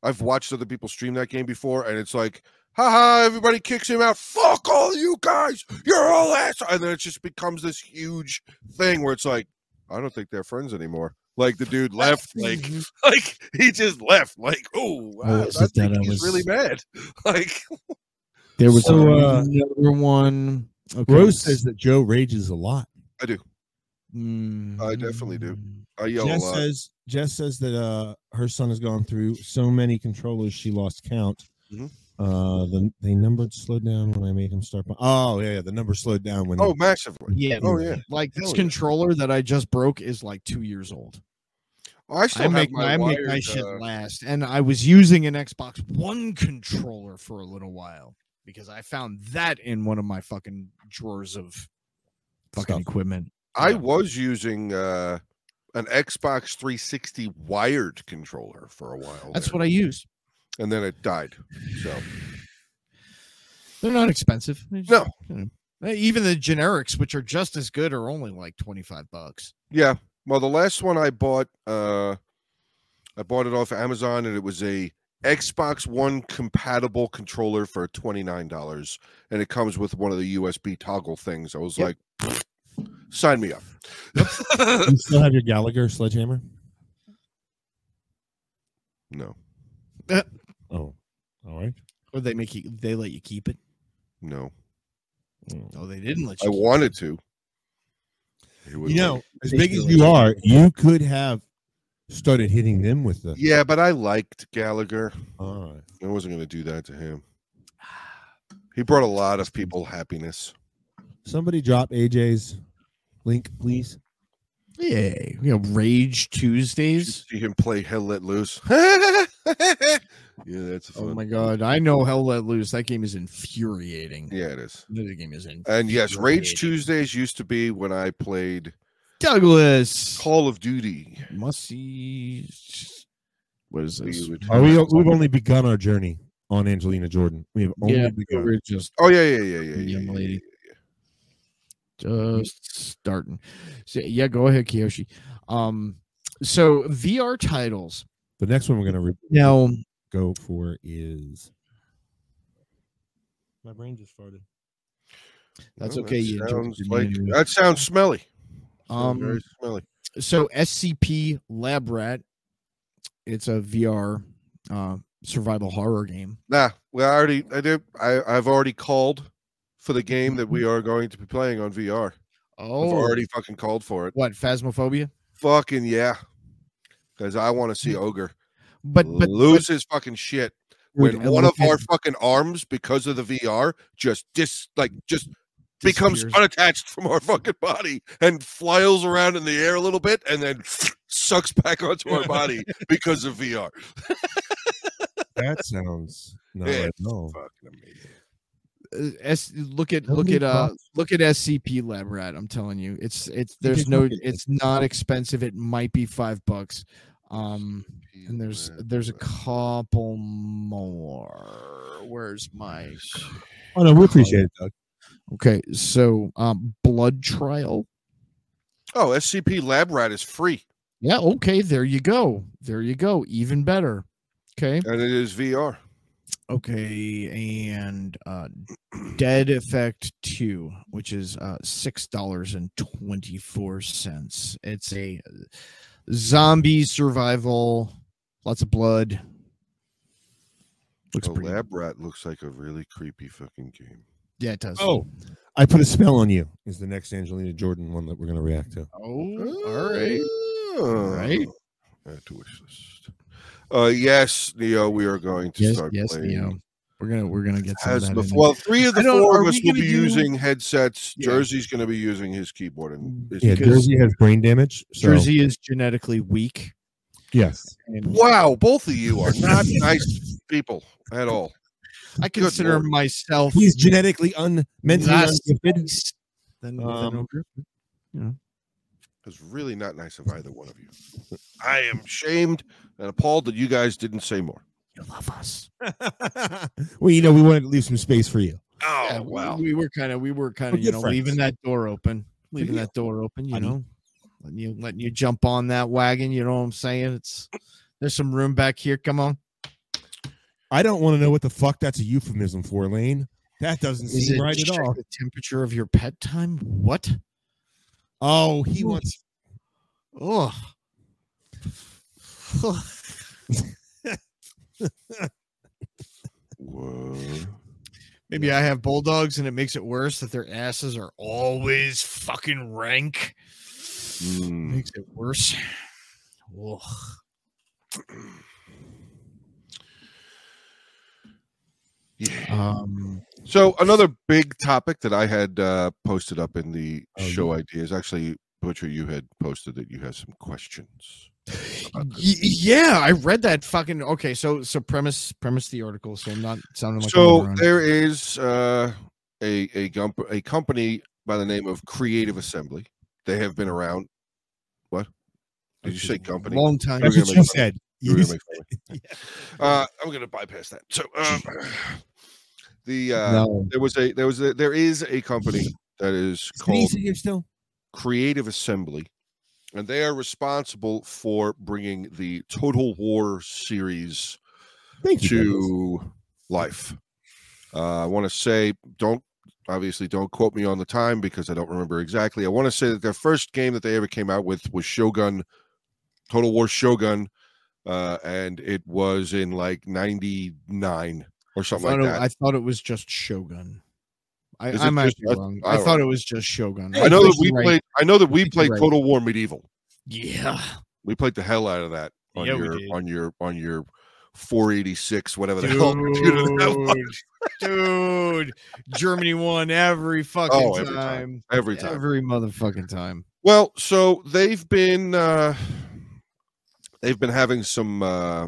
B: I've watched other people stream that game before, and it's like, haha, everybody kicks him out. Fuck all you guys, you're all ass, and then it just becomes this huge thing where it's like, I don't think they're friends anymore. Like the dude left, like
A: [LAUGHS]
B: like he just left like oh wow,
A: it's
B: I
A: just that
B: think
A: I
B: he's
A: was-
B: really mad [LAUGHS] like
A: there was
C: So, uh,
A: another one. Okay.
C: Rose says that Joe rages a lot.
B: I definitely do.
A: Mm.
B: i yell a
C: Jess
B: lot
C: says Jess says that uh, her son has gone through so many controllers she lost count.
B: Mhm.
C: Uh, the they numbered slowed down when I made him start. bu- Oh yeah, yeah, the number slowed down when.
B: oh massively
A: Yeah.
B: oh yeah
A: Like this
B: Hell yeah.
A: controller that I just broke is like two years old.
B: i still
A: I make
B: have my,
A: my, I make my
B: wired,
A: shit
B: uh,
A: last, and I was using an Xbox One controller for a little while because I found that in one of my fucking drawers of fucking
C: Stuff.
A: equipment.
B: i
A: Yeah.
B: was using uh an xbox 360 wired controller for a while
A: That's
B: there,
A: what I use.
B: and then it died so
A: They're not expensive. They're just,
B: No.
A: you know, uh, even the generics, which are just as good, are only like twenty five bucks.
B: yeah well the last one i bought uh i bought it off amazon and it was a xbox one compatible controller for $29 and it comes with one of the usb toggle things i was
A: Yep.
B: like sign me up
C: [LAUGHS]
A: [LAUGHS]
C: you still have your Gallagher sledgehammer?
B: no
C: Oh, all right.
A: Or they make you, they let you keep it.
B: no
A: No, they didn't let
B: i
A: you. keep
B: wanted to It would
C: You know, as
A: They
C: big as
A: still
C: you
A: do.
C: are, you could have started hitting them with the.
B: work. yeah but i liked gallagher
C: All right.
B: i wasn't going to do that to him he brought a lot of people happiness
C: Somebody drop AJ's link, please.
A: it. Yeah, you know, Rage
B: You
A: Tuesdays.
B: see him play hell let
A: [LAUGHS]
B: loose yeah that's
A: Oh
B: fun.
A: my god, I know Hell Let Loose. That game is infuriating.
B: yeah Uh, it is
A: That game is in
B: And yes, Rage
A: Infuriating.
B: Tuesdays used to be when I played
A: Douglas.
B: Call of Duty.
A: Must see. What is
B: We
A: this?
B: would-
C: Are we? We've only begun our journey on Angelina Jordan. We have only
A: Yeah,
C: begun.
A: we're just
B: Oh yeah, yeah, yeah, yeah, yeah,
A: Young
B: yeah,
A: lady.
B: yeah,
A: just starting. So, yeah, go ahead, Kiyoshi. Um, so VR titles
C: The next one we're gonna re-
A: now.
C: go for is. My brain just farted.
A: That's
B: Well,
A: okay,
B: Oh, That
A: you enjoyed
B: sounds,
A: your
B: like,
A: meal.
B: that sounds smelly. Sounds
A: Um,
B: very smelly.
A: So SCP Lab Rat. It's a VR uh, survival horror game.
B: Nah, well, I already, I did, I, I've already called for the game that we are going to be playing on VR. I've
A: Mm-hmm. Oh,
B: already fucking called for it.
A: what Phasmophobia?
B: Fucking yeah, because I want to see Ogre
A: But but
B: lose his fucking shit
A: but-
B: when one of
A: Elephant
B: our fucking arms, because of the VR, just dis like just becomes
A: disappears.
B: unattached from our fucking body and flails around in the air a little bit and then sucks back onto our
A: [LAUGHS]
B: body because of VR.
C: That sounds not
B: Yeah,
C: right
B: it's
C: at all.
B: Fucking amazing.
A: Uh, S, look at
C: How
A: look
C: many
A: at uh
C: bucks?
A: look at SCP Lab Rat. I'm telling you, it's it's
C: just
A: there's no
C: look at it.
A: it's not expensive. It might be five bucks. Um, and there's there's a couple more. Where's my
C: Oh no, we appreciate it, Doug.
A: okay? So um, blood trial.
B: Oh, SCP Lab Rat is free,
A: Yeah. Okay. There you go. There you go. Even better. Okay.
B: and it is VR.
A: Okay. And uh, Dead Effect Two, which is uh, six dollars and twenty four cents. It's a zombie survival. Lots of blood. Looks
B: So
A: pretty.
B: Lab Rat looks like a really creepy fucking game.
A: Yeah, it does.
C: Oh, I put a spell on you. Is the next Angelina Jordan one that we're gonna react to?
A: Oh, all right.
B: Oh.
A: right.
B: Add to wish list. Uh, yes, Neo, we are going to
A: Yes,
B: start
A: yes,
B: playing.
A: Neo. We're gonna we're gonna get some of
B: Has
A: that in
B: bef-
A: there.
B: well, three of the
A: I don't-
B: four
A: are
B: of us
A: we
B: will be
A: gonna do-
B: using headsets.
A: Yeah.
B: Jersey's going to be using his keyboard and his
C: Yeah,
A: Because-
C: Jersey has brain damage. So,
A: Jersey is genetically weak.
C: yes.
A: And
B: Wow, both of you are
A: [LAUGHS]
B: not nice people at all.
A: I
B: Good
A: consider
B: lord.
A: myself
C: He's genetically un mentally
A: less
B: [LAUGHS]
C: ungifted.
A: nice than, than
C: Um,
A: Ogre.
B: It's really not nice of either one of you. I am shamed and appalled that you guys didn't say more.
A: You love us.
C: [LAUGHS] well, you know, we wanted to leave some space for you.
B: Oh
A: Yeah, we-
B: wow!
A: We, were kind of we were kind
C: We're
A: of you
C: good
A: know
C: friends.
A: leaving that door open, leaving
C: deal.
A: that door open. You
C: I'm-
A: know, letting you letting you jump on that wagon. You know what I'm saying? It's there's some room back here. Come on.
C: I don't want to know what the fuck that's a euphemism for, Lane. That doesn't
A: Is
C: seem
A: it
C: right at
A: check
C: all.
A: the temperature of your pet time? What?
C: Oh, he
A: Ooh.
C: wants.
A: Oh.
B: Whoa.
A: [SIGHS] Maybe I have bulldogs and it makes it worse that their asses are always fucking rank.
B: Mm.
A: Makes it worse. Ugh.
B: Yeah.
A: Um,
B: So another big topic that I had uh, posted up in the
C: Oh,
B: show ideas. Actually, Butcher, you had posted that you had some questions.
A: y-
B: about this.
A: yeah, I read that fucking okay. So, so premise premise the article. So I'm not sounding like
B: so
A: I'm
B: there is uh, a a, gump- a company by the name of Creative Assembly. They have been around. What did you say?
A: a
B: Company?
A: long time.
C: That's
B: gonna
C: what
B: make
C: you
B: fun.
C: said.
B: You were
C: You
B: gonna make fun of me. uh, I'm going to bypass that. So um, the uh,
A: no,
B: there was a there was a, there is a company that is
C: Can he
B: called
C: sit here still?
B: Creative Assembly, and they are responsible for bringing the Total War series
C: Thank you.
B: to life. Uh, I want to say, don't obviously don't quote me on the time because I don't remember exactly. I want to say that their first game that they ever came out with was Shogun, Total War Shogun, uh, and it was in like '99 or
A: I
B: something
A: thought,
B: like
A: it,
B: that.
A: I thought it was just Shogun. I,
B: Is
A: I
B: it
A: might
B: just-
A: be wrong.
B: I
A: I,
B: don't
A: thought it was just Shogun.
B: I know
A: think
B: that we
A: you're right.
B: played. I know that we
A: think you're
B: played
A: right.
B: Total War Medieval.
A: Yeah,
B: We played the hell out of that on
A: Yeah, we
B: your
A: did.
B: on your on your 486 whatever [LAUGHS] the hell computer [LAUGHS] that was. [LAUGHS]
A: dude, Germany won every fucking
B: Oh, every
A: time.
B: time. every time.
A: Every motherfucking time.
B: Well, so they've been uh, they've been having some uh,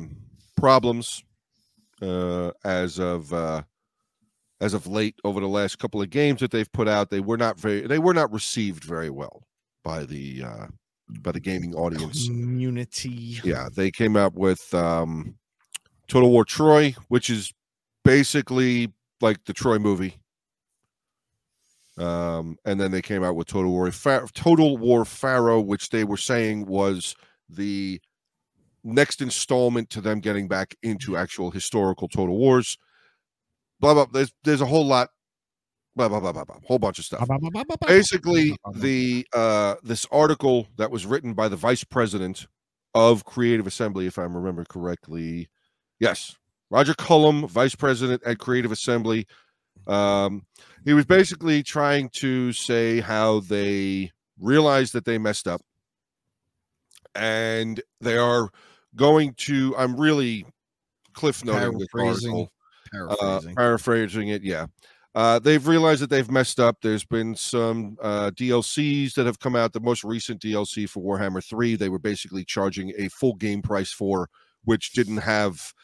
B: problems uh, as of uh, as of late over the last couple of games that they've put out. They were not very they were not received very well by the uh, by the gaming audience.
A: Community.
B: Yeah, they came out with um, Total War Troy, which is basically like the Troy movie. Um, and then they came out with Total War Fa- Total War Pharaoh, which they were saying was the next installment to them getting back into actual historical Total Wars. Blah blah. There's there's a whole lot. Blah blah blah blah blah. Whole bunch of stuff basically the uh this article that was written by the vice president of creative assembly if i remember correctly yes roger cullum vice president at creative assembly um he was basically trying to say how they realized that they messed up and they are going to i'm really cliff noting this
A: Paraphrasing.
B: article uh,
A: Paraphrasing.
B: paraphrasing it, yeah. Uh, they've realized that they've messed up. There's been some uh, DLCs that have come out. The most recent DLC for Warhammer 3, they were basically charging a full game price for, which didn't have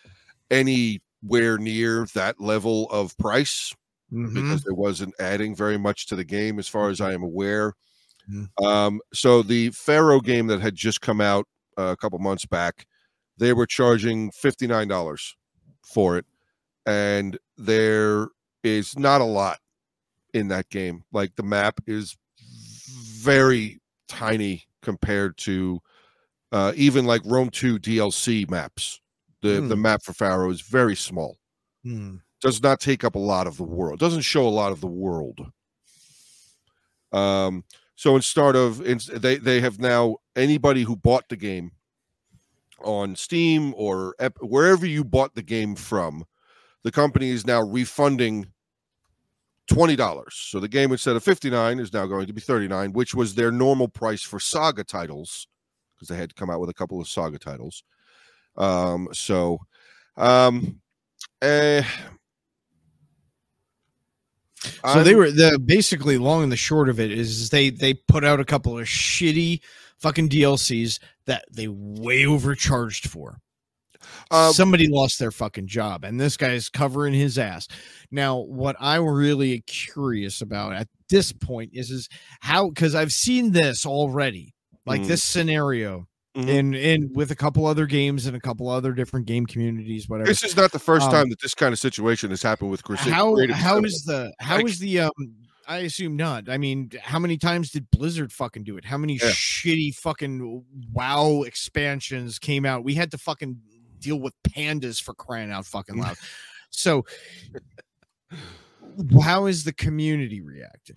B: anywhere near that level of price
A: Mhm.
B: because it wasn't adding very much to the game as far as I am aware.
A: Mhm.
B: Um, so the Pharaoh game that had just come out uh, a couple months back, they were charging fifty nine dollars for it, and there is not a lot in that game. Like the map is very tiny compared to uh, even like Rome Two DLC maps. The the map for Pharaoh is very small
A: Hmm.
B: does not take up a lot of the world doesn't show a lot of the world um so instead of in, they they have now anybody who bought the game on steam or Ep- wherever you bought the game from the company is now refunding $20 so the game instead of 59 is now going to be 39 which was their normal price for saga titles because they had to come out with a couple of saga titles um so um eh,
A: So they
B: I'm-
A: were the basically long and the short of it is they they put out a couple of shitty fucking DLCs that they way overcharged for.
B: uh,
A: Somebody lost their fucking job, and this guy's covering his ass. Now, what I'm really curious about at this point is is how because I've seen this already, like
B: Mhm.
A: this scenario,
B: Mhm.
A: in in with a couple other games and a couple other different game communities, whatever.
B: This is not the first
A: Um,
B: time that this kind of situation has happened with Crusade.
A: how
B: Creative
A: how
B: Assembly.
A: is the how
B: Like-
A: is the um I assume not. I mean, how many times did Blizzard fucking do it? How many
B: Yeah.
A: shitty fucking WoW expansions came out? We had to fucking deal with pandas for crying out
B: [LAUGHS]
A: fucking loud. so how is the community reacting?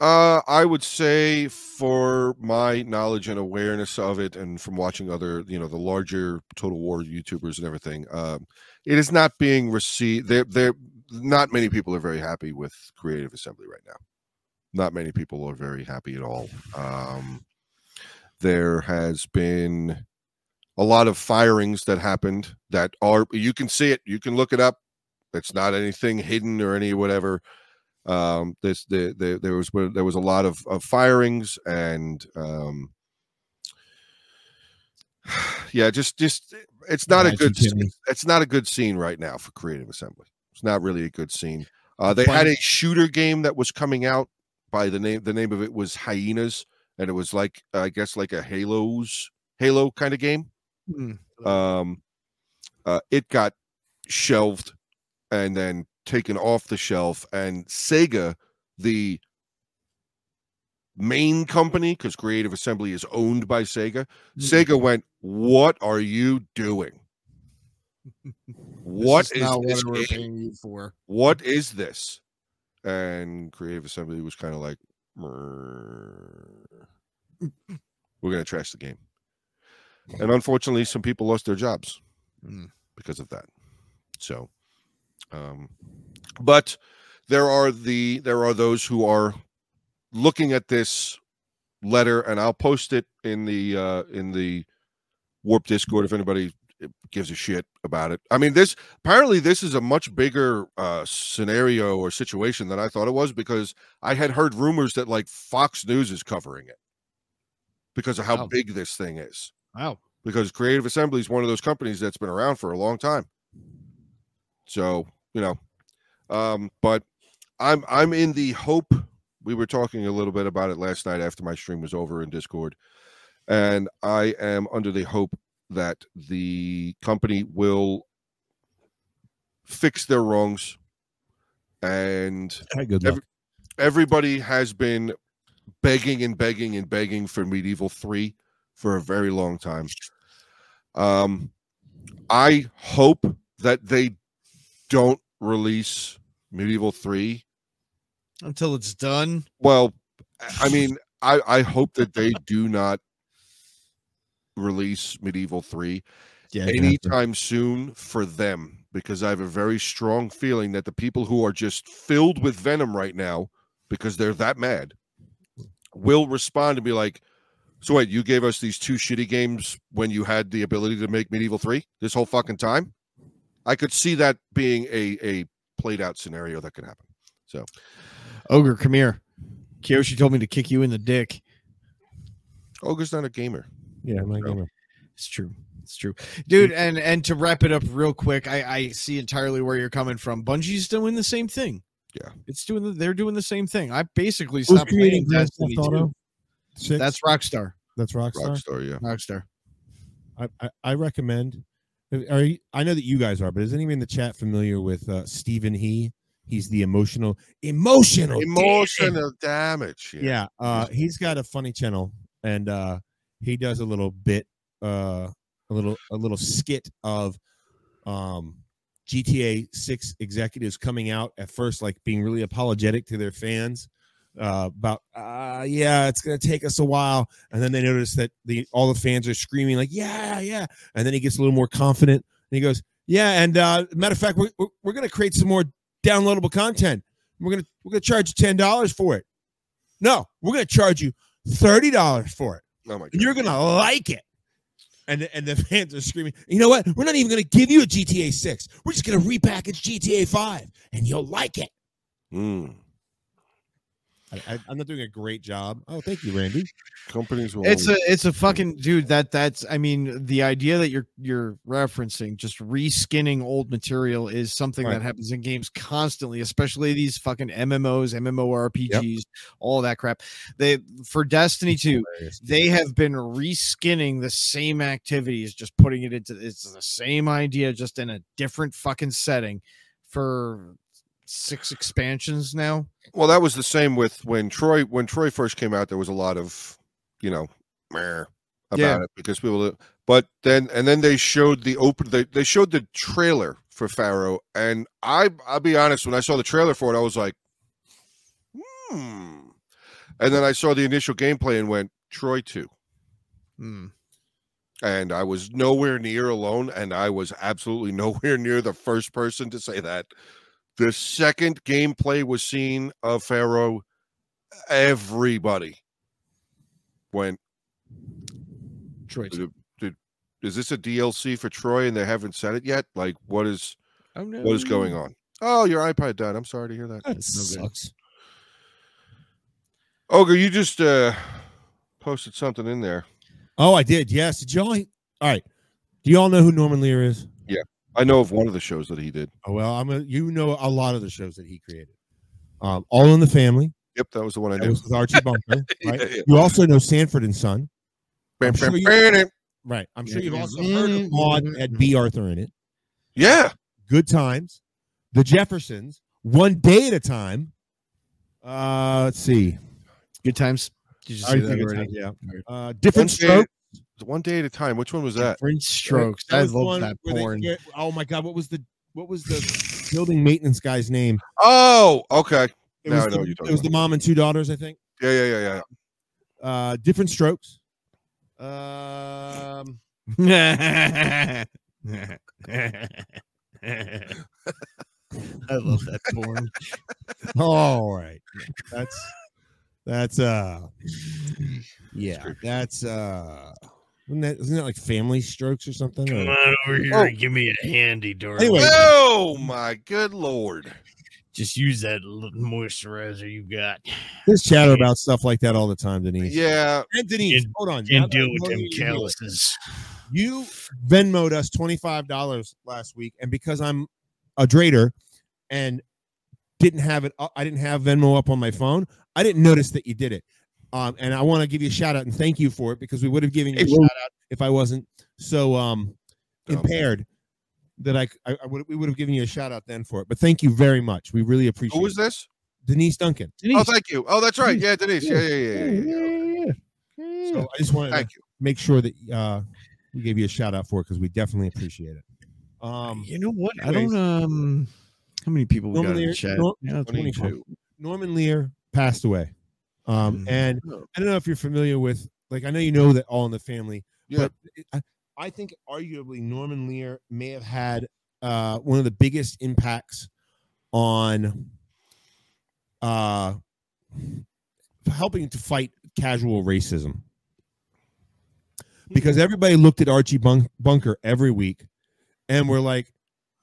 B: Uh, I would say, for my knowledge and awareness of it, and from watching other, you know, the larger Total War YouTubers and everything, um, it is not being received. There, there, not many people are very happy with Creative Assembly right now. Not many people are very happy at all. Um, there has been a lot of firings that happened that are you can see it, you can look it up. It's not anything hidden or any whatever um this the, the there was one- there was a lot of, of firings and um [SIGHS] yeah just just it's not a
C: Glad you
B: good
C: did
B: s-
C: me.
B: it's not a good scene right now for creative assembly it's not really a good scene uh they
A: But-
B: had a shooter game that was coming out by the name the name of it was hyenas and it was like i guess like a halos halo kind of game
A: Hmm.
B: um, uh, it got shelved and then taken off the shelf. And Sega, the main company, because Creative Assembly is owned by Sega,
A: Mm.
B: Sega went, What are you
A: [LAUGHS]
B: doing? What
A: This
B: is
A: not
B: this
A: what we're
B: game?
A: paying you for?
B: What is this? And Creative Assembly was kind of like, "Mer- We're going to trash the game. And unfortunately, some people lost their jobs.
A: Mm.
B: because of that. So, um, but there are the there are those who are looking at this letter, and I'll post it in the uh, in the Warp Discord if anybody eh, gives a shit about it. I mean, this apparently this is a much bigger uh, scenario or situation than I thought it was because I had heard rumors that like Fox News is covering it because of how
A: Wow.
B: big this thing is
A: Wow.
B: because Creative Assembly is one of those companies that's been around for a long time. So you know, um, but I'm I'm in the hope. We were talking a little bit about it last night after my stream was over in Discord, and I am under the hope that the company will fix their wrongs and
C: All right, good
B: Every-
C: luck.
B: everybody has been begging and begging and begging for medieval 3 for a very long time um i hope that they don't release medieval 3
A: Until it's done.
B: well i mean i i hope that they do not release medieval 3
C: Yeah,
B: anytime soon for them because I have a very strong feeling that the people who are just filled with venom right now because they're that mad will respond and be like, "So wait, you gave us these two shitty games when you had the ability to make Medieval Three this whole fucking time?" I could see that being a a played out scenario that could happen. So
A: Ogre, come here. Kyoshi told me to kick you in the dick.
B: Ogre's not a gamer.
C: Yeah, I'm not
B: So-
C: gonna-
A: It's true. It's true, dude. And and to wrap it up real quick, I I see entirely where you're coming from. Bungie's doing the same thing.
B: Yeah.
A: it's doing. The, they're doing the same thing. I basically
C: Who's
A: stopped
C: creating
A: playing
C: Grand
A: Destiny
C: Theft Auto?
A: 2.
C: Six?
A: That's Rockstar.
C: that's Rockstar.
B: Rockstar, yeah.
A: Rockstar.
C: I, I, I recommend. Are you, I know that you guys are, but is anyone in the chat familiar with uh, Stephen He? He's the emotional, emotional, damn.
B: Emotional damage.
C: Yeah, uh, he's got a funny channel, and uh, he does a little bit, uh, a little, a little skit of um, GTA Six executives coming out at first, like being really apologetic to their fans uh, about, uh, yeah, it's gonna take us a while, and then they notice that the all the fans are screaming like, yeah, yeah, and then he gets a little more confident, and he goes, yeah, and uh, matter of fact, we're, we're we're gonna create some more downloadable content. We're gonna we're gonna charge you ten dollars for it. No, we're gonna charge you thirty dollars for it.
B: Oh my god.
C: And you're gonna like it. And the, [LAUGHS] and the fans are screaming, you know what? We're not even gonna give you a GTA six. We're just gonna repackage GTA five and you'll like it.
B: Mm.
C: I, am not doing a great job. Oh, thank you, Randy.
B: Companies will
A: It's a
B: only-
A: it's a fucking dude. That that's I mean the idea that you're you're referencing just reskinning old material is something
C: Right.
A: that happens in games constantly, especially these fucking MMOs, MMORPGs, all that crap. They for Destiny two, they have been reskinning the same activities, just putting it into it's the same idea, just in a different fucking setting for six expansions now.
B: well, that was the same with when Troy when Troy first came out, there was a lot of, you know, meh about
A: Yeah.
B: it because people didn't- but then and then they showed the open they, they showed the trailer for Pharaoh and I I'll be honest, when I saw the trailer for it, I was like, hmm. And then I saw the initial gameplay and went, Troy two.
A: Hmm.
B: and I was nowhere near alone, and I was absolutely [LAUGHS] nowhere near the first person to say that. The second gameplay was seen of Pharaoh, everybody went,
A: Troy,
B: "Did- did- "Is this a DLC for Troy?" And they haven't said it yet. Like, what is
A: oh no,
B: what is going
C: Mm.
B: on? Oh, your iPad died. I'm sorry to hear that.
C: That
A: no good.
C: sucks.
B: Ogre, you just uh, posted something in there.
C: Oh, I did. Yes. Did y'all all right. Do y'all know who Norman Lear is?
B: I know of one of the shows that he did.
C: Oh well, I'm a, you know a lot of the shows that he created. Um, All in the Family.
B: Yep, that was the one I
C: That
B: knew.
C: was with Archie [LAUGHS] Bunker. Right?
B: Yeah, yeah.
C: You also know Sanford and Son. I'm sure you-
B: Yeah.
C: Right. I'm sure
A: Yeah.
C: you've also heard of Maud had B. Arthur in it.
B: yeah.
C: Good Times, The Jeffersons, One Day at a Time. Uh, let's see.
A: Good times. Did you
C: I
A: see
C: already
A: that
C: think it's
A: already?
C: time, yeah.
A: Alright.
C: Uh, different
B: One Day-
C: strokes.
B: One day at a time. Which one was that?
A: Different strokes. I
C: was the
A: love
C: one
A: that
C: where they
A: porn. [LAUGHS]
C: get- oh my God! What was the what was the building maintenance guy's name?
B: Oh, okay.
C: It
B: Now
C: was,
B: I know
C: the,
B: what you're talking
C: it was the mom and two daughters, I think.
B: Yeah, yeah, yeah, yeah.
C: Uh, different strokes. Um,
A: I love that [LAUGHS] porn.
C: all right, that's that's uh, yeah, that's uh, isn't that, isn't that like family strokes or something? or-
A: on over here
B: and
A: give me a handy, Dory.
C: Anyway.
B: Oh my good lord.
A: just use that moisturizer you got.
C: There's chatter about stuff like that all the time, Denise.
B: Yeah.
C: And Denise,
A: And-
C: hold on.
A: Can't
C: Now that
A: deal
C: I
A: with
C: know
A: them
C: you do it,
A: calluses.
C: You Venmoed us $25 last week, and because I'm a drader and didn't have it, I didn't have Venmo up on my phone. I didn't notice that you did it. Um, and I want to give you a shout out and thank you for it because we would have given you a shout out if I wasn't so um
B: Dumb.
C: impaired that I, I, I would we would have given you a shout out then for it. But thank you very much. We really appreciate
B: Who was
C: it.
B: this?
C: Denise Duncan.
B: Oh, thank you. Oh, that's right. Yeah, Denise. Yeah, yeah, yeah. yeah, yeah.
C: So I just wanted to
B: Hmm. Thank you.
C: make sure that uh, we gave you a shout out for it because we definitely appreciate it. Um,
A: you know what?
C: anyways.
A: I don't um how many people we got in
C: Normally,
A: the chat?
C: nor-
A: Yeah,
C: 24.
B: 22.
C: Norman Lear passed away, um,
A: Mm.
C: and
B: Oh.
C: I don't know if you're familiar with. Like I know you know that All in the Family,
B: Yeah.
C: but it- I, I think arguably Norman Lear may have had uh, one of the biggest impacts on uh, helping to fight casual racism because
B: Hmm.
C: everybody looked at Archie Bunk- Bunker every week and were like,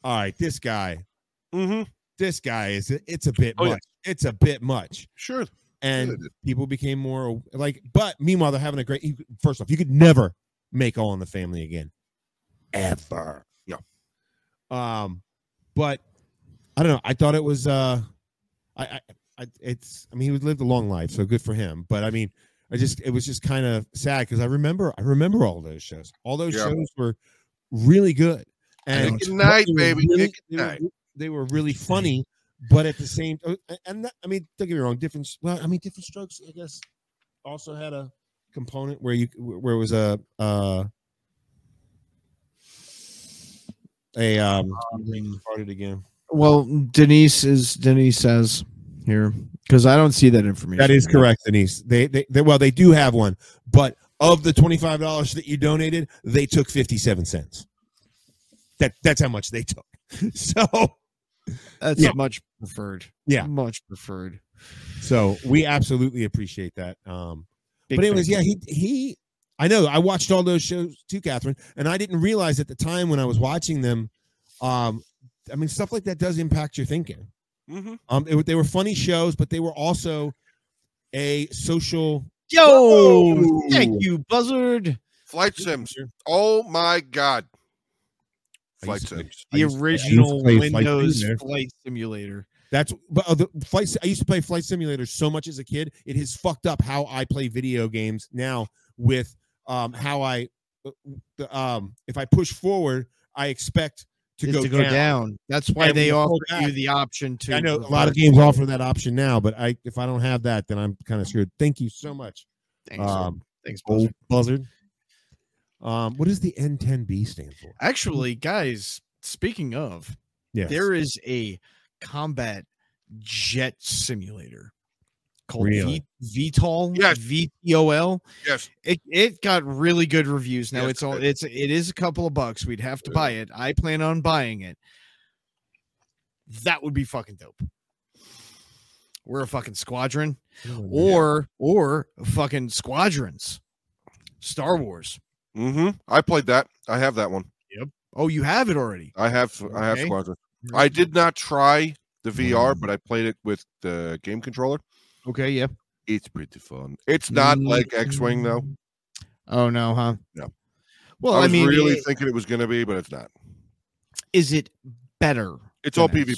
C: all right, this guy,
B: hmm
C: this guy is it's a bit
B: Oh, yeah.
C: much. It's a bit much.
B: Sure.
C: And
B: they did.
C: people became more like, but meanwhile, they're having a great you- first off, you could never make all in the family again. Ever.
B: No.
C: Um, but I don't know. I thought it was uh I, I I it's I mean he lived a long life, so good for him. But I mean, I just it was just kind of sad because I remember I remember all those shows. All those
B: Yeah.
C: shows were really good. And
B: Good night,
C: they were
B: baby.
C: really-
B: Good
C: they were-
B: night.
C: they were really funny, but at the same uh, and that, I mean, don't get me wrong, different well, I mean different strokes, I guess also had a component where you where it was a uh a um, started again.
A: Well, Denise is Denise says here because I don't see that information.
C: That is correct, Denise. They, they, they well, they do have one, but of the twenty five dollars that you donated, they took fifty seven cents. That that's how much they took. [LAUGHS] So
A: That's
C: Yeah.
A: much preferred.
C: Yeah.
A: much preferred.
C: so we absolutely appreciate that. Um,
A: Big
C: but anyways, yeah,
A: fan.
C: he he. I know I watched all those shows too, Catherine, and I didn't realize at the time when I was watching them. Um, I mean, stuff like that does impact your thinking.
B: Mm-hmm.
C: Um, it, they were funny shows, but they were also a social
A: Yo, thank you, Buzzard.
B: Flight Sims. Oh my God. Flight
C: used to-
B: Sims.
C: I
A: The
C: used to- I used to
A: original
C: play Flight
A: Windows
C: Simulator.
A: Flight Simulator.
C: That's but uh, the flight. si- I used to play Flight Simulator so much as a kid. It has fucked up how I play video games now with um how I uh, the, um if I push forward, I expect to,
A: Is
C: go,
A: to
C: down.
A: That's why
C: And
A: they
C: you
A: offer
C: pull back.
A: you the option to.
C: I know a lot of games offer that option now, but I if I don't have that, then I'm kind of screwed. Thank you so much,
A: Thanks,
C: um,
A: thanks,
C: old
A: Buzzard.
C: buzzard. Um, what does the N10B stand for?
A: Actually, guys, speaking of,
C: Yes.
A: there is a combat jet simulator called
C: Really?
A: v- VTOL.
B: Yes.
A: VTOL.
B: Yes.
A: It it got really good reviews. Now
B: Yes,
A: it's all
B: good.
A: it's it is a couple of bucks. We'd have to buy it. I plan on buying it. That would be fucking dope. We're a fucking squadron or or fucking squadrons. Star Wars.
B: Mm-hmm. I played that. I have that one.
A: Oh, you have it already.
B: I have I have
A: Okay.
B: Squadron. I did not try the VR, but I played it with the game controller.
A: Okay, yeah.
B: It's pretty fun. It's not like X-wing though.
A: Mm, Oh no, huh?
B: No.
A: Well,
B: I
A: I,
B: was
A: mean,
B: really
A: i-
B: thinking it was going to be, but it's not.
A: is it better?
B: It's
A: than
B: all
A: X-Wing?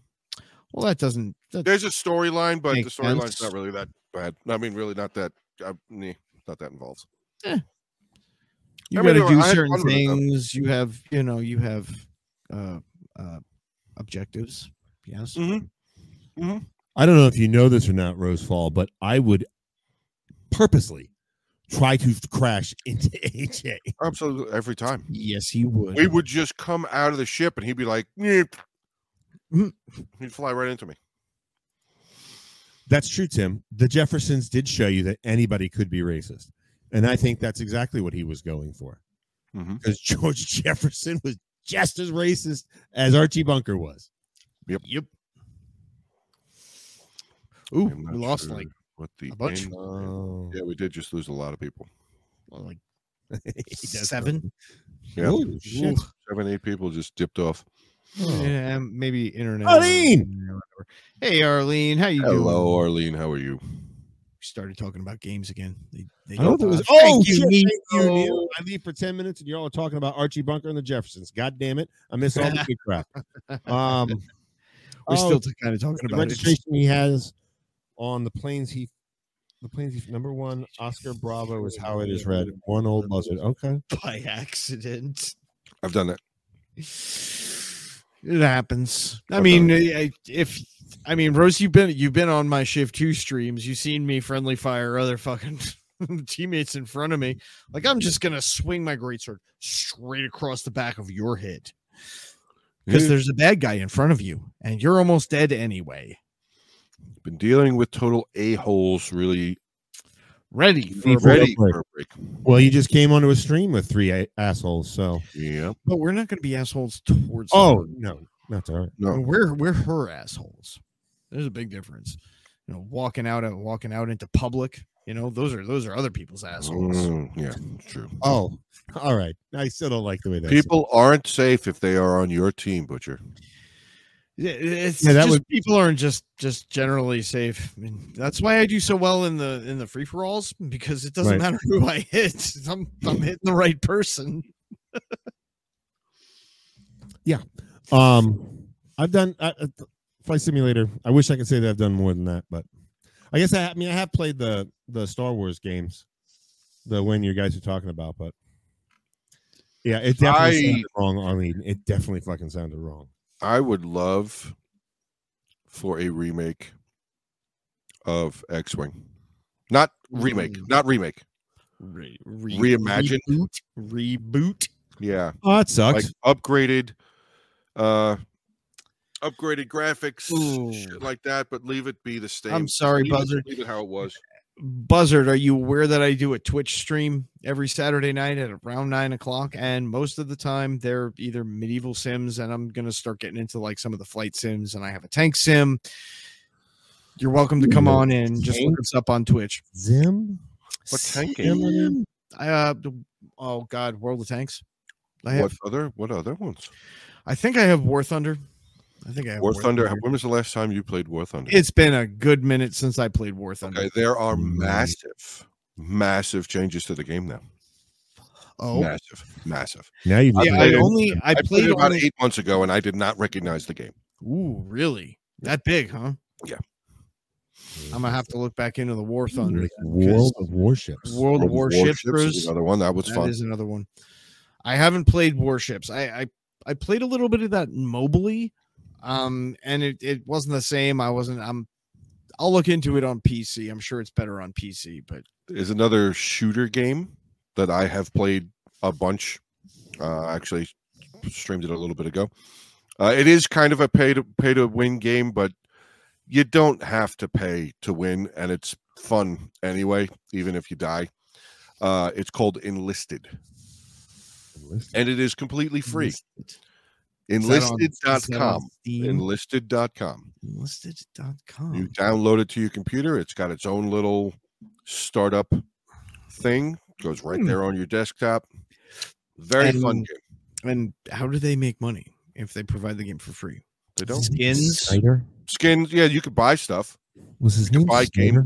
B: PvP.
A: Well, that doesn't. That,
B: There's a storyline, but
A: Makes
B: the storyline's
A: sense.
B: not really that bad. I mean, really not that. Uh, meh, not that involved.
A: you
B: I
A: got
B: mean,
A: to
B: I
A: do
B: had
A: certain
B: fun with it, though.
A: things. You have, you know, you have uh, uh, objectives. Yes.
B: Mhm.
C: I don't know if you know this or not, Rosefall, but I would purposely try to crash into [LAUGHS] AJ.
B: Absolutely, every time
A: Yes, he would.
B: we would just come out of the ship, and he'd be like, "Nyeh."
A: Mm.
B: he'd fly right into me.
C: That's true, Tim. The Jeffersons did show you that anybody could be racist. And I think that's exactly what he was going for.
A: Mm-hmm.
B: Mhm.
C: Because George [LAUGHS] Jefferson was just as racist as Archie Bunker was.
A: Yep. Ooh,
B: I'm not
A: we lost
B: sure
A: like
B: what the
A: a bunch.
B: end-
C: Oh.
B: Yeah, we did just lose a lot of people.
A: well, like
C: [LAUGHS] He does
A: seven.
C: [LAUGHS]
B: Yeah,
C: Holy shit.
A: Ooh.
B: seven, eight people just dipped off.
C: Oh.
A: Yeah, maybe internet.
C: Arlene!
A: or whatever. Hey, Arlene, how you doing?
B: Hello, Arlene. How are you?
A: We started talking about games again. They, they
C: I don't
A: got
C: think it was.
A: lost.
C: Oh,
A: Thank you,
C: shit, thank you,
A: Nico.
C: Neil. I leave for ten minutes, and you're all talking about Archie Bunker and the Jeffersons. God damn it! I miss all the good [LAUGHS] crap. Um,
A: We're
C: oh,
A: still kind of talking
C: the
A: about it.
C: registration he has on the planes. He, the planes. He, number one, Oscar Bravo is how it is read. One old buzzard. Okay.
A: by accident.
B: I've done that.
A: It happens. I
B: Okay.
A: mean, I- I- if I mean Rose, you've been you've been on my shift two streams. You've seen me friendly fire other fucking [LAUGHS] teammates in front of me. Like I'm just gonna swing my greatsword straight across the back of your head because
B: Yeah,
A: there's a bad guy in front of you, and you're almost dead anyway.
B: Been dealing with total a holes. Really
A: Ready for
C: Ready.
A: a break,
B: ready for a break.
C: Well, you just came onto a stream with three a- assholes. So.
B: Yeah.
A: but we're not gonna be assholes towards.
C: Oh
A: her.
C: no, that's all right.
A: I mean,
B: No.
A: we're we're her assholes. There's a big difference. You know, walking out of walking out into public. You know, those are those are other people's assholes.
B: Mm, yeah. True.
C: Oh, [LAUGHS] all right. I still don't like the way that
B: People aren't safe if they are on your team, Butcher.
A: Yeah, it's
C: Yeah, that
A: just
C: would-
A: people aren't just just generally safe. I mean, that's why I do so well in the in the free for alls because it doesn't
C: Right.
A: matter who I hit. I'm I'm hitting the right person.
C: Um, I've done uh, uh, Flight Simulator. I wish I could say that I've done more than that, but I guess I, I mean I have played the the Star Wars games, the one you guys are talking about, but yeah, it definitely
B: I-
C: sounded wrong, Arlene. It definitely fucking sounded wrong.
B: I would love for a remake of X Wing. Not remake,
A: Mm.
B: not remake.
A: Re-
B: Reimagine.
A: reboot, reboot.
B: Yeah.
C: Oh, that sucks.
B: Like upgraded uh upgraded graphics,
A: Ooh.
B: shit like that, but leave it be the same.
A: I'm sorry,
B: Leave it-
A: Buzzard.
B: Leave it how it was.
A: Buzzard, are you aware that I do a Twitch stream every Saturday night at around nine o'clock? And most of the time, they're either medieval sims, and I'm going to start getting into like some of the flight sims, and I have a tank sim. You're welcome to come on in. Just look us up on Twitch.
C: Zim.
B: What tank game?
C: Zim.
A: I, uh, the- oh God, World of Tanks. I have.
B: What other what other ones?
A: I think I have War Thunder. I think I have
B: War Thunder. When was the last time you played War Thunder?
A: It's been a good minute since I played War Thunder.
B: okay, there are
C: Mm.
B: massive, massive changes to the game now.
A: Oh,
B: Massive, massive.
C: Now you just
A: yeah.
B: played
A: I
B: it.
A: only I,
B: I played, it about
A: only-
B: eight months ago, and I did not recognize the game.
A: Ooh, really? That big, huh?
B: Yeah.
A: I'm gonna have to look back into the War Thunder.
C: Like
A: then, 'cause
C: World of Warships.
A: World of
B: is
A: Warships, Bruce.
B: another one that was
A: That
B: fun.
A: is another one. I haven't played Warships. I I, I played a little bit of that mobily, um, and it, it wasn't the same. I wasn't. I'm. I'll look into it on PC. I'm sure it's better on PC, but
B: is another shooter game that I have played a bunch. Uh, I actually, streamed it a little bit ago. Uh, it is kind of a pay to pay to win game, but you don't have to pay to win, and it's fun anyway, even if you die. Uh, it's called Enlisted, and it is completely free.
A: Is that on- is that on
B: Enlisted.com.
A: Steam?
B: Enlisted.com.
A: Enlisted.com.
B: You download it to your computer. It's got its own little startup thing. Goes right
A: Hmm.
B: there on your desktop. Very fun
A: And-
B: game.
A: and how do they make money if they provide the game for free?
B: They
A: [LAUGHS]
B: don't
A: Skins.
C: Snyder
B: skins. Yeah, you could buy stuff.
C: was his name.
B: buy game.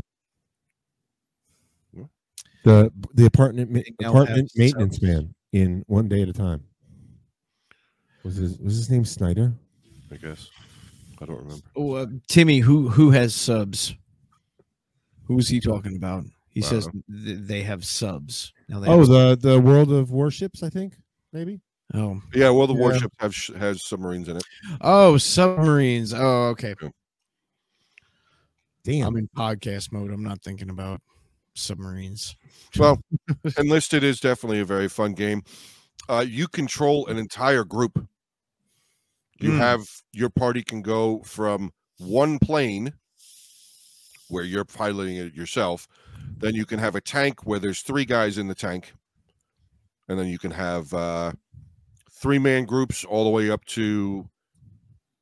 C: Snyder? The the apartment ma-
A: They now
C: apartment
A: have
C: maintenance man in one day at a time. Was his was his name Snyder?
B: I guess. I don't remember.
A: Oh, uh, Timmy, who who has subs? Who's he talking about? He
B: Wow.
A: says th- they have subs. Now they
C: Oh,
A: have,
C: the the World of Warships, I think maybe.
A: oh
B: Yeah, well, the
C: Yeah.
B: warship have sh- has submarines in it.
A: oh submarines. Oh, okay.
C: Damn,
A: I'm in podcast mode. I'm not thinking about submarines.
B: Well, enlisted is definitely a very fun game. Uh, you control an entire group. You
A: Hmm.
B: have your party can go from one plane where you're piloting it yourself, then you can have a tank where there's three guys in the tank, and then you can have uh, three man groups all the way up to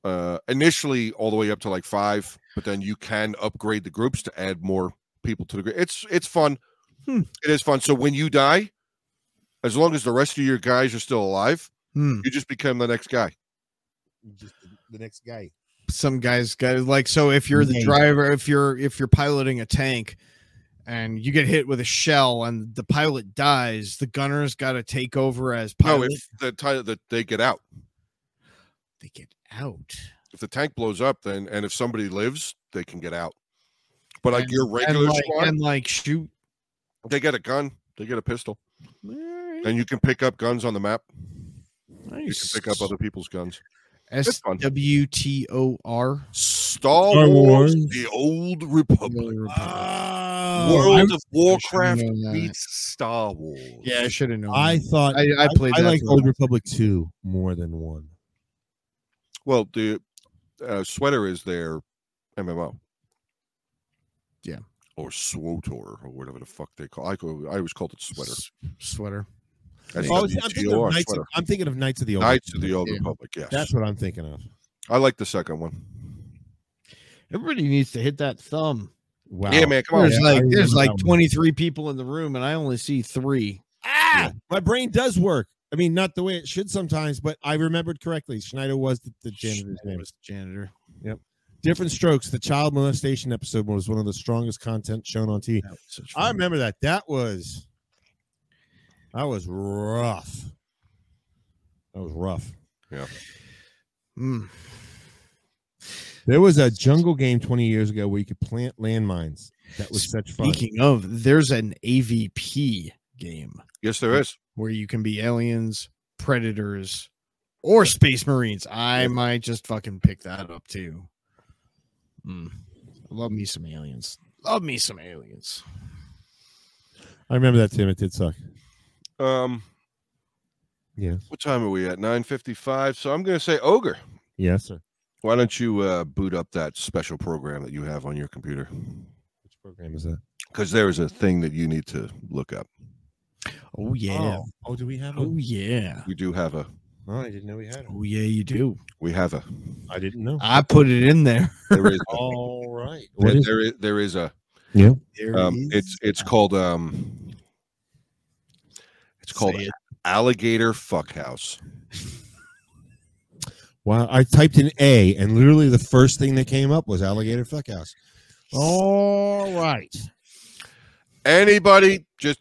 B: uh, initially all the way up to like five, but then you can upgrade the groups to add more people to the group. It's it's fun.
A: Hmm.
B: It is fun. So when you die, as long as the rest of your guys are still alive,
A: Hmm.
B: you just become the next guy.
C: just the next guy.
A: Some guys got like so. If you're the
C: Yeah.
A: driver, if you're if you're piloting a tank, and you get hit with a shell, and the pilot dies, the gunner's got to take over as
B: No,
A: pilot.
B: if the ti- that they get out.
A: they get out.
B: If the tank blows up, then and if somebody lives, they can get out. But like
A: And-
B: your regular
A: and like,
B: squad,
A: and like shoot.
B: they get a gun, they get a pistol,
A: All right.
B: and you can pick up guns on the map. You can
A: Eh, Nice.
B: pick up other people's guns.
A: S
B: fun.
A: W T O R.
B: Star,
C: Star
B: Wars,
C: Wars.
B: the Old Republic,
C: Oh,
B: World
C: I,
B: of Warcraft
A: known that.
B: meets Star Wars.
A: Yeah, I should have known.
C: I thought
A: I, I played
C: I,
A: that
C: like
A: for a
C: Old
A: while.
C: Republic two more than one.
B: Well, the uh, sweater is their MMO.
A: Yeah.
B: Or SWOTOR or whatever the fuck they call. I go. I always called it sweater.
A: S- sweater.
B: That's
A: Oh,
C: I'm thinking,
B: WTOR,
C: of Knights of,
B: sweater.
C: I'm thinking of Knights of the Old.
B: Knights of the Old
A: Yeah.
B: Republic. Yes,
C: That's what I'm thinking of.
B: I like the second one.
A: Everybody needs to hit that thumb.
C: Wow.
B: Yeah, man, come on.
A: there's
C: yeah, I
A: like there's
C: remember
A: like
C: that one.
A: 23 people in the room, and I only see three.
C: Ah, my brain does work. I mean, not the way it should sometimes, but I remembered correctly. Schneider was the, the janitor's
A: Schneider
C: name.
A: was the janitor.
C: Different Strokes, the child molestation episode was one of the strongest content shown on TV.
A: That was such
C: I
A: fun.
C: remember that. That was that was rough. That was rough.
A: Mm.
C: There was a jungle game 20 years ago where you could plant landmines. That was such fun.
A: Speaking of, there's an AVP game
B: Yes, there is.
A: where you can be aliens, predators, or space marines. I might just fucking pick that up too. Mm. Love me some aliens. Love me some aliens.
C: I remember that, Tim. It did suck.
B: Um,
C: Yes.
B: what time are we at? Nine fifty-five. So I'm going to say ogre.
C: Yes, sir.
B: Why don't you uh, boot up that special program that you have on your computer?
C: Which program is that?
B: Because there is a thing that you need to look up.
A: Oh yeah.
C: Oh, oh, do we have
A: Oh,
C: one?
A: yeah.
B: We do have a.
C: Oh, I didn't know we had one.
A: Oh yeah, you do.
B: We have a.
C: I didn't know.
A: [LAUGHS] I put it in there.
B: There is. A,
C: All right.
B: there, there is. There is a.
A: There
B: Um,
A: is.
B: it's it's called um. It's called
A: Say it.
B: alligator fuckhouse.
C: Wow. I typed in A, and literally the first thing that came up was alligator fuckhouse.
B: Oh.
C: All right.
B: Anybody, just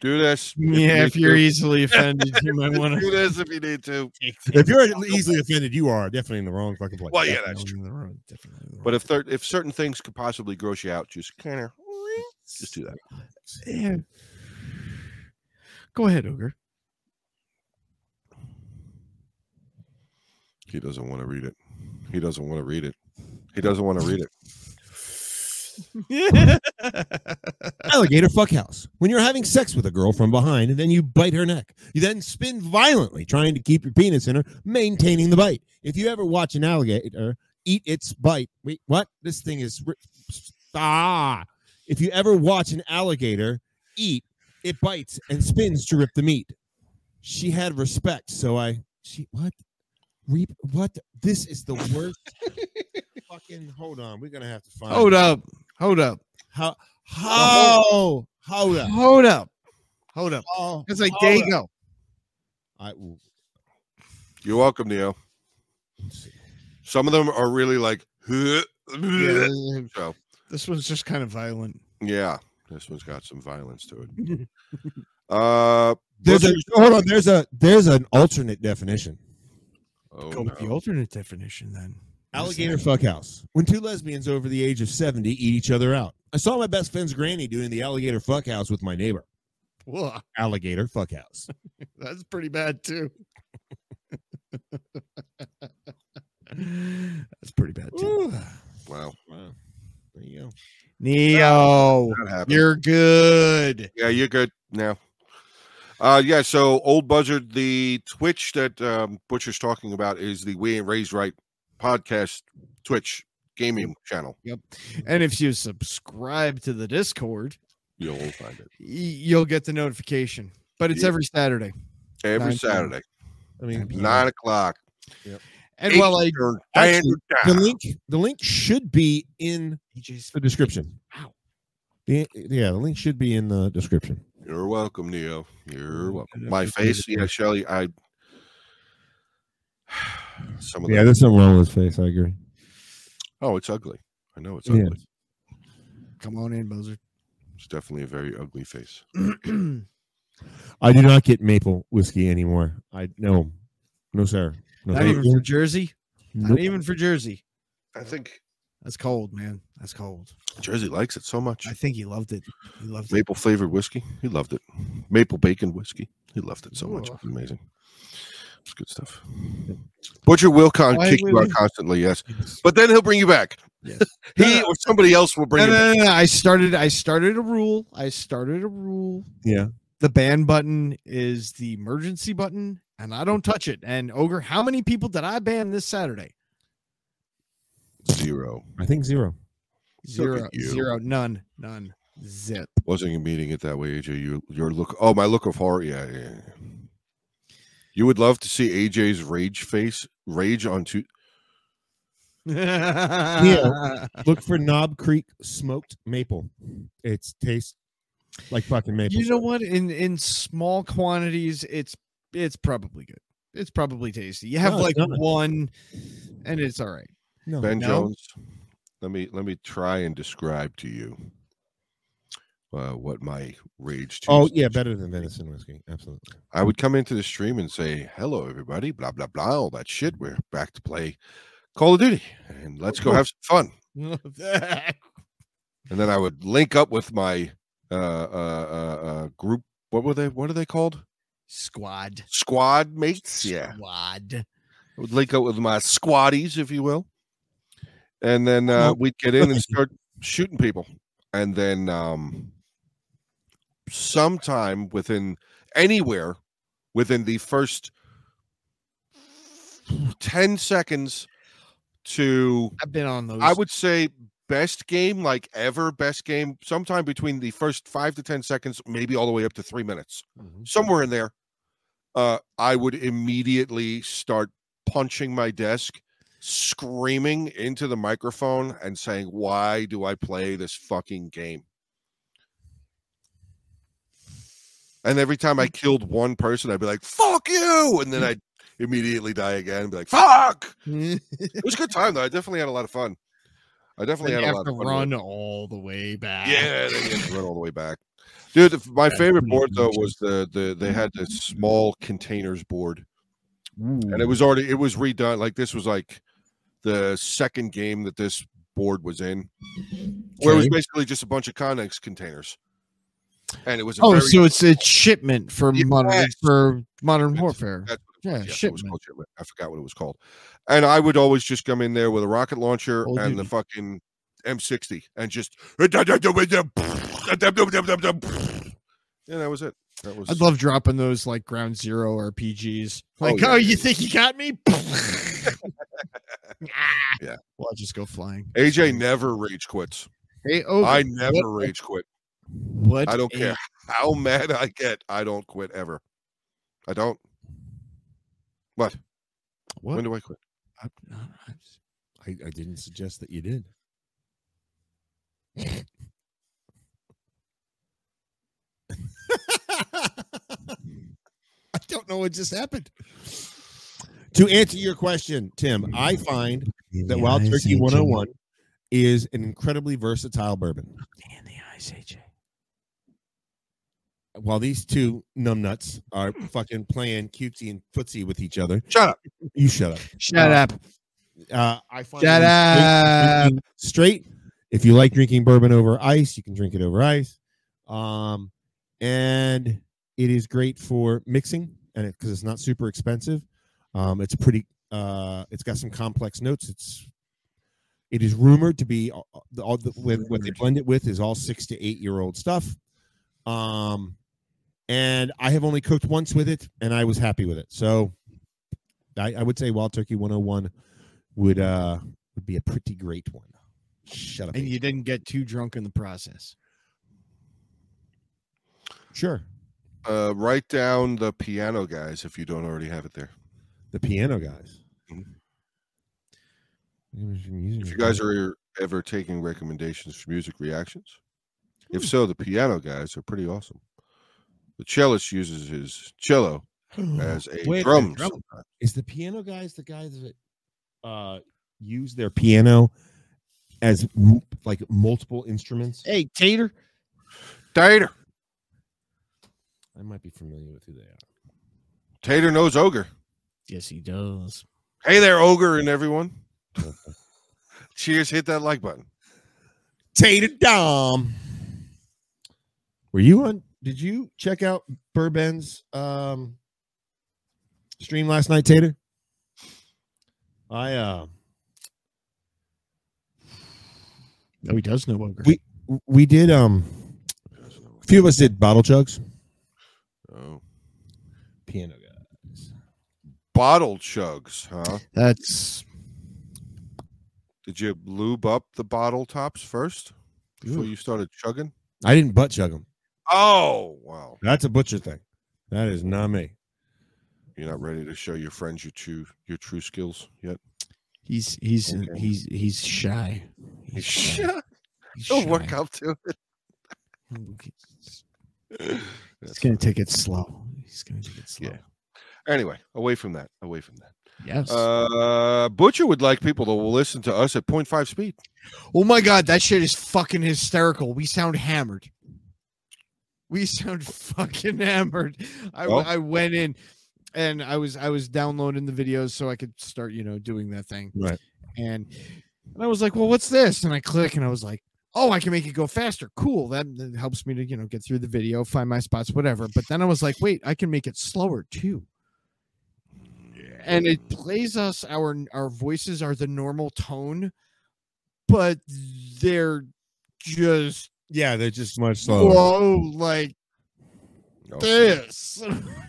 B: do this. if you
A: Yeah,
B: need
A: if you're
B: to.
A: [LAUGHS] easily offended, you might
B: Just
A: want [LAUGHS]
B: do
A: to.
B: this if you need [LAUGHS] to.
C: If you're easily offended, you are definitely in the wrong fucking place.
B: Well, yeah, that's true. But
A: But
B: if there, if certain things could possibly gross you out, just kind of just do that.
A: yeah. go ahead, ogre.
B: He doesn't want to read it. He doesn't want to read it. He doesn't want to read it.
C: [LAUGHS] alligator fuckhouse. When you're having sex with a girl from behind and then you bite her neck, you then spin violently trying to keep your penis in her, maintaining the bite. If you ever watch an alligator eat its bite, wait, what? This thing is ri- ah. If you ever watch an alligator eat, it bites and spins to rip the meat. She had respect, so I she what? Reap what? This is the worst. fucking hold on, we're gonna have to find.
A: [LAUGHS] Hold up. Hold up.
C: How? How? Hold up.
A: Hold up. Hold up.
C: Oh,
A: It's like,
C: hold
A: there you
C: up.
A: go.
C: I, w-
B: You're welcome, Neo.
C: let's see.
B: Some of them are really like, yeah.
A: Yeah,
B: so
A: this one's just kind
C: [LAUGHS]
A: of violent.
B: [LAUGHS] yeah, this one's got some violence to it. Uh,
C: there's a
B: butchers-
C: hold on. There's a there's an alternate definition.
B: oh,
A: go with the
B: no.
A: alternate definition then. [LAUGHS]
C: Alligator fuckhouse. When two lesbians over the age of seventy eat each other out. I saw my best friend's granny doing the alligator fuckhouse with my neighbor.
A: Well,
C: Alligator fuckhouse.
A: that's pretty bad too. [LAUGHS] that's pretty bad too.
C: Ooh.
B: wow,
C: Wow. There you go. [LAUGHS]
A: Neo,
B: that happened.
A: you're good.
B: Yeah, you're good now. Uh, yeah, so Old Buzzard, the Twitch that um, Butcher's talking about is the We Ain't Raised Right podcast Twitch gaming channel.
A: And if you subscribe to the Discord,
B: You'll find it
A: y- you'll get the notification. But it's
B: Yeah.
A: every Saturday.
B: every
A: Nine p.m.
B: Saturday,
C: I mean,
B: nine o'clock.
A: And while I
B: Eastern
C: actually, the
B: Standard Time.
C: link the link should be in the description.
A: Wow.
C: The, yeah, the link should be in the description.
B: You're welcome, Neo. You're welcome.
A: Yeah,
B: My
A: that's
B: face,
A: good.
B: yeah, Shelly. I [SIGHS] some of
C: Yeah,
B: that.
C: there's something wrong with his face. I agree.
B: Oh, it's ugly. I know it's
C: Yeah.
B: ugly.
A: come on in, [CLEARS THROAT] Buzzard.
B: It's definitely a very ugly face.
C: I do not get maple whiskey anymore. I no, no sir. No,
A: Not
C: thank
A: even
C: you.
A: for Jersey.
C: Nope.
A: Not even for Jersey.
B: I think
A: That's cold, man. That's cold.
B: Jersey likes it so much.
A: I think he loved it. He loved it.
B: maple flavored whiskey. He loved it. Maple bacon whiskey. He loved it so much. It was amazing. It's good stuff. Butcher will con-
A: Why
B: kick you
A: would
B: out
A: he-
B: constantly, yes, but then he'll bring you back.
A: Yes.
B: he or somebody else will bring
A: No,
B: you. Back.
A: no, no, no. I started. I started a rule. I started a rule.
C: Yeah.
A: The ban button is the emergency button, and I don't touch it. And ogre, how many people did I ban this Saturday?
B: Zero.
C: I think zero.
B: Look at
A: Zero,
B: you.
A: zero, none, none, zip.
B: Wasn't you meeting it that way, AJ? You, your look. Oh, my look of horror. Yeah, yeah. yeah. You would love to see AJ's rage face, rage on two.
A: yeah.
C: Look for Knob Creek smoked maple. It tastes like fucking maple.
A: [LAUGHS] You know
C: syrup.
A: what? In in small quantities, it's it's probably good. It's probably tasty. You have
C: No,
A: like
C: it's not.
A: one, and it's all right.
C: Oh, No,
B: Ben
A: no.
B: Jones, let me let me try and describe to you uh, what my rage.
C: Oh
B: Tuesdays
C: yeah, better than venison whiskey. Absolutely.
B: I would come into the stream and say, "Hello, everybody," blah blah blah, all that shit. We're back to play Call of Duty, and let's go have some fun.
A: [LAUGHS]
B: And then I would link up with my uh, uh, uh, uh, group. What were they? What are they called?
A: Squad.
B: Squad mates. Yeah,
A: Squad.
B: I would link up with my squaddies, if you will. And then uh, we'd get in and start shooting people. And then um, sometime within anywhere within the first 10 seconds to,
A: I've been on those.
B: I
A: [LAUGHS]
B: would say, best game like ever, best game, sometime between the first five to 10 seconds, maybe all the way up to three minutes somewhere in there, uh, I would immediately start punching my desk, screaming into the microphone and saying, Why do I play this fucking game? And every time
A: Mm.
B: I killed one person, I'd be like, Fuck you. And then I'd immediately die again and be like, Fuck.
A: and
B: It was a good time, though. I definitely had a lot of fun. I definitely
A: you
B: had a
A: have
B: lot
A: to
B: of fun.
A: run all the way back.
B: Yeah, they had to run all the way back. Dude, the- my
C: Yeah,
B: favorite
C: pretty
B: board though
C: much.
B: was the the they had the small containers board, and it was already it was redone. Like this was like the second game that this board was in, where it was
C: Okay.
B: basically just a bunch of Connex containers, and it was a
A: Oh,
B: very,
A: so it's a shipment for
B: Yeah,
A: modern
B: yes.
A: for modern
B: That's-
A: warfare.
B: that's what it
A: Yeah,
B: was. Yes, it was
A: shipment.
B: called shipment. I forgot what it was called, and I would always just come in there with a rocket launcher
A: Call of
B: and the
A: Duty.
B: fucking M60 and just [LAUGHS] and that was it. That was
A: I'd love dropping those like ground zero RPGs.
B: Oh,
A: Like,
B: yeah,
A: oh, you
B: yeah,
A: think you got me? [LAUGHS]
B: [LAUGHS] Yeah.
A: Well, I'll just go flying.
B: AJ never rage quits.
A: Hey, oh,
B: I never rage quit.
A: what
B: I don't
A: a-
B: care [LAUGHS] how mad I get. I don't quit ever. I don't. What?
A: What?
B: When do I quit?
A: I- I-
C: I, I didn't suggest that you did. [LAUGHS] I don't know what just happened. To answer your question, Tim, I find
A: In
C: that
A: the
C: Wild
A: eyes,
C: Turkey
A: AJ.
C: 101 is an incredibly versatile bourbon.
A: In the eyes, AJ.
C: While these two numbnuts are fucking playing cutesy and footsie with each other,
B: Shut up.
C: you shut up.
A: Shut
C: Uh,
B: Ah,
A: up.
C: Uh, I find
A: Shut
C: them
A: up.
C: straight- straight. If you like drinking bourbon over ice, you can drink it over ice. Um, and it is great for mixing, and because it's not super expensive, um, it's pretty. Uh, it's got some complex notes. It's it is rumored to be all, the- all the, with what they blend it with is all six to eight year old stuff. Um, and I have only cooked once with it, and I was happy with it. So, I, I would say Wild Turkey 101 would uh would be a pretty great one. Shut up.
A: And
C: Ian.
A: you didn't get too drunk in the process.
C: sure.
B: Uh, write down the piano guys if you don't already have it there.
C: The piano guys.
B: Mhm.
C: If
B: If
C: Mm-hmm.
B: you guys are ever taking recommendations for music reactions, if so, the piano guys are pretty awesome. The cellist uses his cello
C: [GASPS]
B: as a
C: Wait,
B: drum.
C: Mm-hmm. drum-
B: sometimes.
C: is the piano guys the guys that uh use their piano as m- like multiple instruments?
A: Hey, Tater.
B: Tater.
C: I might be familiar with who they are.
B: Tater knows ogre.
A: Yes, he does.
B: Hey there, ogre and everyone. Cheers. Hit that like button.
C: Tater Dom. Were you on? Did you check out Burben's um, stream last night, Tater? I uh,
A: No, he does know ogre.
C: We- we did um, a few of us did bottle chugs.
B: Oh.
C: Piano guys.
B: Bottle chugs, huh?
A: That's
B: Did you lube up the bottle tops first before
C: Ooh.
B: you started chugging?
C: I didn't butt chug them.
B: Oh, wow.
C: That's a butcher thing. That is not me.
B: You're not ready to show your friends your true your true skills yet.
A: he's he's
B: Okay.
A: he's he's shy. He's shy. He's
B: Don't work
A: shy.
B: up to [LAUGHS] it.
A: He's
B: That's
A: gonna take it slow. He's gonna take it slow.
B: Yeah. Anyway, away from that. Away from that.
A: Yes.
B: Uh, Butcher would like people to listen to us at 0.5 speed.
A: oh my god, that shit is fucking hysterical. We sound hammered. We sound fucking hammered. I,
B: Well-
A: I went in and I was I was downloading the videos so I could start, you know, doing that thing.
C: Right.
A: And and I was like, well, what's this? And I click and I was like, oh, I can make it go faster. Cool. That, that helps me to, you know, get through the video, find my spots, whatever. But then I was like, wait, I can make it slower too. and it plays us our our voices are the normal tone but they're just
C: Yeah, they're just much slower.
A: whoa like
B: Oh,
A: this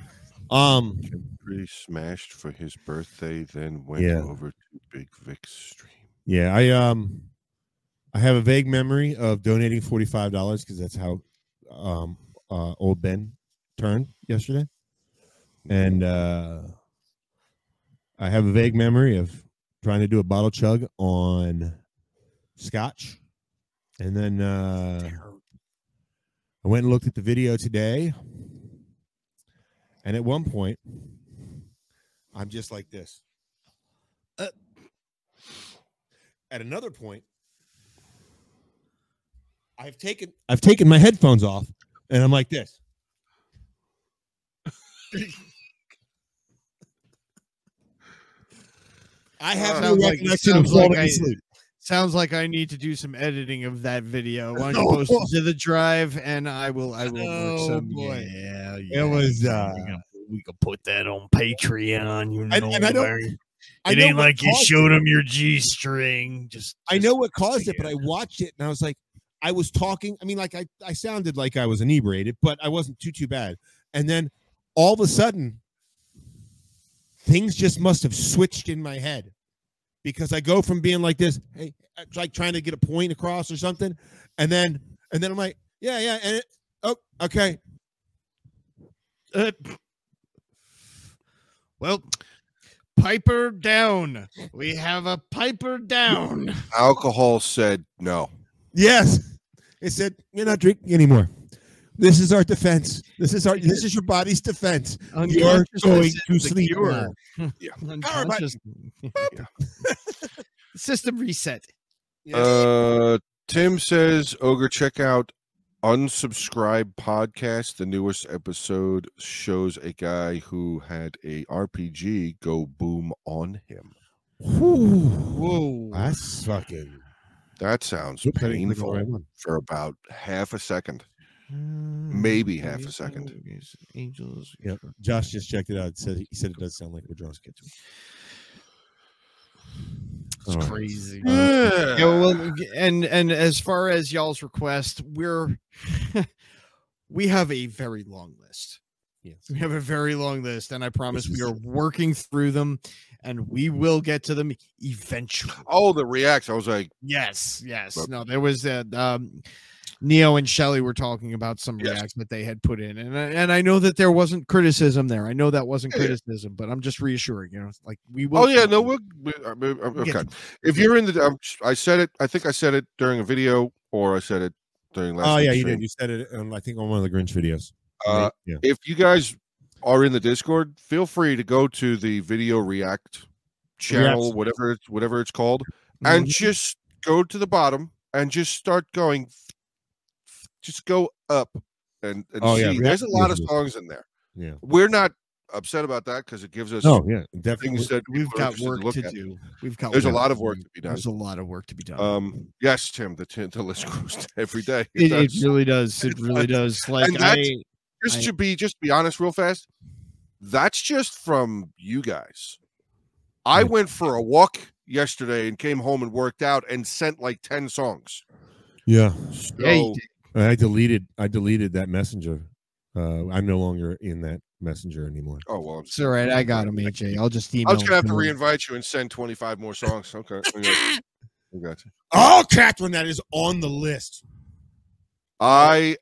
A: [LAUGHS]
C: um,
B: Pretty smashed for his birthday, then went
C: Yeah.
B: over to Big Vic's stream.
C: yeah, I um, I have a vague memory of donating forty five dollars because that's how um uh old Ben turned yesterday. and uh, I have a vague memory of trying to do a bottle chug on scotch, and then uh, I went and looked at the video today, and at one point, I'm just like this. Uh, at another point, I've taken I've taken my headphones off, and I'm like this. I have no
A: Sounds like-
C: recollection of
A: sounds like
C: falling
A: I-
C: asleep.
A: sounds like i need to do some editing of that video why don't you
C: No.
A: post it to the drive and i will i will work
C: Oh,
A: some
C: boy.
A: yeah,
C: It was, uh,
A: we can, we could put that on patreon you know
C: And- and I don't-
A: where it
C: I know
A: ain't
C: what
A: like you
C: caused
A: showed him your g string just,
C: I
A: just-
C: know what caused it, but I watched it and I was like, I was talking. I mean, like I, I sounded like I was inebriated, but I wasn't too too bad. And then all of a sudden, things just must have switched in my head because I go from being like this, hey, like trying to get a point across or something, and then and then I'm like, yeah, yeah, and it, oh, okay,
A: Uh, well, Piper down. We have a Piper down.
B: alcohol said no.
C: yes. It said you're not drinking anymore. This is our defense. This is our. This is your body's defense. You're going to sleep. now.
A: Unconscious- [LAUGHS] System reset.
B: Uh, Tim says, Ogre, check out Unsubscribe Podcast. The newest episode shows a guy who had a RPG go boom on him.
A: Whoa.
C: That's fucking
B: That sounds painful for about half a second. Maybe half a second.
A: Angels.
C: Yep. Josh just checked it out. It said he said it does sound like we're drunk.
A: It's
C: All right.
A: crazy.
B: Yeah,
A: Yeah, well, and and as far as y'all's request, we're [LAUGHS] we have a very long list.
C: [LAUGHS] Yes.
A: We have a very long list, and I promise
C: is-
A: we are working through them, and we will get to them eventually.
B: oh, the reacts. I was like,
A: yes, yes.
B: But-
A: No, there was that. Um, Neo and Shelly were talking about some
B: Yes.
A: reacts that they had put in, and I, and I know that there wasn't criticism there. I know that wasn't
B: Yeah, yeah.
A: criticism, but I'm just reassuring. You know, like we will.
B: oh yeah, no,
A: continue.
B: we'll, we, uh, we- uh,
A: We'll get
B: okay. If you're in the, um, I said it. I think I said it during a video, or I said it during last.
C: Oh yeah,
B: week's
C: you
B: stream.
C: did. You said it. On, I think on one of the Grinch videos.
B: Uh,
C: yeah.
B: if you guys are in the Discord, feel free to go to the video react channel,
C: Reacts.
B: whatever it's whatever it's called,
A: Mhm.
B: and just go to the bottom and just start going. f- f- Just go up and, and
C: Oh,
B: see.
C: yeah,
B: There's
C: react
B: a lot of
C: videos.
B: songs in there.
C: Yeah.
B: We're not upset about that because it gives us
C: Oh yeah, definitely.
B: things that
A: we've
B: people are
A: got
B: interested to
A: work
B: look
A: to
B: at.
A: do. We've got
B: There's a
A: work
B: lot
A: to
B: of work
A: do.
B: to be done.
A: There's a lot of work to be done.
B: Um, yes, Tim, the, t- the list [LAUGHS] grows every day. It
A: it, it
B: does. [LAUGHS]
A: really does. It really does. Like I,
B: that's- just
A: I-
B: to be just to be honest real fast that's just from you guys i
C: Right.
B: went for a walk yesterday and came home and worked out and sent like 10 songs
C: Yeah.
B: so
A: yeah, you did.
C: I deleted. I deleted that messenger. Uh, I'm no longer in that messenger anymore.
B: oh well
A: it's
B: [LAUGHS]
A: all right. I got him, AJ. I'll just email.
B: i was gonna have to
A: him.
B: reinvite you and send 25 more songs okay I
C: [LAUGHS]
B: got you. I got you.
C: Oh, Catherine, that is on the list.
B: i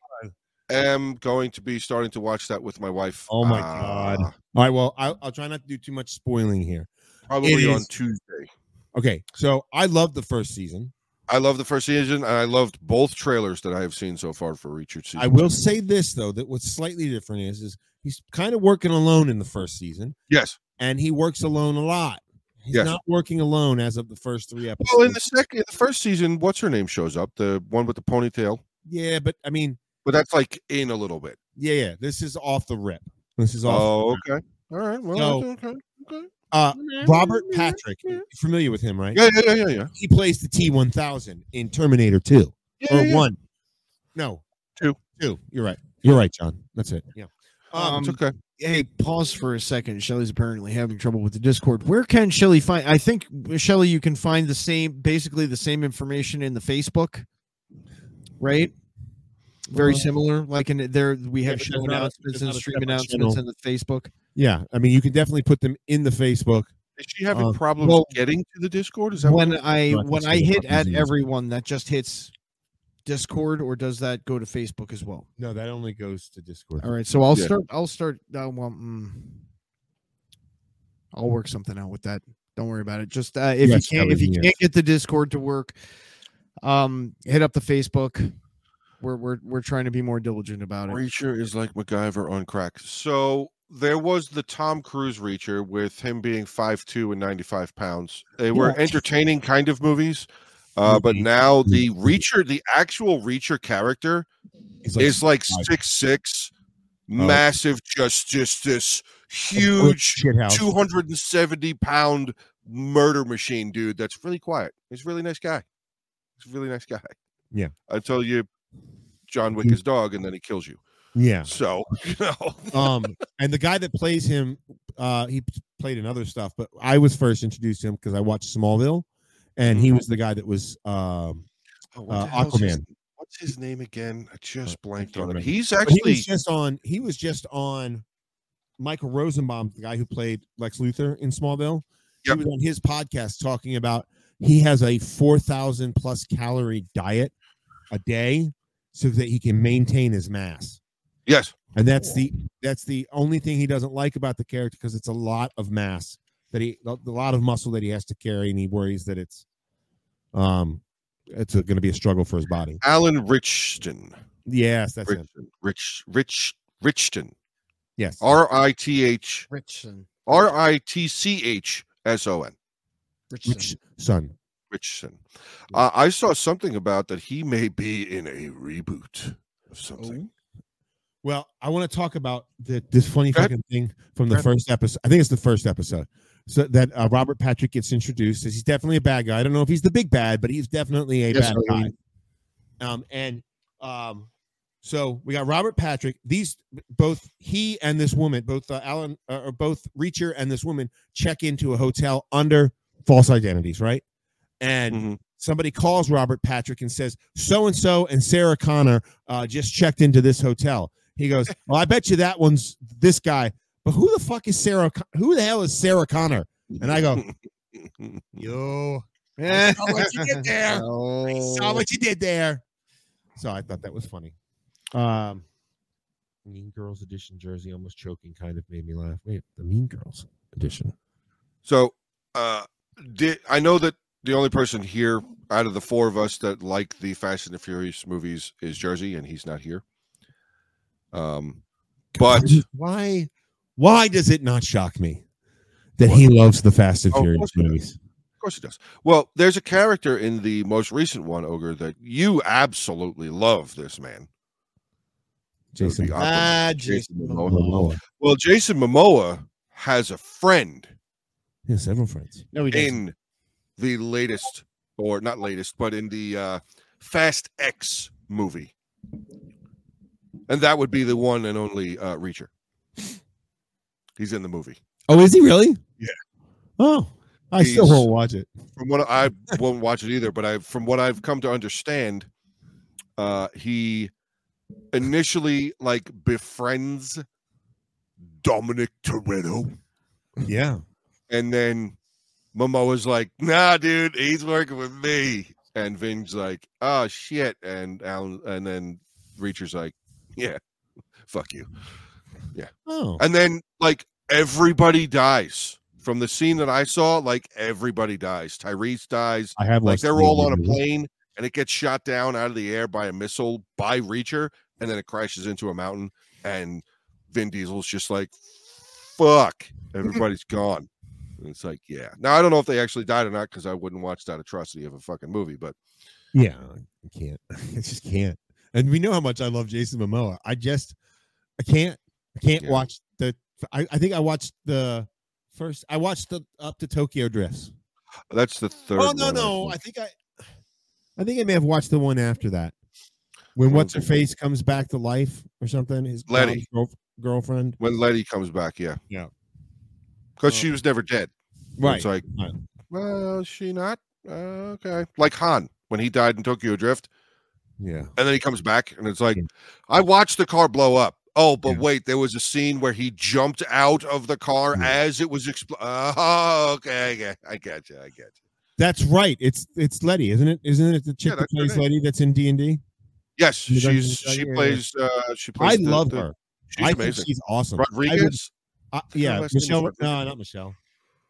B: am going to be starting to watch that with my wife
C: Oh my
B: uh,
C: God. All right. Well, I, I'll try not to do too much spoiling here.
B: probably
C: It
B: on
C: is-
B: tuesday
C: Okay, so I loved the first season.
B: I love the first season, and I loved both trailers that I have seen so far for Richard season.
C: I will say this though that what's slightly different is is he's kind of working alone in the first season,
B: yes.
C: and he works alone a lot. He's
B: Yes.
C: not working alone as of the first three episodes.
B: Well, in the second, the first season, what's her name shows up, the one with the ponytail,
C: yeah, but I mean,
B: but that's like in a little bit.
C: yeah, yeah. This is off the rip. This is off.
B: Oh, okay. All right. Well,
C: So-
B: that's okay. okay.
C: Uh,
B: Oh.
C: Robert Patrick, you're familiar with him, right?
B: Yeah, yeah, yeah, yeah, yeah.
C: He plays the T one thousand in Terminator Two.
B: yeah,
C: or
B: yeah, yeah.
C: one. No,
B: Two.
C: Two. You're right. You're right, John. That's it. Yeah.
A: Um,
B: It's okay.
A: hey, pause for a second. Shelly's apparently having trouble with the Discord. Where can Shelly find? I think Shelly, you can find the same, basically the same information in the Facebook, right? Very
C: Uh,
A: similar. Like in there, we
C: yeah,
A: have
C: but there's
A: show
C: not a-
A: announcements
C: there's
A: and
C: not a
A: stream
C: separate
A: announcements
C: channel.
A: in the Facebook.
C: Yeah. I mean, you can definitely put them in the Facebook.
B: Is she having
C: uh,
B: problems
A: well,
B: getting to the Discord? Is that what?
A: When I
C: Right,
A: when
C: it's
A: I
C: gonna
A: hit
C: fucking
A: at
C: be-
A: everyone, that just hits Discord, or does that go to Facebook as well?
C: No, that only goes to Discord.
A: All right, so I'll
B: Yeah.
A: start. I'll start. Uh, well, mm, I'll work something out with that. Don't worry about it. Just uh, if
C: Yes,
A: you can't, if you
C: Kevin,
A: can't get the Discord to work, um, hit up the Facebook. We're we're we're trying to be more diligent about it.
B: Reacher is like MacGyver on crack. So there was the Tom Cruise Reacher with him being 5'2 and 95 pounds. They were
C: Yeah.
B: entertaining kind of movies. Uh, but
C: Mhm.
B: now the Reacher, the actual Reacher character,
C: He's
B: is like
C: five. Oh,
B: six six, massive, just just this huge
C: shit house.
B: two hundred and seventy pound murder machine dude. That's really quiet. He's a really nice guy. He's a really nice guy.
C: Yeah. Mm-hmm.
B: Until you John Wick
C: You-
B: his dog, and then he kills you.
C: Yeah.
B: So
C: [LAUGHS]
B: you know.
C: um, and the guy that plays him, uh, he p- played in other stuff, but I was first introduced to him because I watched Smallville, and he
B: Mm-hmm.
C: was the guy that was um,
B: Oh,
C: Uh,
B: the hell's His,
C: Aquaman.
B: what's his name again? I just
C: I
B: blanked
C: can't
B: on it.
C: remember.
B: He's
C: but he
B: actually
C: was just on. He was just on. Michael Rosenbaum, the guy who played Lex Luthor in Smallville,
B: Yep.
C: he was on his podcast talking about he has a four thousand plus calorie diet a day so that he can maintain his mass.
B: yes.
C: and that's the that's the only thing he doesn't like about the character because it's a lot of mass that he a lot of muscle that he has to carry and he worries that it's um it's going to be a struggle for his body
B: Alan Richton.
C: yes that's it
B: Richton. Rich Rich Richton.
C: yes
B: R I T H
A: Richson,
B: R I T C H S O N.
A: Richson.
C: rich son
B: Richardson. Uh, I saw something about that he may be in a reboot of
A: Oh.
B: something.
C: well i want to talk about the this funny
B: Go ahead.
C: fucking thing from
B: Go
C: the
B: ahead.
C: first episode i think it's the first episode so that uh, robert patrick gets introduced as he's definitely a bad guy i don't know if he's the big bad but he's definitely a
A: Yes,
C: bad
A: I
C: guy
A: mean-
C: Um, and um, so we got Robert Patrick. These both he and this woman, both uh, Alan uh, or both Reacher and this woman, check into a hotel under false identities, right? And
B: Mhm.
C: somebody calls Robert Patrick and says, "So and so and Sarah Connor uh, just checked into this hotel." He
B: [LAUGHS]
C: goes, "Well, I bet you that one's this guy." But who the fuck is Sarah? Con- who the hell is Sarah Connor? And I
B: [LAUGHS]
C: go,
B: Mm-hmm.
C: "Yo,
A: [LAUGHS]
C: I saw what you did there. I saw what you did there. So I thought that was funny.
A: Oh.
C: Um, Mean Girls edition jersey, almost choking, kind of made me laugh. Wait, the Mean Girls edition.
B: So, uh, did, I know that the only person here out of the four of us that like the Fast and the Furious movies is Jersey, and he's not here. Um, but
C: why, why does it not shock me that he loves the Fast and
B: Oh, of
C: Furious
B: course he does.
C: movies?
B: Of course it does. Well, there's a character in the most recent one, Ogre, that you absolutely love. This man, That would
C: Jason
B: be Aquaman.
A: Ah, Jason
B: Momoa.
C: Momoa.
B: Well, Jason Momoa has a friend
C: He has several friends.
A: No, he didn't.
B: in the latest, or not latest, but in the uh, Fast X movie, and that would be the one and only uh, Reacher. He's in the movie.
C: Oh, is he really?
B: Yeah.
C: Oh, I still
B: He's-
C: won't watch it.
B: From what I [LAUGHS] won't watch it either, but I, from what I've come to understand, uh, he initially like befriends Dominic Toretto.
C: Yeah.
B: And then Momoa's like, nah, dude, he's working with me. And Vin's like, oh shit. And Alan and then Reacher's like, Yeah, fuck you.
C: Oh,
B: And then like everybody dies. From the scene that I saw, like everybody dies. Tyrese dies.
C: I have
B: Like
C: watched
B: they're
C: the
B: all on a
C: movie.
B: plane and it gets shot down out of the air by a missile by Reacher, and then it crashes into a mountain, and Vin Diesel's just like,
C: [LAUGHS]
B: "Fuck, everybody's gone." And it's like, yeah. Now I don't know if they actually died or not because I wouldn't watch that atrocity of a fucking movie, but
C: Yeah, I can't. [LAUGHS] I just can't. And we know how much I love Jason Momoa. I just, I can't. I can't
B: Yeah.
C: watch the. I, I think I watched the first. I watched the up to Tokyo Drifts.
B: that's the third.
C: Oh no
B: one,
C: no! I
B: think.
C: think I, I think I may have watched the one after that, when
B: Well,
C: what's her face comes back to life or something. His
B: Letty.
C: mom's girl- girlfriend.
B: when Letty comes back, yeah,
C: Yeah.
B: because
C: Oh.
B: she was never dead.
C: Right.
B: It's like,
C: right.
B: well, is she not uh, okay. Like Han when he died in Tokyo Drift,
C: Yeah.
B: and then he comes back, and it's like,
C: Yeah.
B: I watched the car blow up. Oh, but
C: Yeah.
B: wait, there was a scene where he jumped out of the car
C: Yeah.
B: as it was exploding. Oh, okay, I get, I get you, I get you.
C: That's right. It's it's Letty, isn't it? Isn't it the chick that
B: that's her
C: plays
B: name.
C: Letty that's in D and D?
B: Yes,
C: You don't
B: she's
C: even-
B: she
C: yeah, yeah.
B: plays. Uh, she plays.
C: I
B: the-
C: love
B: the-
C: her.
B: She's
C: I
B: amazing.
C: think she's awesome. I would-
B: Rodriguez,
C: I-
B: her
C: yeah,
B: last name is
C: Michelle. No,
B: Rodriguez.
C: not Michelle.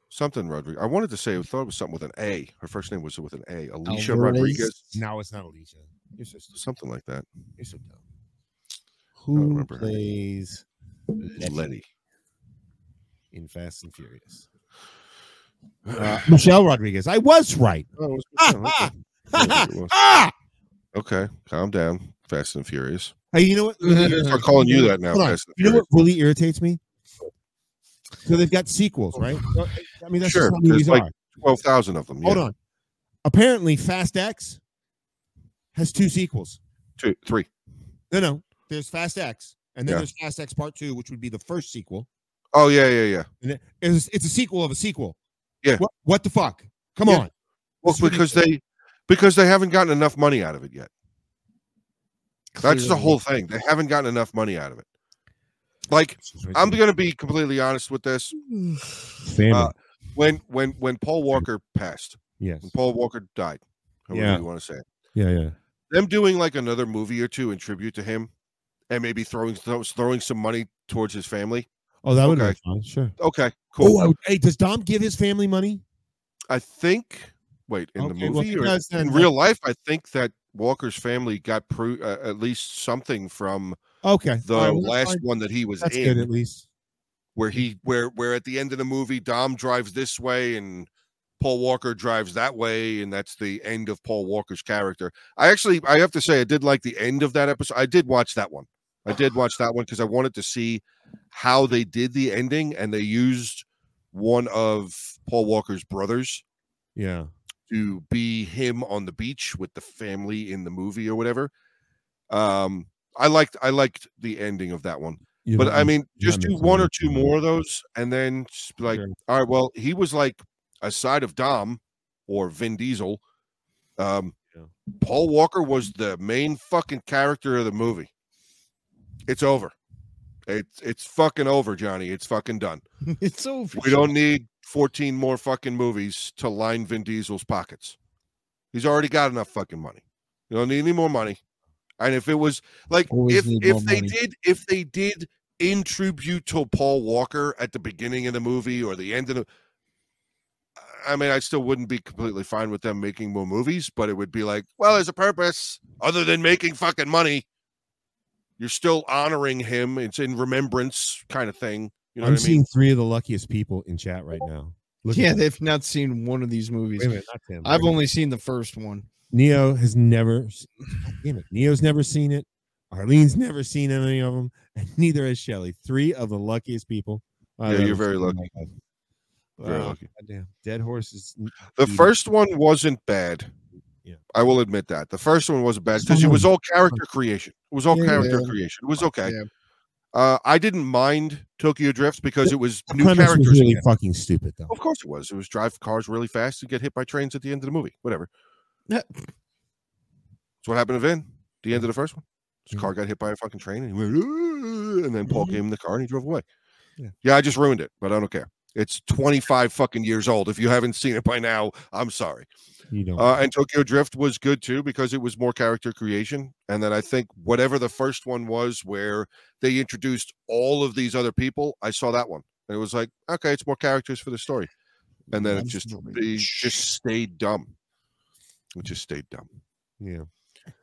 B: something Rodriguez. I wanted to say, I thought it was something with an A. Her first name was with an A. Alicia
A: Alvarez.
B: Rodriguez,
C: No, it's not Alicia. You're so stupid.
B: something like that.
C: You're so dumb.
B: don't
C: Who
B: remember her name.
C: plays
B: Letty.
C: in Fast and Furious? Uh, Michelle Rodriguez. I was
B: [LAUGHS]
C: right.
B: [SIGHS] Oh, it was-
C: Ah, ah,
B: oh,
C: [LAUGHS]
B: okay.
C: ah,
B: It was-
C: ah!
B: okay, calm down. Fast
C: [LAUGHS]
B: and Furious.
C: Hey, you know what?
B: Start calling you that now.
C: Hold on.
B: Fast and
C: You know
B: Furious.
C: what really irritates me? So they've got sequels, right? So, I mean, that's
B: Oh. Sure,
C: just how
B: there's
C: movies
B: like-
C: are.
B: Twelve thousand of them.
C: Hold
B: yeah.
C: on. Apparently, Fast X has two sequels.
B: two, three.
C: No, no. There's Fast X, and then
B: Yeah.
C: there's Fast X Part Two, which would be the first sequel.
B: Oh yeah, yeah, yeah.
C: And it- it's, it's a sequel of a sequel.
B: Yeah.
C: What, what the fuck? Come
B: Yeah.
C: on.
B: Well,
C: It's
B: because they because they haven't gotten enough money out of it yet. That's the
A: Clearly.
B: whole thing. They haven't gotten enough money out of it. Like I'm going to be completely honest with this.
C: family.
B: uh, When when when Paul Walker passed,
C: yes.
B: when Paul Walker died, however
C: Yeah.
B: you want to say it.
C: Yeah, yeah.
B: them doing like another movie or two in tribute to him and maybe throwing throw- throwing some money towards his family
C: Oh, that would
B: Okay.
C: be fun. Sure.
B: okay
C: Oh,
B: cool
C: I would- hey, does Dom give his family money?
B: i think wait in
C: Okay,
B: the
C: well,
B: movie
C: if he
B: or
C: does,
B: in
C: [LAUGHS] then-
B: real life i think that walker's family got pro- uh, at least something from
C: uh, Okay.
B: the
C: All right, well, that's
B: last
C: fine.
B: one that he was
C: That's
B: in
C: good, at least.
B: where he where where at the end of the movie dom drives this way and paul walker drives that way and that's the end of paul walker's character i actually i have to say i did like the end of that episode i did watch that one i did watch that one because i wanted to see how they did the ending and they used one of paul walker's brothers
C: Yeah.
B: to be him on the beach with the family in the movie or whatever um i liked i liked the ending of that one
C: You
B: but
C: don't
B: I
C: need-
B: mean,
C: you're
B: just
C: not
B: do
C: missing
B: one or
C: much.
B: two more of those, and then just be like,
C: Sure.
B: all right, well, he was like aside of Dom or Vin Diesel. Um,
C: Yeah.
B: Paul Walker was the main fucking character of the movie. It's over. It's it's fucking over, Johnny. It's fucking done.
A: [LAUGHS] it's over.
B: We don't need 14 more fucking movies to line Vin Diesel's pockets. He's already got enough fucking money. You don't need any more money. And if it was like
A: Always
B: if
A: need
B: if
A: more
B: they
A: money.
B: did if they did in tribute to Paul Walker at the beginning of the movie or the end of the I mean, I still wouldn't be completely fine with them making more movies, but it would be like, well, there's a purpose other than making fucking money. You're still honoring him. It's in remembrance kind of thing. You know
C: I'm
B: what I mean?
C: seeing three of the luckiest people in chat right now. Look at
A: [LAUGHS] Yeah,
C: that.
A: they've not seen one of these movies.
C: Wait a minute, not Tim.
A: I've
C: Wait a minute.
A: only seen the first one.
C: Neo has never. s- God Damn it, Neo's never seen it. Arlene's never seen any of them, and [LAUGHS] neither has Shelly. Three of the luckiest people. I've
B: Yeah,
C: ever
B: you're very
C: seen in
B: lucky.
C: my life.
B: Very
C: Wow,
B: lucky.
C: goddamn. Dead horses.
B: The
C: Mm.
B: first one wasn't bad.
C: Yeah.
B: I will admit that. The first one wasn't bad
C: Just
B: because it
C: don't
B: was all character creation. It was all
C: Yeah,
B: character
A: yeah.
B: creation. It was okay.
A: Yeah.
B: Uh, I didn't mind Tokyo Drifts because it was new
C: premise was
B: characters.
C: really
B: again.
C: fucking stupid, though.
B: Of course it was. It was drive cars really fast and get hit by trains at the end of the movie. Whatever.
A: Yeah.
B: That's what happened to Vin. at The end of the first one. His
C: Mhm.
B: car got hit by a fucking train and he went, "Ooh," and then Paul
C: Mhm.
B: gave him the car and he drove away.
C: Yeah.
B: yeah, I just ruined it, but I don't care. It's 25 fucking years old. If you haven't seen it by now, I'm sorry.
C: You don't.
B: Uh, and Tokyo Drift was good too because it was more character creation. And then I think whatever the first one was where they introduced all of these other people, I saw that one. And it was like, okay, it's more characters for the story. And then it just
A: Absolutely.
B: it just stayed dumb. It just stayed dumb.
C: Yeah.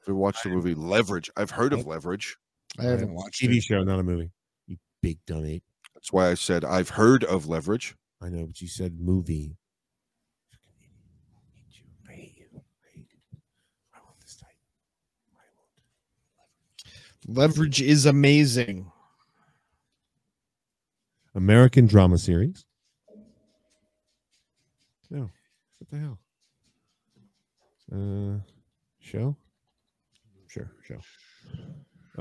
B: Ever watched the movie Leverage? I've heard of Leverage.
A: I haven't watched
C: TV
A: it.
C: show, not a movie. You big dumb ape.
B: That's why I said I've heard of Leverage.
C: I know, but you said movie.
A: Leverage is amazing.
C: American drama series. No. What the hell? Uh show? Sure, show.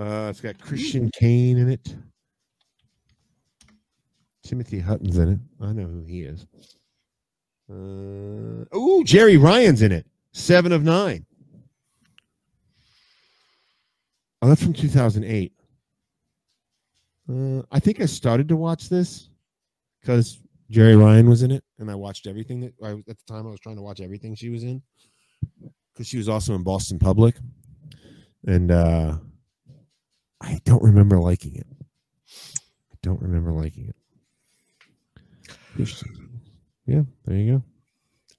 C: Uh it's got Christian Kane in it. Timothy Hutton's in it. I know who he is. Uh oh, Jerry Ryan's in it. Seven of nine. Oh, that's from 2008. Uh, I think I started to watch this because Jerry Ryan was in it, and I watched everything that I, at the time I was trying to watch everything she was in because she was also in Boston Public, and uh, I don't remember liking it. I don't remember liking it. Interesting. Yeah, there you go.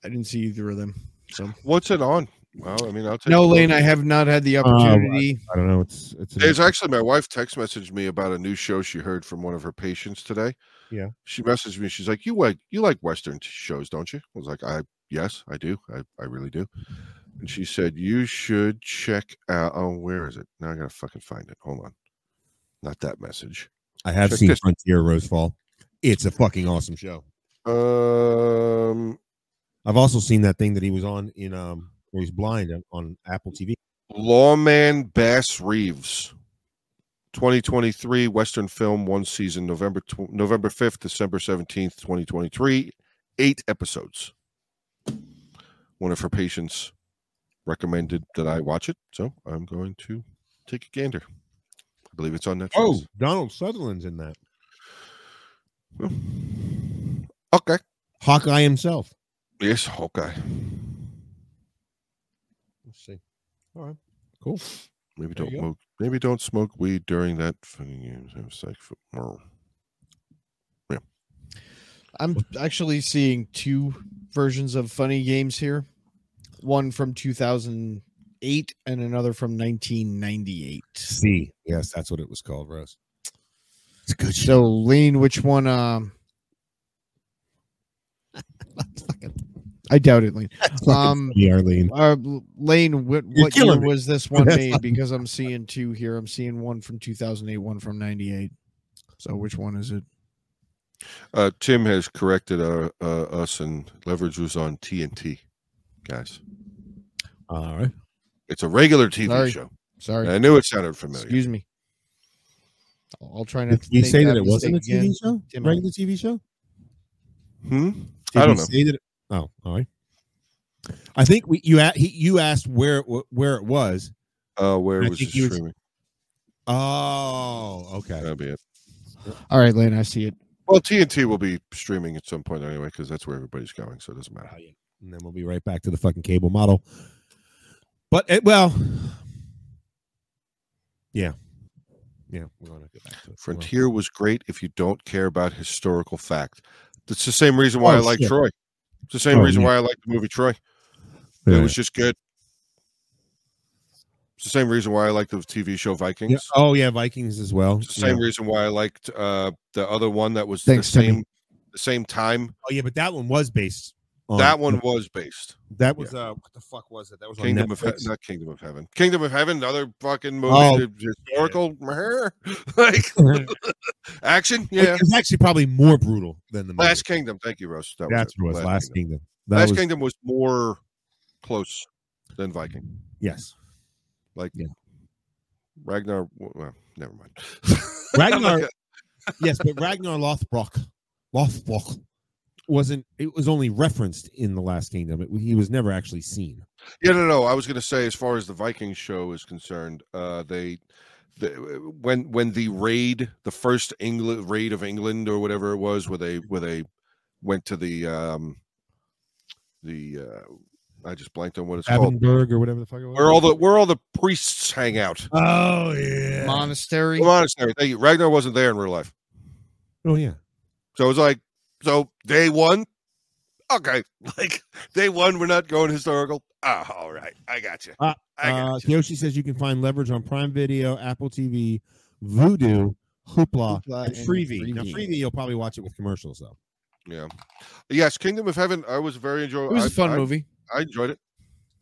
A: I didn't see either of them. So
B: What's it on? Well, I mean, I'll take a
A: no,
B: look.
A: Lane, I have not had
C: Um,
A: the opportunity.
C: I don't know. It's it's. an-
B: There's actually my wife text messaged me about a new show she heard from one of her patients today.
C: Yeah.
B: She messaged me. She's like, "You like you like Western t- shows, don't you?" I was like, "I yes, I do. I, I really do." And she said, "You should check out. Oh, where is it? Now I gotta fucking find it. Hold on. Not that message.
C: I have
B: check
C: seen
B: this.
C: Frontier Rosefall. It's a fucking awesome show.
B: Um,
C: I've also seen that thing that he was on in um where he's blind on, on Apple TV.
B: Lawman Bass Reeves, 2023 Western film, one season, November tw- November 5th, December 17th, 2023, eight episodes. One of her patients recommended that I watch it, so I'm going to take a gander. I believe it's on Netflix.
C: Oh, Donald Sutherland's in that.
B: Well, okay.
C: Hawkeye himself.
B: Yes, Hawkeye.
C: Let's see. All right. Cool.
B: Maybe
C: There
B: don't
C: you go.
B: smoke. Maybe don't smoke weed during that. It's like, well,
A: I'm actually seeing two versions of funny games here. One from 2008 and another from 1998.
C: See. Yes, that's what it was called, Rose. It's a [LAUGHS] good show.
A: So, Lane, which one? Um, [LAUGHS] I doubt it, Lane. Um,
C: yeah, Arlene.
A: Uh, L- Lane, what,
C: You're
A: what year
C: killing me.
A: was
C: [LAUGHS]
A: this one made? Because I'm seeing two here. I'm seeing one from 2008, one from 98. So, which one is it?
B: Uh, Tim has corrected our, uh, us, and Leverage was on TNT, guys.
C: All right.
B: It's a regular TV
A: Sorry.
B: show.
A: Sorry.
B: I knew it sounded familiar.
A: Excuse me. I'll, I'll try not
C: Did
A: to.
C: we
A: make
C: say that it wasn't a
A: mistake
C: TV
A: again.
C: show?
A: Tim.
C: Regular TV show?
B: Hmm? I don't know.
C: Say that it- oh, all right. I think we you a- he, you asked where it, wa- where it was.
B: Uh, where
C: I
B: was the
C: think he was-
B: streaming?
C: Oh, okay.
B: That'll be it.
A: All right, Lane, I see it.
B: Well, TNT will be streaming at some point anyway, because that's where everybody's going, so it doesn't matter.
C: and then we'll be right back to the fucking cable model. But it, well, yeah, yeah, we're gonna go back to it. Well,
B: Frontier was great if you don't care about historical fact. That's the same reason why
C: Oh,
B: I like
C: shit.
B: Troy. It's the same
C: Oh,
B: reason
C: yeah.
B: why I like the movie Troy.
C: yeah,
B: It was just good. It's the same reason why I like the TV show Vikings.
C: yeah. Oh yeah, Vikings as well.
B: It's the same
C: Yeah.
B: reason why I liked uh, the other one that was
A: Thanks,
B: the
A: Timmy.
B: same the same time.
C: Oh yeah, but that one was based. On,
B: that one was based
C: That was uh, [LAUGHS] what the fuck was it? That was on
B: Kingdom of Heaven,
C: Netflix.
B: not Kingdom of Heaven, Kingdom of Heaven. the Other fucking movie,
C: Oh,
B: the historical, [LAUGHS] like action. Yeah,
C: It was actually probably more brutal than the movie.
B: Last Kingdom. Thank you, Russ. That
C: That's what it was. Last,
B: Last Kingdom.
C: Kingdom. That
B: Last
C: was- Mm,
B: Kingdom was more close than Viking. [LAUGHS]
C: Yes.
B: Ragnar. Well, never mind. [LAUGHS]
C: Ragnar- yes, but Ragnar Lothbrok, Lothbrok wasn't. It was only referenced in the Last Kingdom. It, he was never actually seen.
B: Yeah, no, no. I was going to say, as far as the Viking show is concerned, uh, they, the when when the raid, the first England raid of England or whatever it was, where they where they went to the um, the uh, I just blanked on what it's called.
C: Abenberg or whatever the fuck it was.
B: Where all the where all the priests hang out.
C: oh yeah.
A: Monastery.
B: The monastery. Thank you. Ragnar wasn't there in real life,
C: oh yeah.
B: so it was like, so they won. okay, [LAUGHS] like day one, we're not going historical. Ah, all right, I got you.
C: Uh,
B: I
C: Uh,
B: got you.
C: Kyoshi says you can find leverage on Prime Video, Apple TV, Voodoo, Hoopla,
A: Hoopla
C: and
A: and
C: Freevee. Now
A: Freevee.
C: Freevee, you'll probably watch it with commercials though.
B: yeah. Yes, Kingdom of Heaven. I was very
A: It
B: enjoyable.
A: was
B: I,
A: a fun
B: I-
A: movie.
B: I enjoyed it.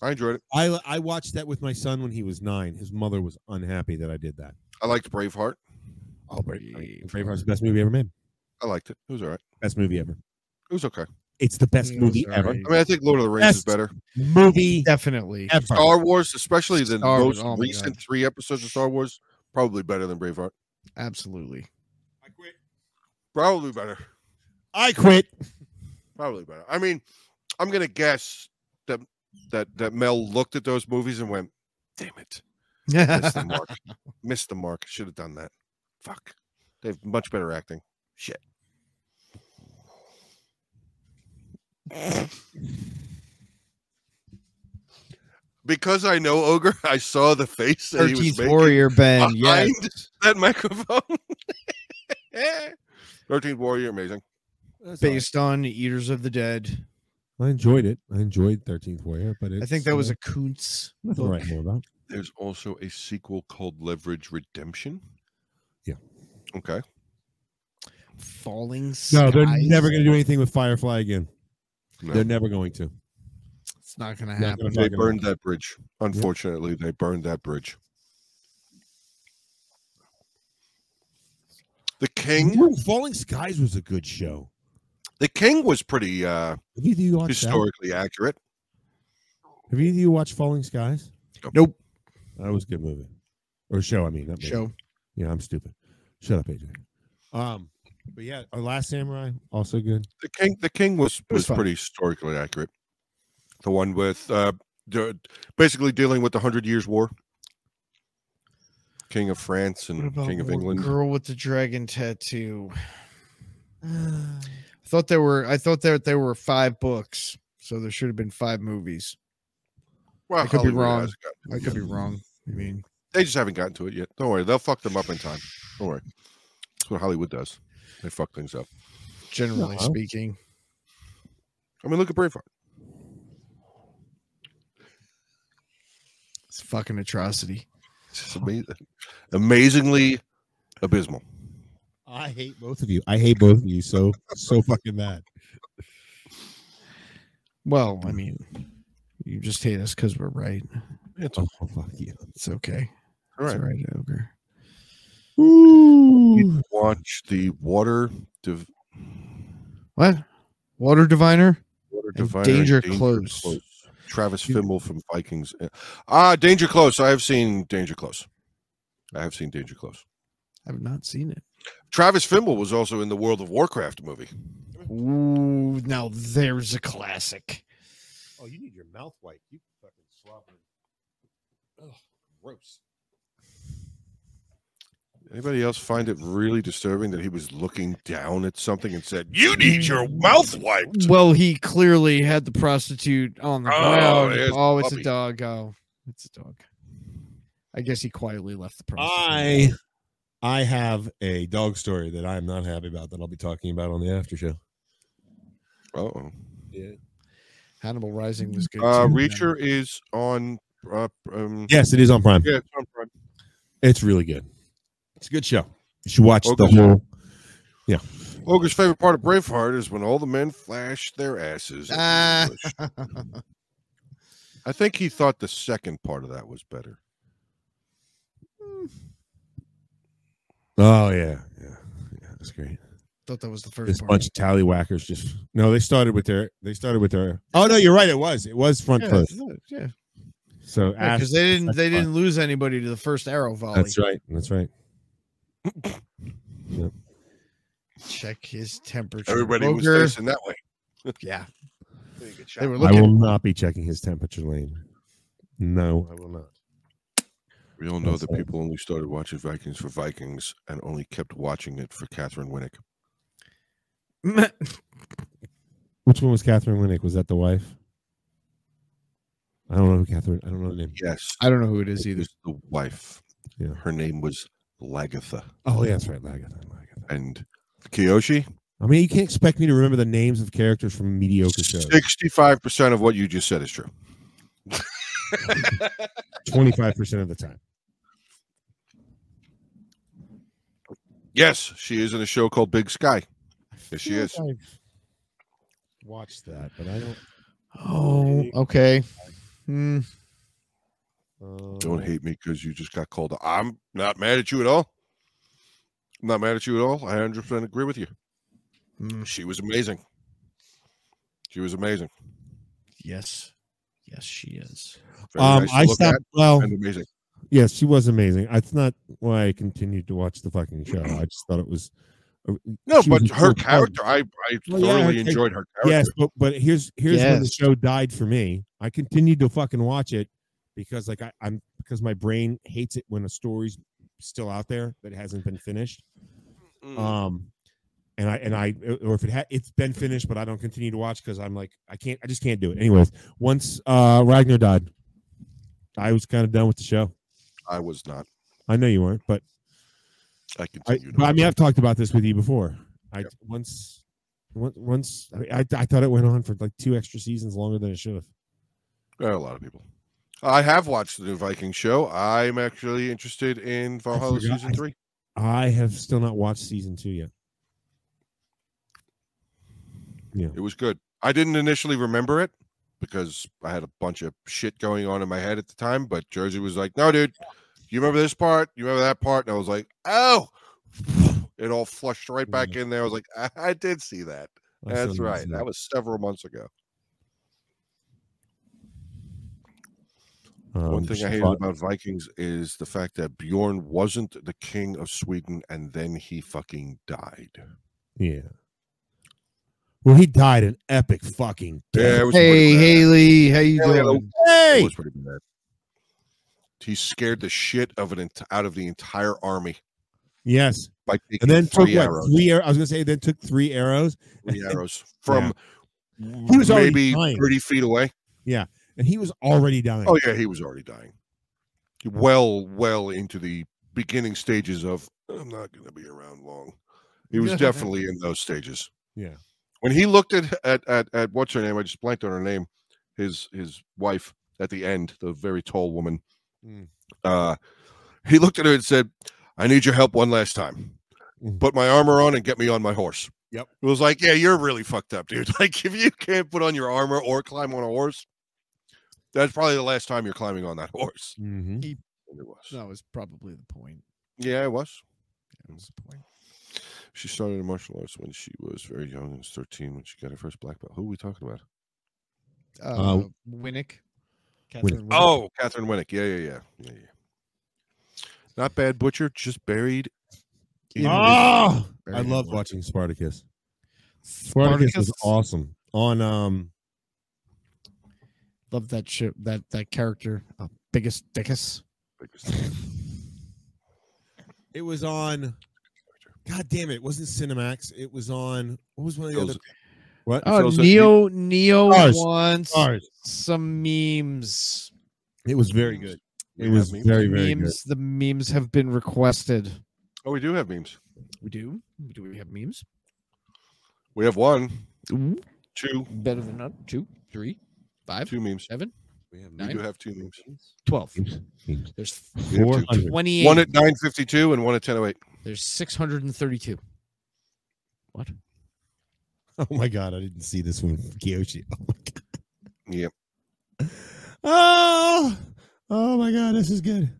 B: I enjoyed it.
C: I I watched that with my son when he was nine. His mother was unhappy that I did that.
B: I liked Braveheart.
C: Oh, Brave- Braveheart's the best movie ever made.
B: I liked it. It was all right.
C: Best movie ever.
B: It was okay.
C: It's the best
A: It was
C: movie
A: all
C: ever.
A: right.
B: I mean, I think Lord of the Rings is
C: Best
B: better.
C: Movie
A: Definitely.
C: ever.
B: Star Wars, especially the
A: Star Wars,
B: most
A: oh my
B: recent
A: God.
B: three episodes of Star Wars, probably better than Braveheart.
A: Absolutely.
B: Probably better.
C: I quit.
B: Probably better. I mean, I'm gonna guess that that that Mel looked at those movies and went, "Damn it,
A: [LAUGHS]
C: [LAUGHS]
B: missed the mark. missed the mark. Should have done that. Fuck. They have much better acting. Shit. Because I know Ogre, I saw the face that he was
A: 13th
B: making
A: Warrior, Ben.
B: [LAUGHS]
A: Yeah.
B: behind that microphone. [LAUGHS] 13th Warrior, amazing.
A: Based on Eaters of the Dead.
C: I enjoyed it. I enjoyed Thirteenth Warrior, but it's,
A: I think that was
C: uh,
A: a Kuntz. [LAUGHS]
C: nothing
A: book.
C: right more about.
B: There's also a sequel called Leverage Redemption.
C: Yeah.
B: Okay.
A: Falling Skies.
C: No, they're never going to do anything with Firefly again.
B: No.
C: They're never going to.
A: It's not going to
C: gonna
A: happen.
C: talk
B: They
C: about
B: burned that bridge. Unfortunately, they burned that bridge. The King,
C: Ooh, Falling Skies was a good show.
B: the King was pretty uh,
C: Have either you watched that?
B: historically accurate.
C: Have either you watched Falling Skies?
A: Nope.
C: That was a good movie or show. I mean, not movie.
A: Show.
C: Yeah, I'm stupid. Shut up, AJ. Um, but yeah, our Last Samurai also
A: [SIGHS]
C: good.
B: The King, the King was
A: was
B: was,
A: fun.
B: pretty historically accurate. The one with uh, de- basically dealing with the Hundred Years' War. King of France
A: What
B: and
A: about
B: King of
A: War-
B: England.
A: Girl with the Dragon Tattoo. I thought there were I thought there there were five books, so there should have been five movies.
B: Well,
A: I could be
B: Hollywood
A: wrong.
B: hasn't gotten to
A: I
B: it
A: could
B: yet.
A: be wrong. I mean,
B: They just haven't gotten to it yet. Don't worry, they'll fuck them up in time. Don't worry. That's what Hollywood does. They fuck things up.
A: generally
C: No.
A: speaking,
B: I mean, look at Braveheart.
A: it's a fucking atrocity.
B: It's just amazing, amazingly abysmal.
C: I hate both of you. I hate both of you so so fucking
A: [LAUGHS]
C: bad.
A: Well, I mean, you just hate us because we're right.
B: It's
C: Oh fuck you.
A: It's okay.
B: all
A: It's
B: right.
A: all right, Ogre.
C: Ooh.
B: Watch the water, div-
A: What? Water diviner?
B: water
A: And
B: diviner,
A: Danger Close.
B: Travis
A: You-
B: Fimmel from Vikings. Uh, Ah, Danger Close. I have seen Danger Close. I have seen Danger Close.
A: I've not seen it.
B: Travis Fimmel was also in the World of Warcraft movie.
A: Ooh, now there's a classic.
C: Oh, you need your mouth wiped. You fucking slobbering. Ugh, gross.
B: Anybody else find it really disturbing that he was looking down at something and said, "You need your
A: Mm.
B: mouth wiped"?
A: Well, he clearly had the prostitute on the
B: Oh,
A: ground.
B: there's the
A: Oh, it's a
B: puppy.
A: dog. Oh, it's a dog. I guess he quietly left the
C: I
A: prostitute.
C: I have a dog story that I'm not happy about that I'll be talking about on the after show.
B: Oh,
A: Hannibal Rising was good.
B: uh,
A: too, man.
B: Reacher is on. Uh, um,
C: Yes, it is on Prime.
B: yeah, it's on Prime.
C: It's really good. It's a good show. You should watch
B: Okay.
C: the whole.
B: Ogre's favorite part of Braveheart is when all the men flash their asses. at the
A: Ah.
B: English. I think he thought the second part of that was better.
C: Oh yeah, yeah, yeah. That's great.
A: Thought that was the
C: This
A: first part.
C: bunch of tallywhackers just no. They started with their. They started with their. Oh no, you're right. It was. It was front
A: Yeah,
C: first.
A: yeah,
C: So ass-
A: because they didn't
C: that's
A: they
C: fine.
A: didn't lose anybody to the first arrow volley.
C: That's right. That's right.
A: Check his temperature.
B: Everybody was
A: Ogre,
B: facing that way.
A: yeah.
B: They get shot.
A: They were
C: I will
A: looking.
C: not be checking his temperature lane. No, I will not.
B: We all know
C: That's
B: that
C: right.
B: people only started watching Vikings for Vikings and only kept watching it for Catherine Winnick.
C: Which one was Catherine Winnick? Was that the wife? I don't know who Catherine. I don't know the name.
B: Yes,
A: [LAUGHS] I don't know who it is
B: it
A: either.
B: was the wife.
C: Yeah.
B: Her name was Lagatha.
C: Oh yeah, that's right. Lagatha. Lagatha.
B: And Kiyoshi,
C: I mean, you can't expect me to remember the names of characters from mediocre shows.
B: Sixty-five percent of what you just said is true.
C: Twenty-five percent of the time.
B: Yes, she is in a show called Big Sky. Yes, she is.
C: Watch that, but I don't.
A: Oh, okay. Hmm.
C: Uh,
B: Don't hate me because you just got called. out. I'm not mad at you at all. I'm not mad at you at all. I 100% agree with you.
C: Mm.
A: Hmm.
B: She was amazing. She was amazing.
A: Yes. Yes, she is.
B: Very
C: Um,
B: nice to
C: I
B: look
C: stopped.
B: at
C: Well,
B: and amazing.
C: yes, she was amazing. That's not why I continued to watch the fucking show. I just thought it was.
B: No,
C: she
B: but
C: was a
B: her
C: cool character.
B: character, I, I
C: Well,
B: thoroughly
C: yeah, her char-
B: enjoyed her character.
C: Yes, but but here's here's when the
A: Yes.
C: show died for me. I continued to fucking watch it because like I, I'm because my brain hates it when a story's still out there that hasn't been finished.
B: Mm.
C: Um, and I and I uh, or if it ha- it's been finished, but I don't continue to watch because I'm like I can't I just can't do it. Anyways, once uh Ragnar died, I was kind of done with the show.
B: I was not.
C: I know you weren't, but
B: I
C: I,
B: continue. to
C: but I
B: watch
C: mean,
B: it.
C: I've talked about this with you before. I
B: Yep.
C: once, on- once I, mean, I, I thought it went on for like two extra seasons longer than it should have.
B: There are a lot of people. I have watched the new Viking show. I'm actually interested in Valhalla
C: forgot-
B: season three.
C: I have still not watched season two yet. Yeah,
B: It was good. I didn't initially remember it because I had a bunch of shit going on in my head at the time. But Jersey was like, "No, dude, you remember this part? You remember that part?" And I was like, "Oh." It all flushed right back in there. I was like, I, I did see that.
C: I still
B: That's
C: haven't
B: right.
C: seen
B: That was several months ago.
C: it. Um,
B: One thing I
C: she
B: hated
C: fought-
B: about Vikings is the fact that Bjorn wasn't the king of Sweden and then he fucking died.
C: yeah. Well, he died an epic fucking
B: Yeah, it
C: death.
B: was
A: Hey,
B: pretty bad.
A: Haley, how you
B: Haley, hello.
A: doing?
B: It
C: Hey,
B: was pretty bad. He scared the shit of an ent- out of the entire army
C: yes,
B: by taking
C: and then took
B: three
C: what
B: arrows,
C: three? ar- I was gonna say then took three arrows, [LAUGHS]
B: three arrows from
C: He was already
B: maybe
C: dying.
B: thirty feet away.
C: and he was already dying.
B: Oh yeah, he was already dying. Well, well into the beginning stages of I'm not going to be around long. He was definitely in those stages.
C: Yeah.
B: When he looked at at at, at what's her name? I just blanked on her name. His his wife at the end, the very tall woman.
C: Mm.
B: Uh, he looked at her and said, "I need your help one last time.
C: Mm.
B: Put my armor on and get me on my horse."
C: Yep.
B: It was like, "Yeah, you're really fucked up, dude. [LAUGHS] Like, if you can't put on your armor or climb on a horse, that's probably the last time you're climbing on that [LAUGHS] horse."
C: Mhm.
B: And it was.
A: That was probably the point.
B: Yeah, it was.
A: That was the point.
B: She started in martial arts when she was very young and was 13 when she got her first black belt. Who are we talking about?
A: Uh, Winnick. Catherine Winnick.
B: Oh, Catherine Winnick. Yeah, yeah, yeah. yeah, yeah. Not bad, Butcher. Just buried. in
C: Oh,
A: Very
C: I
A: good
C: loved
A: one.
C: watching Spartacus. Spartacus was awesome. On um,
A: Love that ship. That that character. Uh, biggest dickus.
B: his-
C: it was on. God damn it! It wasn't Cinemax. It was on. What was one of the
B: Those-
C: other? What?
A: Oh,
B: feels like
A: Neo. Neo
C: Stars.
A: wants
C: Stars.
A: some memes.
C: It was very good.
B: We
C: It
B: have
C: was
B: memes.
C: very very good.
A: memes. The memes have been requested.
B: Oh, we do have memes.
A: We do. Do we have memes?
B: We have one, two,
A: Better than none. Two, three, five,
B: two memes.
A: seven,
C: We have
B: We
A: Nine?
B: do have two memes.
A: twelve.
C: memes.
A: There's
B: two.
C: four hundred.
A: twenty-eight.
B: One at 9:52 and one at 10:08.
A: There's six hundred and thirty-two. What?
C: [LAUGHS] Oh my god! I didn't see this one, from Kiyoshi. [LAUGHS] Oh my god!
B: Yep.
C: Oh, oh my god! This is good.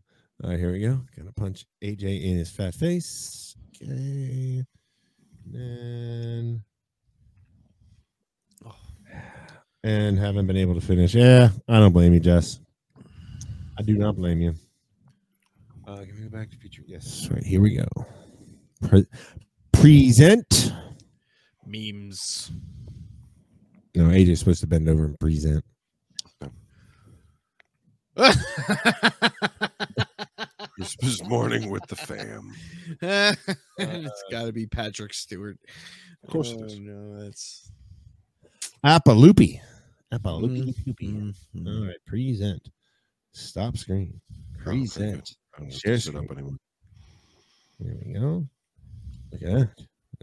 C: All right, here we go. Gonna punch AJ in his fat face. Okay. And and haven't been able to finish. Yeah, I don't blame you, Jess. I do not blame you. Uh, can we go back to
B: [LAUGHS]
C: future? Yes. All right, here we go. Pre- present.
A: [LAUGHS] Memes.
C: No, AJ's supposed to bend over and present.
B: Christmas morning with the fam.
A: it's got to be Patrick Stewart. Oh,
B: Of course it is.
A: No, that's
C: Appalupi. Appalupi.
B: Mm-hmm.
A: Mm.
C: All right, present. Stop screen.
B: Oh, okay, good.
C: Present.
B: I don't have to
C: Share
B: sit up
C: screen.
B: anymore.
C: There we go. Look at that.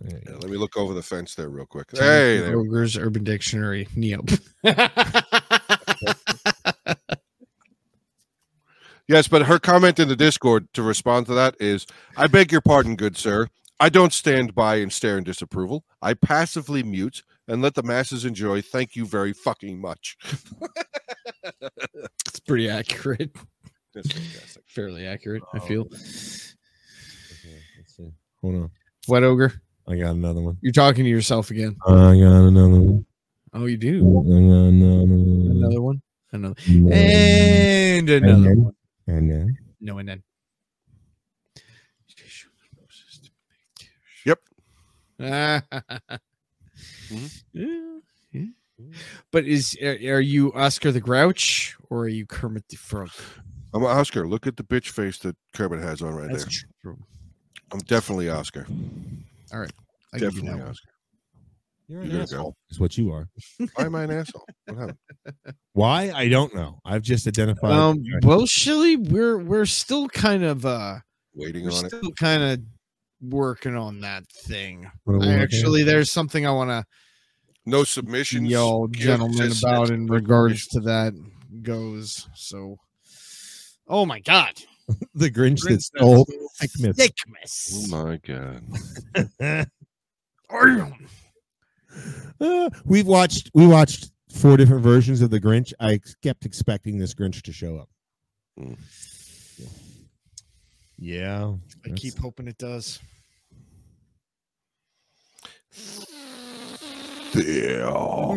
C: There
B: Yeah,
C: you go.
B: let me look over the fence there real quick. Hey, there.
A: Kroger's Urban Dictionary. [LAUGHS] Neop.
B: yes, but her comment in the Discord to respond to that is, "I beg your pardon, good sir. I don't stand by and stare in disapproval. I passively mute and let the masses enjoy. Thank you very fucking much."
A: it's pretty accurate.
B: That's fantastic.
A: Fairly accurate, I
C: Oh.
A: feel.
C: Okay, let's see. Hold on.
A: Wet ogre,
C: I got another one.
A: you're talking to yourself again.
C: I got another one.
A: Oh, you
C: I
A: do.
C: got another one.
A: Another one. Another. And
C: and
A: another.
C: then, and then.
A: No, and then.
B: Yep.
A: Yeah, yeah. [LAUGHS] But is are are you Oscar the Grouch or are you Kermit the Frog?
B: I'm Oscar. Look at the bitch face that Kermit has on right there.
A: true.
B: I'm definitely Oscar.
A: I give you
B: definitely
A: that one.
B: Oscar.
C: You're
B: an You're gonna asshole.
C: That's what you are.
B: Why am I an asshole? What happened?
C: Why? I don't know. I've just identified.
A: Um, well, Shilly, we're we're still kind of uh,
B: [LAUGHS] Waiting
A: we're
B: on it.
A: still kind of working on that thing.
C: What are we
A: I
C: looking at?
A: actually, there's something I want to
B: No submissions.
A: y'all
B: Yes,
A: gentlemen
B: yes,
A: about
B: yes.
A: in regards to that goes. So, oh my God,
C: [LAUGHS] the Grinch
A: Grinch
C: that stole Christmas.
B: Oh
A: Sickness.
B: my god.
C: [LAUGHS] Uh, we've watched. We watched four different versions of the Grinch. I ex- kept expecting this Grinch to show up.
B: Mm.
C: Yeah.
A: I keep hoping it does. [LAUGHS]
B: Yeah.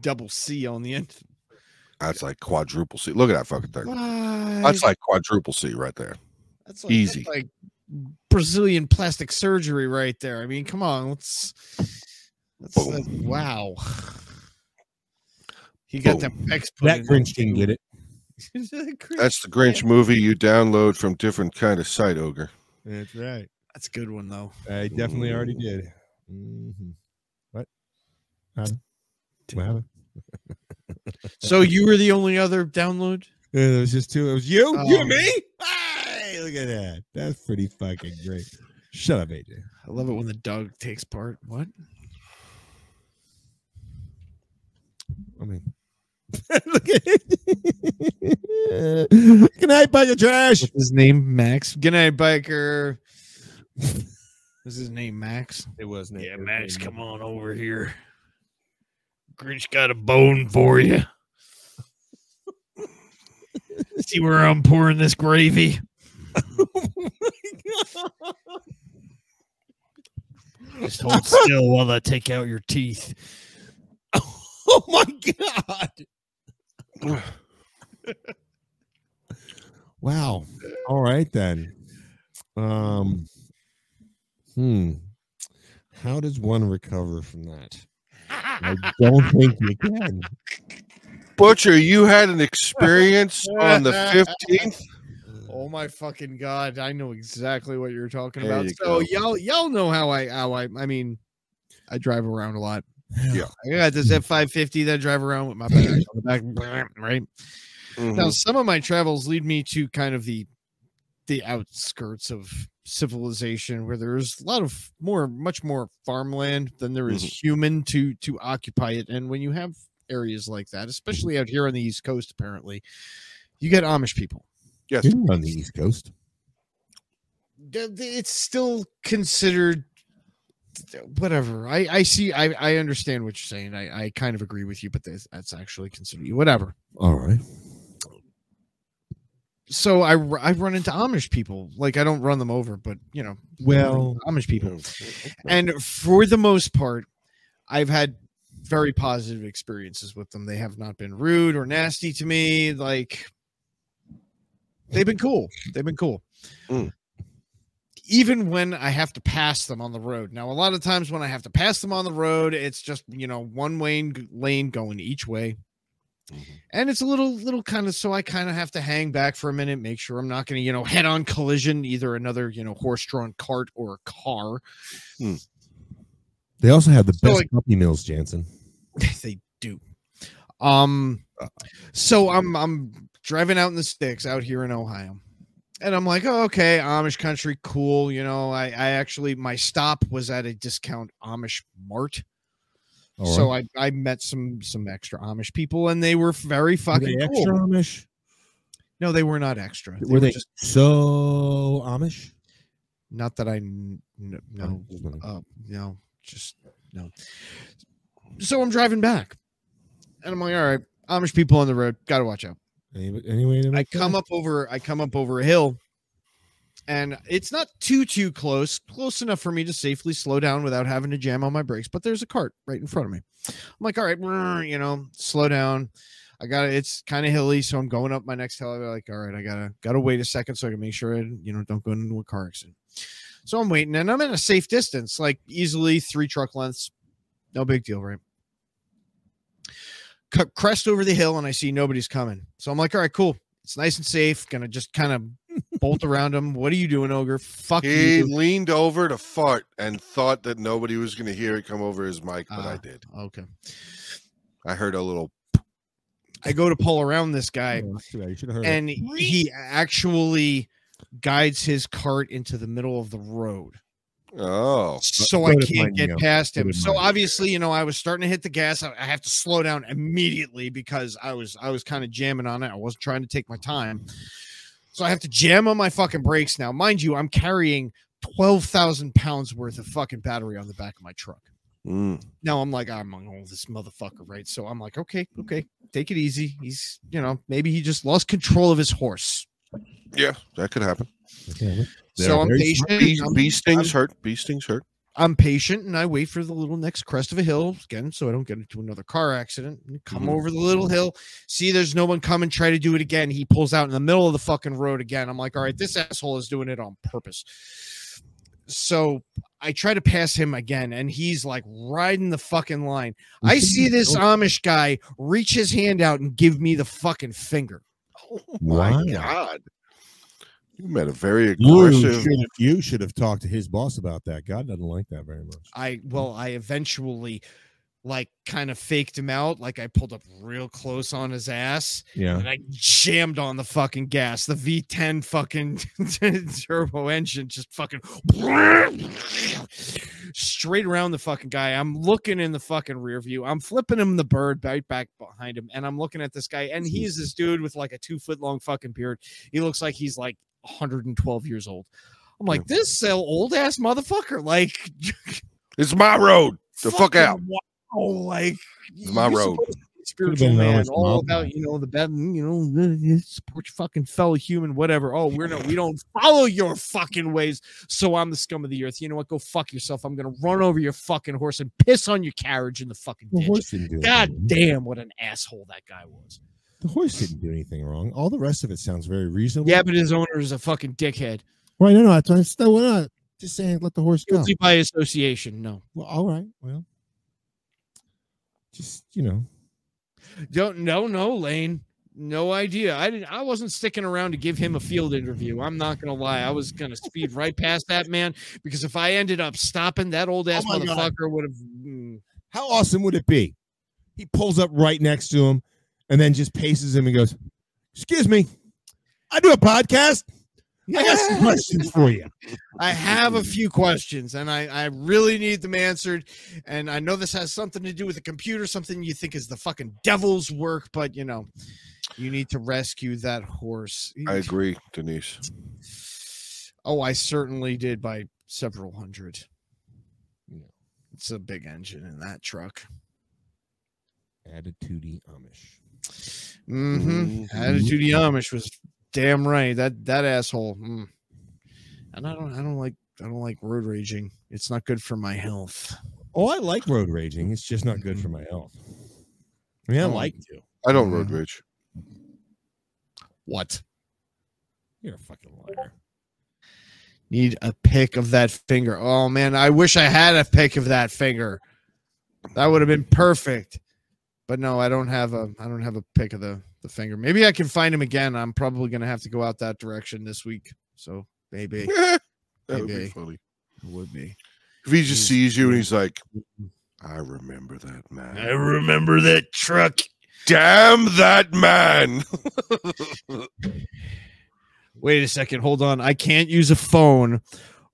A: Double C on the end.
B: That's like quadruple C. Look at that fucking thing.
A: That's
B: That's like quadruple C right there.
A: That's
B: Easy.
A: that's like Brazilian plastic surgery right there. I mean, come on, let's. let's
B: Boom.
A: that's- wow. He got
B: Boom.
A: that pecs put
C: That
A: in
C: Grinch
A: there,
C: didn't get it.
A: too. [LAUGHS] That Grinch-
B: That's the Grinch movie you download from different kind of site, Ogre.
C: That's right.
A: that's a good one though.
C: I definitely already did. Mhm. What? Huh? What happened?
A: So you were the only other download.
C: Yeah, It was just two. It was you, you
A: Um,
C: and me. Hey, look at that. That's pretty fucking great. Shut up, AJ.
A: I love it when the dog takes part. What?
C: I mean, [LAUGHS] look at it. [LAUGHS] Good night, bag of trash.
A: What's his name? Max. Good night, biker. [LAUGHS] Is his name Max?
C: It was Nick.
A: on [LAUGHS] over here. Grinch got a bone for [LAUGHS] you. See where I'm pouring this gravy? Just [LAUGHS] hold still while I take out your teeth.
C: Oh my god! [LAUGHS] Wow. All right then. Um. Hmm. How does one recover from that? I don't think you can.
B: Butcher, you had an experience on the 15th.
A: Oh my fucking god! I know exactly what you're talking
B: There
A: about.
B: you go.
A: so y'all, y'all know how I, how I, I mean, I drive around a lot.
B: Yeah.
A: I got
B: Mm-hmm.
A: this F five fifty that I drive around with my backpack on the back, [SNIFFS] right? Now,
B: Mhm.
A: some of my travels lead me to kind of the the outskirts of civilization where there's a lot of more much more farmland than there is
B: Mm-hmm.
A: human to to occupy it and when you have areas like that especially out here on the east coast apparently you get amish people
B: Yes.
C: You're on the East Coast.
A: th- th- it's still considered whatever i i see i i understand what you're saying i i kind of agree with you but that's, that's actually considered whatever
C: All right.
A: so I, r- I run into Amish people. Like I don't run them over, but you know,
C: Well,
A: Amish people. And for the most part, I've had very positive experiences with them. They have not been rude or nasty to me. Like they've been cool. They've been cool.
B: Mm.
A: Even when I have to pass them on the road. Now, a lot of times when I have to pass them on the road, it's just, you know, one way lane going each way and it's a little little kind of so i kind of have to hang back for a minute make sure i'm not going to you know head on collision either another you know horse-drawn cart or a car
C: they also have the
A: So,
C: best
A: like-
C: puppy meals, Jansen.
A: [LAUGHS] they do um so i'm i'm driving out in the sticks out here in ohio and I'm like, oh, okay, Amish country, cool. You know, I, I actually my stop was at a discount Amish mart, so I, I met some some extra Amish people, and they were very fucking cool.
C: extra Amish?
A: No, they were not extra. They
C: were, they
A: just
C: so Amish?
A: not that I kn- kn- no
C: Just wondering.
A: uh, no just no. So I'm driving back, and I'm like, all right, Amish people on the road, got to watch out.
C: Any, any way to
A: I
C: make
A: come up over I come up over a hill and it's not too too close, close enough for me to safely slow down without having to jam on my brakes, but there's a cart right in front of me. I'm like, all right, brr, you know, slow down. I got to it's kind of hilly, so I'm going up my next hill. I'm like, all right, I gotta gotta wait a second so I can make sure I you know don't go into a car accident. So I'm waiting and I'm in a safe distance, like easily three truck lengths. No big deal, right? C- crest over the hill and I see nobody's coming. So I'm like, all right, cool. It's nice and safe. Gonna just kind of bolt around him. What are you doing, ogre? Fuck
B: He
A: you.
B: leaned over to fart and thought that nobody was going to hear it come over his mic, but I
A: Ah.
B: did.
A: Okay.
B: I heard a little.
A: I go to pull around this
C: I,
A: guy
C: you should have heard.
A: and he actually guides his cart into the middle of the road.
B: Oh,
A: So
C: so
A: I
C: did
A: can't
C: mine,
A: get
C: yeah.
A: past
C: So
A: him.
C: did
A: So
C: mine.
A: obviously, you know, I was starting to hit the gas. I, I have to slow down immediately because I was I was kind of jamming on it. I wasn't trying to take my time. So I have to jam on my fucking brakes now. Mind you, I'm carrying twelve thousand pounds worth of fucking battery on the back of my truck.
B: Mm.
A: Now I'm like, I'm on all this motherfucker, right? So I'm like, okay, okay, take it easy. He's, you know, maybe he just lost control of his horse.
B: yeah, that could happen.
C: Okay. They're
A: So I'm
C: very
A: patient.
B: Bee,
A: I'm-
B: bee stings hurt. Bee stings hurt.
A: I'm patient and I wait for the little next crest of a hill again, so I don't get into another car accident. And Come
B: Mhm.
A: over the little hill, see there's no one coming, try to do it again. He pulls out in the middle of the fucking road again. I'm like, all right, this asshole is doing it on purpose. So I try to pass him again, and he's like riding the fucking line. I see this Amish guy reach his hand out and give me the fucking finger.
B: Oh
C: Wow.
B: God. You met a very
C: You
B: aggressive.
C: should, you should have talked to his boss about that. God doesn't like that very much.
A: I well, I eventually like kind of faked him out, like I pulled up real close on his ass.
C: Yeah.
A: and I jammed on the fucking gas. The V10 fucking [LAUGHS] turbo engine just fucking straight around the fucking guy. I'm looking in the fucking rear view. I'm flipping him the bird right back behind him, and I'm looking at this guy, and he is this dude with like a two foot long fucking beard. He looks like he's like 112 years old. I'm like, this old ass motherfucker, like
B: It's my road. The fuck
A: fucking
B: out.
A: Wow, like
B: It's my
A: you're
B: road.
A: supposed to be a
C: Could've
A: Spiritual
C: been
A: man,
C: Alex
A: all
C: Mowbray.
A: about you know the bad, you know support your fucking fellow human, whatever. Oh, we're not, we don't follow your fucking ways, so I'm the scum of the earth. You know what? Go fuck yourself. I'm gonna run over your fucking horse and piss on your carriage in the fucking
C: The
A: ditch.
C: horse didn't do anything wrong.
A: God damn, what an asshole that guy was.
C: The horse didn't do anything wrong. All the rest of it sounds very reasonable.
A: Yeah, but his owner is a fucking dickhead.
C: Right. No, no. That's, that's, no, we're not just saying let the horse go.
A: Guilty by association. No,
C: Well, all right. Well, just, you know,
A: don't no no Lane. No idea. I didn't. I wasn't sticking around to give him a field interview. I'm not gonna lie. I was gonna speed right past that man because if I ended up stopping, that old ass
C: my God.
A: motherfucker would have. mm,
C: how awesome would it be? He pulls up right next to him and then just paces him and goes, Excuse me. I do a podcast. I got some questions for you.
A: I have a few questions, and I I really need them answered. And I know this has something to do with the computer, something you think is the fucking devil's work, but you know, you need to rescue that horse.
B: I agree, Denise.
A: Oh, I certainly did by several hundred.
C: Yeah.
A: It's a big engine in that truck.
C: Attitude Amish.
A: Mm-hmm.
B: Mhm.
A: Attitude Amish was damn right. That that asshole. mm. And I don't I don't like I don't like road raging. It's not good for my health.
C: Oh, I like road raging. It's just not good for my health. I mean, I
A: Oh.
C: like to.
B: I don't road
A: Mhm.
B: rage.
A: What?
C: You're a fucking liar.
A: Need a pick of that finger. Oh man, I wish I had a pick of that finger. That would have been perfect. But no, I don't have a I don't have a pick of the the finger. Maybe I can find him again. I'm probably gonna have to go out that direction this week. So maybe it
B: [LAUGHS] that would be
A: Maybe.
B: funny.
A: would be.
B: If he just
A: Mm.
B: sees you and he's like, I remember that man.
A: remember that truck.
B: Damn that man.
A: wait a second, hold on. I can't use a phone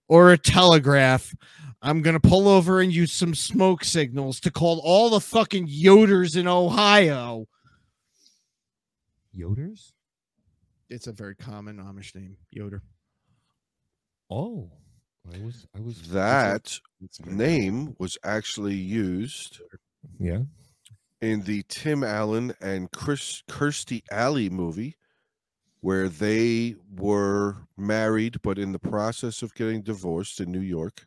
A: or a telegraph. I'm gonna pull over and use some smoke signals to call all the fucking yoders in Ohio.
C: Yoders?
A: It's a very common Amish name, Yoder.
C: Oh, I was, I was
B: That name was actually used
C: Yeah.
B: in the Tim Allen and Chris Kirstie Alley movie, where they were married but in the process of getting divorced in New York,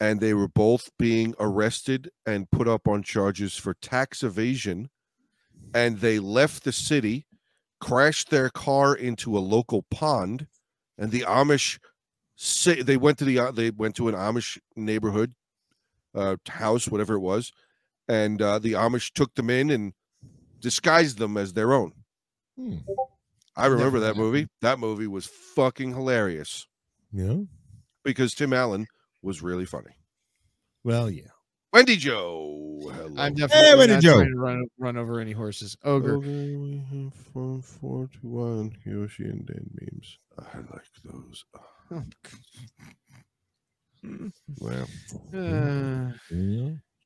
B: and they were both being arrested and put up on charges for tax evasion, and they left the city, crashed their car into a local pond, and the Amish say they went to the uh, they went to an Amish neighborhood uh, house, whatever it was and uh, the Amish took them in and disguised them as their own.
C: Hmm.
B: I remember that
A: happened.
B: movie. That movie was fucking hilarious
C: Yeah.
B: because Tim Allen was really funny.
C: Well, yeah.
B: Wendy Joe. Hello.
A: I'm
C: Hey,
A: definitely
C: way to
A: not
C: joke.
A: trying to run, run over any horses.
C: Oh.
A: Ogre.
B: Okay, we have from four to one Yoshi and Dan memes. I like those.
A: Oh,
B: Well,
A: Uh,
C: Yeah.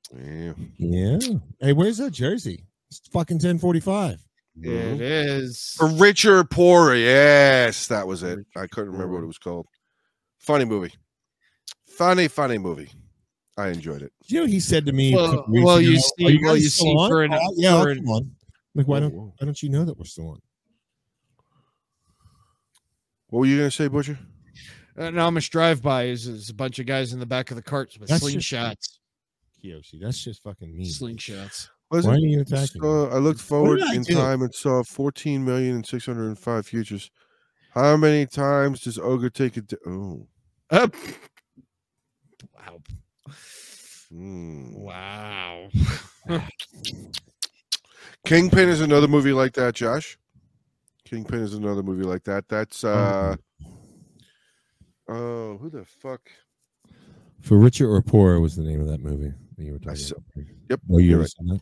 B: yeah.
C: Yeah. Hey, where's that jersey? It's fucking 1045.
A: it is.
B: For richer, poorer. Yes, that was it. I couldn't remember what
A: Poorer.
B: it was called. Funny movie. Funny, funny movie. I enjoyed it.
C: You know, he said to me, a
A: Well-
C: couple weeks
A: well, you
C: ago,
A: see-
C: "Are
A: well,
C: guys
A: you
C: still
A: see,
C: on?"
A: for an-
C: Oh, yeah,
A: for
C: I'm
A: an- Oh.
C: still on. Like, why
B: Whoa,
C: don't
B: whoa.
C: why don't you know that we're still on?
B: What were you gonna say, Butcher?
A: An Amish drive-by is, is a bunch of guys in the back of the carts with
C: That's just-
A: slingshots.
C: Kyoshi, that's just fucking mean.
A: Slingshots.
B: Was
C: Why are
B: it?
C: you attacking? me?
B: Saw- I looked forward
C: I
B: in
C: do?
B: time and saw 14 million and 605 futures. How many times does Ogre take it? oh,
A: Up. Wow.
B: hmm.
A: Wow.
B: Kingpin is another movie like that, Josh. Kingpin is another movie like that. That's uh, oh, who the fuck?
C: For richer or poorer was the name of that movie that you were
B: I
C: talking
B: saw-
C: about.
B: Yep,
C: Oh, you
B: you're
C: ever
B: right.
C: seen that?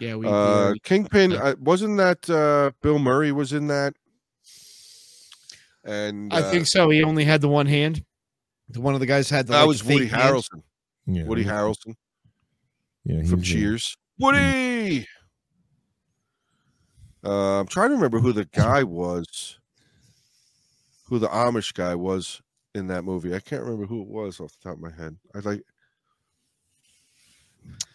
A: Yeah, we, we
B: Uh,
A: already-
B: Kingpin
A: Yeah.
B: I, wasn't that uh, Bill Murray was in that, and
A: I
B: uh,
A: think so. He only had the one hand. The one of the guys had the.
B: that
A: like,
B: was Woody
A: fake hand.
B: Harrelson.
C: Yeah,
B: Woody
C: yeah,
B: Harrelson.
C: he
B: from
C: was in it.
B: Cheers. Woody. Uh, I'm trying to remember who the guy was, who the Amish guy was in that movie. I can't remember who it was off the top of my head. I'd like.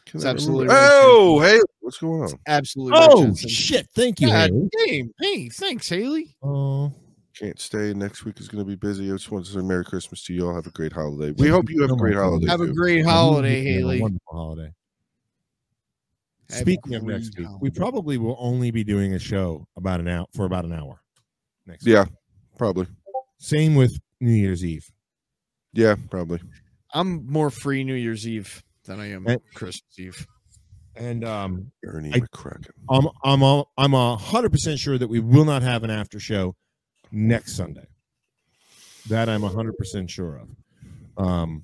B: Can
A: It's
B: I remember-
A: absolutely right,
B: Oh, hey, what's going on?
A: Absolutely. right,
C: Oh
A: Jensen.
C: shit! Thank you.
A: God
C: Haley.
A: damn. Hey, thanks, Haley.
C: Oh,
B: Can't stay. Next week is going to be busy. I just want to say Merry Christmas to you all. Have a great holiday. We hope you have a great holiday.
A: Have a
B: too.
A: great
C: Yeah,
A: holiday,
C: a
A: Haley.
C: Wonderful holiday.
A: Have a
C: Speaking of next
A: great
C: week, we
A: holiday.
C: probably will only be doing a show about an hour for about an hour. Next,
B: yeah, probably.
C: Same with New Year's Eve.
B: Yeah, probably.
A: I'm more free New Year's Eve than I am
C: Right.
A: Christmas Eve.
C: And um,
B: Ernie
C: I-
B: McCracken.
C: I'm I'm all, I'm a hundred percent sure that we will not have an after show next Sunday. That I'm a hundred percent sure of. Um,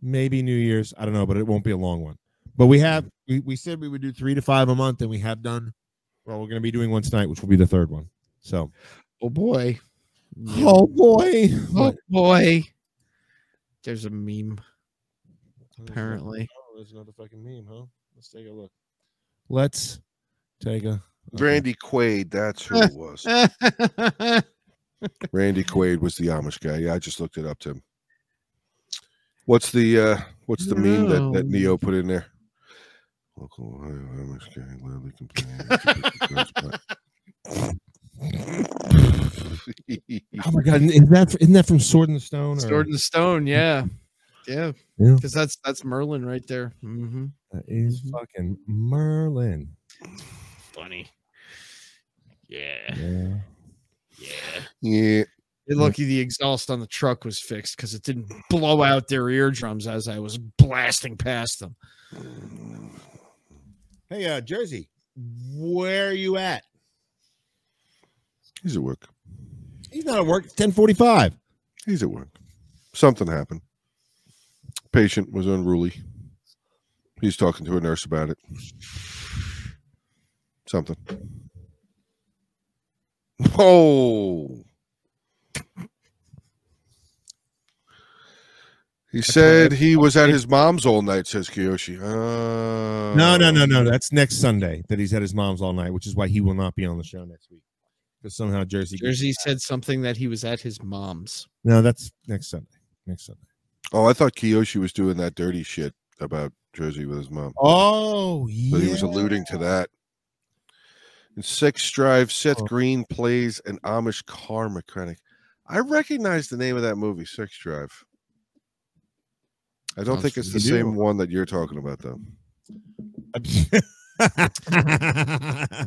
C: maybe New Year's. I don't know, but it won't be a long one. But we have we, we said we would do three to five a month, and we have done. Well, we're going to be doing one tonight, which will be the third one. So,
A: Oh boy.
C: oh boy,
A: Oh boy. There's a meme
C: [LAUGHS]
A: apparently.
C: Oh, there's another fucking meme, huh? Let's take a look. Let's take a
B: Randy Quaid. That's who it
A: [LAUGHS]
B: was. Randy Quaid was the Amish guy. Yeah, I just looked it up, Tim. What's the uh what's the meme that, that
A: No.
B: Neo put in there? Local Ohio Amish guy loudly [LAUGHS] complaining.
C: Oh my god, is that isn't that from Sword and Stone? Or,
A: Sword in the Stone, yeah. Yeah.
C: Yeah.
A: Because that's that's Merlin right there. Mm-hmm.
C: That is fucking Merlin.
A: Funny. Yeah.
C: Yeah.
A: Yeah.
B: yeah.
A: You're lucky the exhaust on the truck was fixed because it didn't blow out their eardrums as I was blasting past them.
C: Hey, uh, Jersey, where are you at?
B: He's at work.
C: He's not at work. It's ten forty-five.
B: He's at work. Something happened. Patient was unruly. He's talking to a nurse about it. Something. Whoa. He said he was at his mom's all night, says Kiyoshi. Uh,
C: No, no, no, no. That's next Sunday that he's at his mom's all night, which is why he will not be on the show next week. Because somehow Jersey.
A: Jersey said something that he was at his mom's.
C: No, that's next Sunday. Next Sunday.
B: Oh, I thought Kiyoshi was doing that dirty shit about Jersey with his mom.
C: Oh, yeah.
B: But he was alluding to that. In Six Drive, Seth
C: Oh.
B: Green plays an Amish car mechanic. I recognize the name of that movie, Six Drive. I don't
A: Sounds
B: think it's the
C: familiar.
B: same one that you're talking about, though.
C: [LAUGHS] yeah,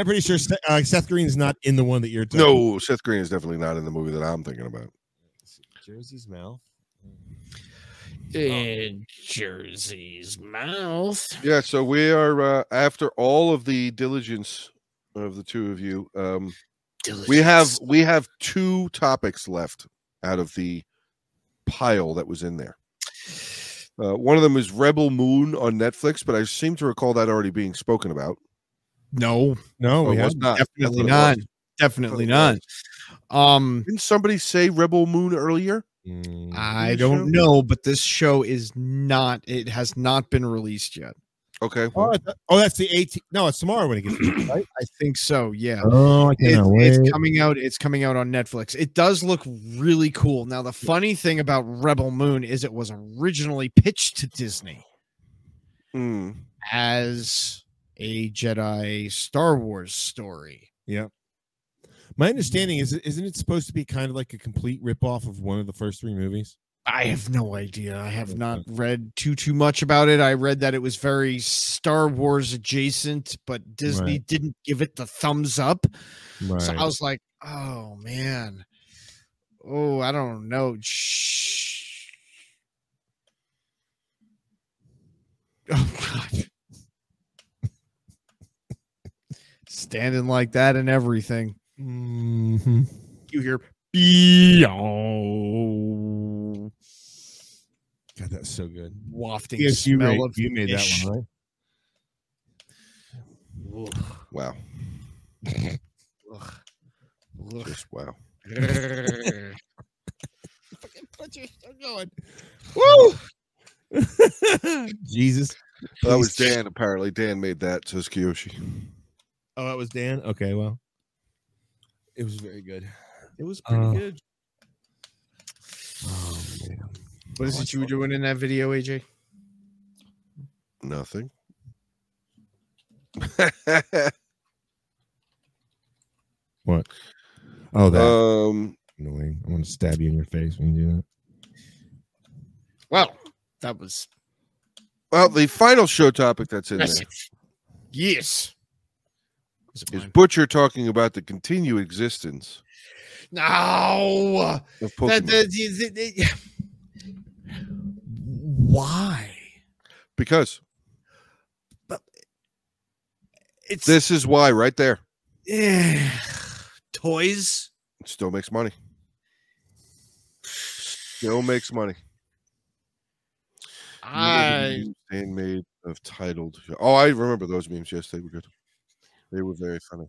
C: I'm pretty sure Seth, uh, Seth Green's not in the one that you're. talking about.
B: No, Seth Green is definitely not in the movie that I'm thinking about.
C: Jersey's mouth.
A: In Jersey's mouth.
B: Yeah, so we are uh, after all of the diligence of the two of you. Um, we have we have two topics left out of the pile that was in there. Uh, one of them is Rebel Moon on Netflix, but I seem to recall that already being spoken about.
A: No,
C: No,
B: Or
C: we
B: was
C: have.
B: not.
A: Oh, definitely
B: That's what it
A: not.
B: was.
A: Definitely
C: Oh,
B: That's what it
A: not. Um,
B: Didn't somebody say Rebel Moon earlier?
C: Mm,
A: I
B: This show?
A: don't know, but this show is not. It has not been released yet.
B: Okay.
C: oh, I thought- oh, that's the 18th. No, it's tomorrow when it gets. right?
A: I think so. Yeah.
C: [CLEARS THROAT] Oh, I
A: It-
C: cannot wait.
A: it's coming out. It's coming out on Netflix. It does look really cool. Now, the funny thing about Rebel Moon is it was originally pitched to Disney
B: Hmm.
A: as a Jedi Star Wars story.
C: My understanding is, isn't it supposed to be kind of like a complete ripoff of one of the first three movies?
A: I have no idea. I have
C: Okay.
A: not read too too much about it. I read that it was very Star Wars adjacent, but Disney
C: Right.
A: didn't give it the thumbs up.
C: Right.
A: So I was like, "Oh man, oh I don't know." Shh. Oh God, standing like that and everything.
C: Mhm.
A: You hear "Beow,"
C: God, that's so good.
A: wafting
C: Yes, you
A: smell
C: made,
A: of
C: you made that
A: fish. [LAUGHS]
C: one, right?
A: Ugh,
B: Wow.
A: ugh, ugh.
B: Just wow.
A: [LAUGHS]
C: Woo! [LAUGHS] Jesus.
B: That was Dan, apparently. Dan made that, says Kiyoshi.
C: Oh, that was Dan. Okay, well, it was very good.
A: it was
C: pretty Uh,
A: good.
C: Oh, man.
A: What is it you were doing in that video, AJ?
B: Nothing.
C: Oh, that's
B: [LAUGHS] um,
C: annoying. I'm gonna stab you in your face when you do that.
A: Well, that was
B: well, the final show topic that's in there
A: impressive. Yes. Was it
B: is
A: mine?
B: Butcher talking about the continued existence
A: No.
B: of Pokemon.
A: That- that- that- that- that- Why?
B: because
A: It's
B: this is why, right there.
A: Eh, toys.
B: It still makes money. Still makes money.
A: I
B: and made of titled. Oh, I remember those memes. Yes, they were good. They were very funny.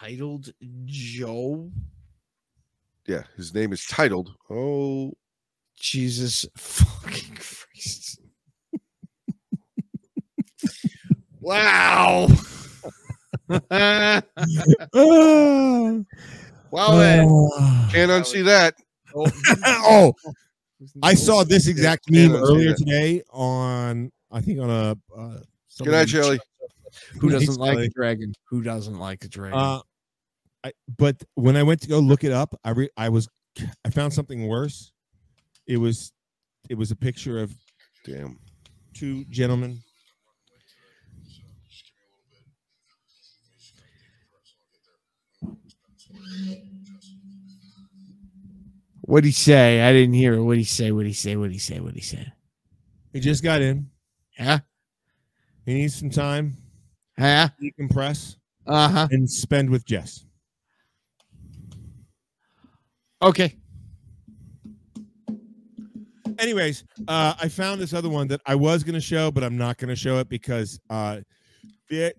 A: titled Joe.
B: Yeah, his name is titled.
C: [GASPS]
B: Oh,
A: Jesus fucking Christ. [LAUGHS] wow. [LAUGHS] well then.
B: can't
A: That was-
B: unsee that.
C: [SIGHS] oh, I saw this exact
B: Yeah,
C: meme
B: I see
C: earlier
B: that.
C: today on I think on a. Uh,
B: Good night,
C: somebody-
B: Shelly.
A: Who
C: Nice,
A: doesn't like
C: Kelly.
A: the dragon? Who doesn't like the dragon?
C: Uh, I, but when I went to go look it up, I re, I was I found something worse. It was it was a picture of
B: Damn.
C: two gentlemen.
A: what'd he say? I didn't hear it. What'd he say? What'd he say? What'd he say? What'd he say?
C: He just got in.
A: Huh?
C: He needs some time
A: Huh?
C: to decompress
A: Uh huh.
C: and spend with Jess.
A: Okay.
C: Anyways, uh, I found this other one that I was going to show, but I'm not going to show it because uh, it,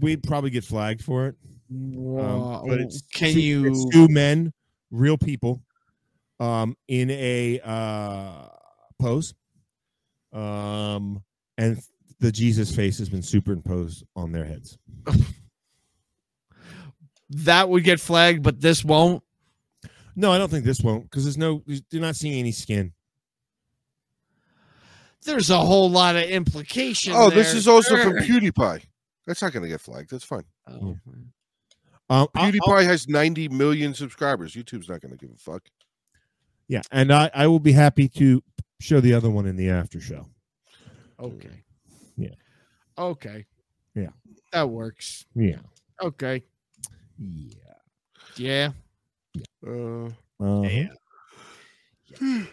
C: we'd probably get flagged for it.
A: Wow.
C: but it's
A: oh, can
C: two,
A: you?
C: it's two men, real people, um, in a uh, pose, um, and the Jesus face has been superimposed on their heads.
A: that would get flagged, but this won't.
C: No, I don't think this won't because there's no, you're not seeing any skin.
A: There's a whole lot of implication.
B: Oh, this
A: there.
B: is also from
A: Sure.
B: PewDiePie. That's not going to get flagged. That's fine.
A: Oh.
C: Um,
A: Uh,
C: I'll- I'll-
B: PewDiePie has 90 million subscribers. YouTube's not going to give a fuck.
C: yeah, and I, I will be happy to show the other one in the after show.
A: Okay.
C: Yeah.
A: Okay.
C: Yeah.
A: That works.
C: Yeah,
A: Okay.
C: yeah,
A: Yeah.
B: Uh,
C: uh,
A: Yeah. Yeah.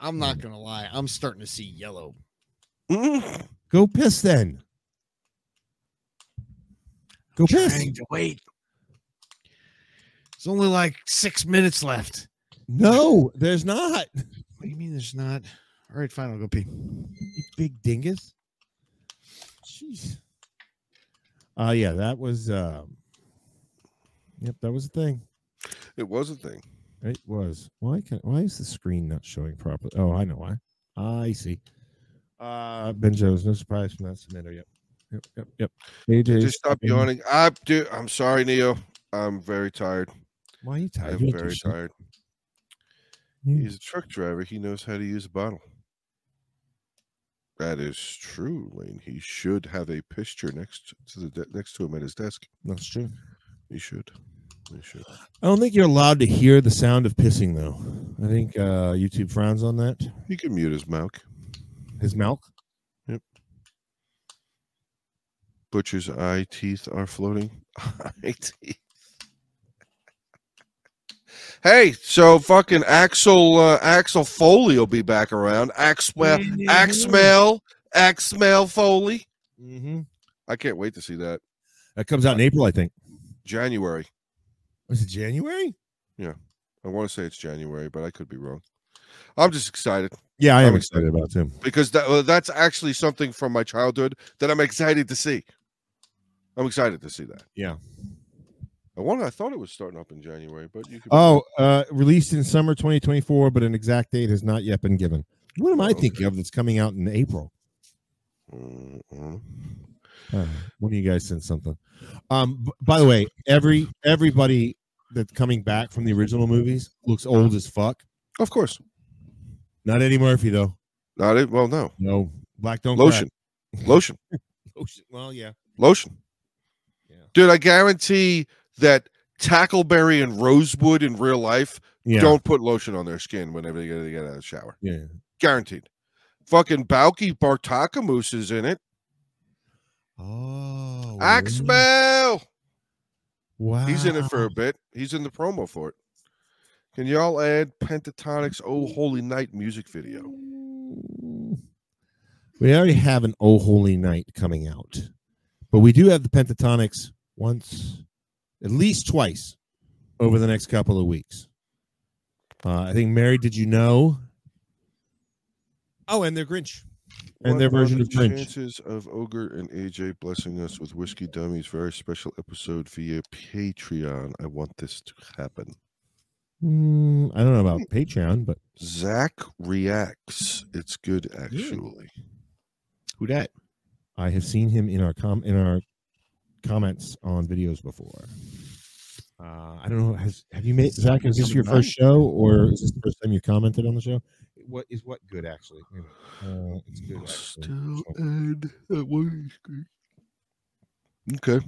A: I'm not gonna lie. I'm starting to see yellow.
B: mm,
C: Go piss then. Go piss.
A: Trying to wait. There's only like six minutes left.
C: No, there's not. [LAUGHS]
A: What do you mean there's not? All right, fine. I'll go pee.
C: You big dingus. Jeez. Uh yeah, that was um Yep, that was the thing.
B: [LAUGHS] it was a thing.
C: It was. Why can why is the screen not showing properly? Oh, I know why. I see. Uh Ben Jones, no surprise from that scenario. Yep. Yep. Yep. Yep. AJ
B: Just stop yawning. I, dude, I'm sorry, Neo. I'm very tired.
C: Why are you tired?
B: I'm
C: You ain't
B: very
C: do shit.
B: tired.
C: You-
B: He's a truck driver. He knows how to use a bottle. That is true, Lane. He should have a picture next to the de- next to him at his desk.
C: That's true.
B: He should. He should.
C: I don't think you're allowed to hear the sound of pissing though. I think uh YouTube frowns on that.
B: He can mute his mouth.
C: His mouth.
B: Butcher's eye teeth are floating. [LAUGHS] Eye teeth. Hey, so fucking Axel uh, Axel Foley will be back around. Axwell Axmel Axmel Foley.
C: Mm-hmm.
B: I can't wait to see that.
C: That comes out in April, I think.
B: January.
C: Was it January?
B: I want to say it's January, but I could be wrong. I'm just excited
C: Yeah, I
B: Oh,
C: am
B: it's-
C: excited about him.
B: because that, uh, that's actually something from my childhood that I'm excited to see. I'm excited to see that.
C: Yeah.
B: I want. I thought it was starting up in January, but you could. be
C: Oh, uh, released in summer 2024, but an exact date has not yet been given. What am I
B: Okay.
C: thinking of that's coming out in April?
B: wrong. Mm, mm.
C: Uh, one of you guys sent something. Um, b- by the way, every everybody that's coming back from the original movies looks old as fuck.
B: Of course.
C: Not Eddie Murphy though.
B: Not it. Well, no.
C: No, black don't crack.
B: Lotion. Lotion.
C: Lotion. Well, yeah.
B: Lotion.
C: Yeah.
B: Dude, I guarantee that Tackleberry and Rosewood in real life
C: Yeah.
B: don't put lotion on their skin whenever they get, they get out of the shower.
C: yeah.
B: Guaranteed. Fucking Balky Bartakamoose is in it.
C: Oh. really?
B: Axmel.
C: Wow.
B: He's in it for a bit. He's in the promo for it. Can y'all add Pentatonic's "Oh Holy Night" music video?
C: We already have an Oh Holy Night coming out, but we do have the Pentatonics once, at least twice, over the next couple of weeks. Uh, I think Mary, did you know? Oh, and their Grinch. And their
B: What are
C: version
B: the
C: of Grinch.
B: Chances of Ogre and AJ blessing us with whiskey dummies. Very special episode via Patreon. I want this to happen.
C: Mm, I don't know about Patreon, but
B: Zach reacts. It's good actually.
A: Who dat?
C: I have seen him in our com in our comments on videos before. Uh, I don't know. Has have you made Zach? Is this your first show, or is this the first time you commented on the show? What is what good actually? Wait a minute. Uh, it's good. Actually.
B: Still add that whiskey. Okay.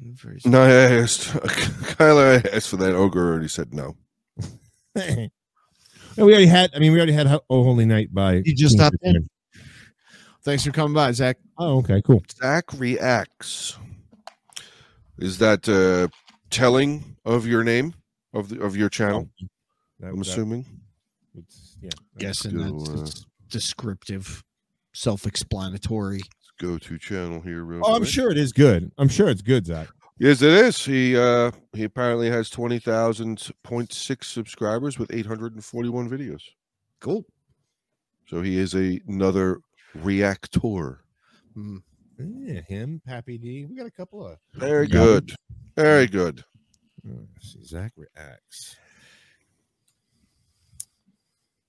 A: Very
B: No, I asked [LAUGHS] Kyler. I asked for that. Ogre already said no.
C: [LAUGHS] No, we already had. I mean, we already had Ho- Oh Holy Night by.
A: You just stopped in. Thanks for coming by, Zach.
C: Oh, okay, cool.
B: Zach reacts. Is that uh, telling of your name of the of your channel?
C: That,
B: I'm
C: that
B: assuming.
C: was- yeah.
A: Yes,
B: do,
A: and that's
B: uh,
A: it's descriptive, self-explanatory.
B: Go to channel here. Real
C: Oh, I'm
B: quick.
C: sure it is good. I'm sure it's good, Zach.
B: Yes, it is. He uh, he apparently has twenty thousand point six subscribers with eight hundred and forty one videos.
A: Cool.
B: So he is a, another reactor.
A: Mm.
C: Yeah, him, Pappy D. We got a couple of
B: Very
C: Yeah.
B: good. Very good.
C: Let's see, Zach reacts.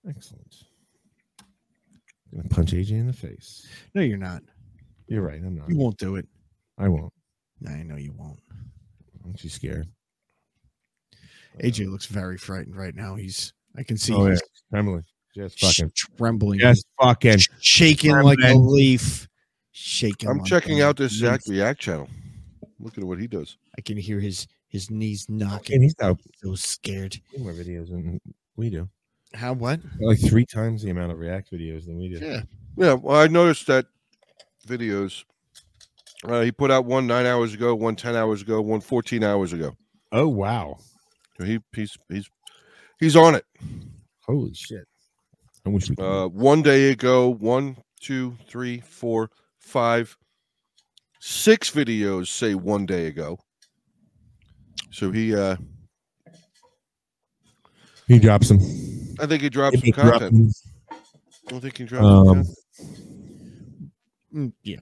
C: Excellent. gonna punch AJ in the face.
A: No, you're not.
C: You're right. I'm not.
A: You won't do it.
C: I won't.
A: I know you won't.
C: I'm too scared.
A: AJ looks very frightened right now. He's I can see
C: Oh, yeah.
A: he's
C: Trembling. Just fucking.
A: trembling,
C: Just fucking.
A: sh- shaking like a
C: Trembling.
A: leaf, shaking.
B: I'm
A: like
B: checking
A: a
B: out this Zach
A: leaf.
B: React channel. Looking at what he does.
A: I can hear his his knees
C: And
A: knocking.
C: he's out
A: so scared.
C: way more videos than we do.
A: How? What?
C: Like three times the amount of React videos than we do.
A: Yeah.
B: Yeah, well, I noticed that videos. Uh, he put out one nine hours ago, one 10 hours ago, one 14 hours ago.
C: Oh wow!
B: So he he's he's he's on it.
C: Holy shit! I wish we. Could.
B: Uh, one day ago, one, two, three, four, five, six videos say one day ago. So he, uh,
C: he drops them.
B: I think he dropped some
C: He drops
B: content.
C: 'em.
B: I think he dropped some
C: Um,
B: content.
A: Mm, yeah.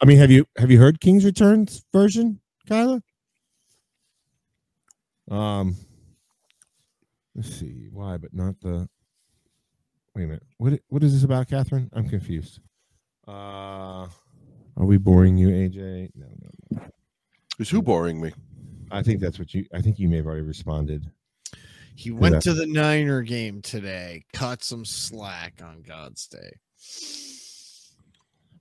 C: I mean, have you have you heard King's Returns version, Kyla? Um, let's see why, but not the. Wait a minute. What i- what is this about, Catherine? I'm confused. Uh, are we boring you, AJ? No, no.
B: Is who boring me?
C: I think that's what you. I think you may have already responded.
A: He went
C: Yeah.
A: to the Niner game today. Cut some slack on God's day.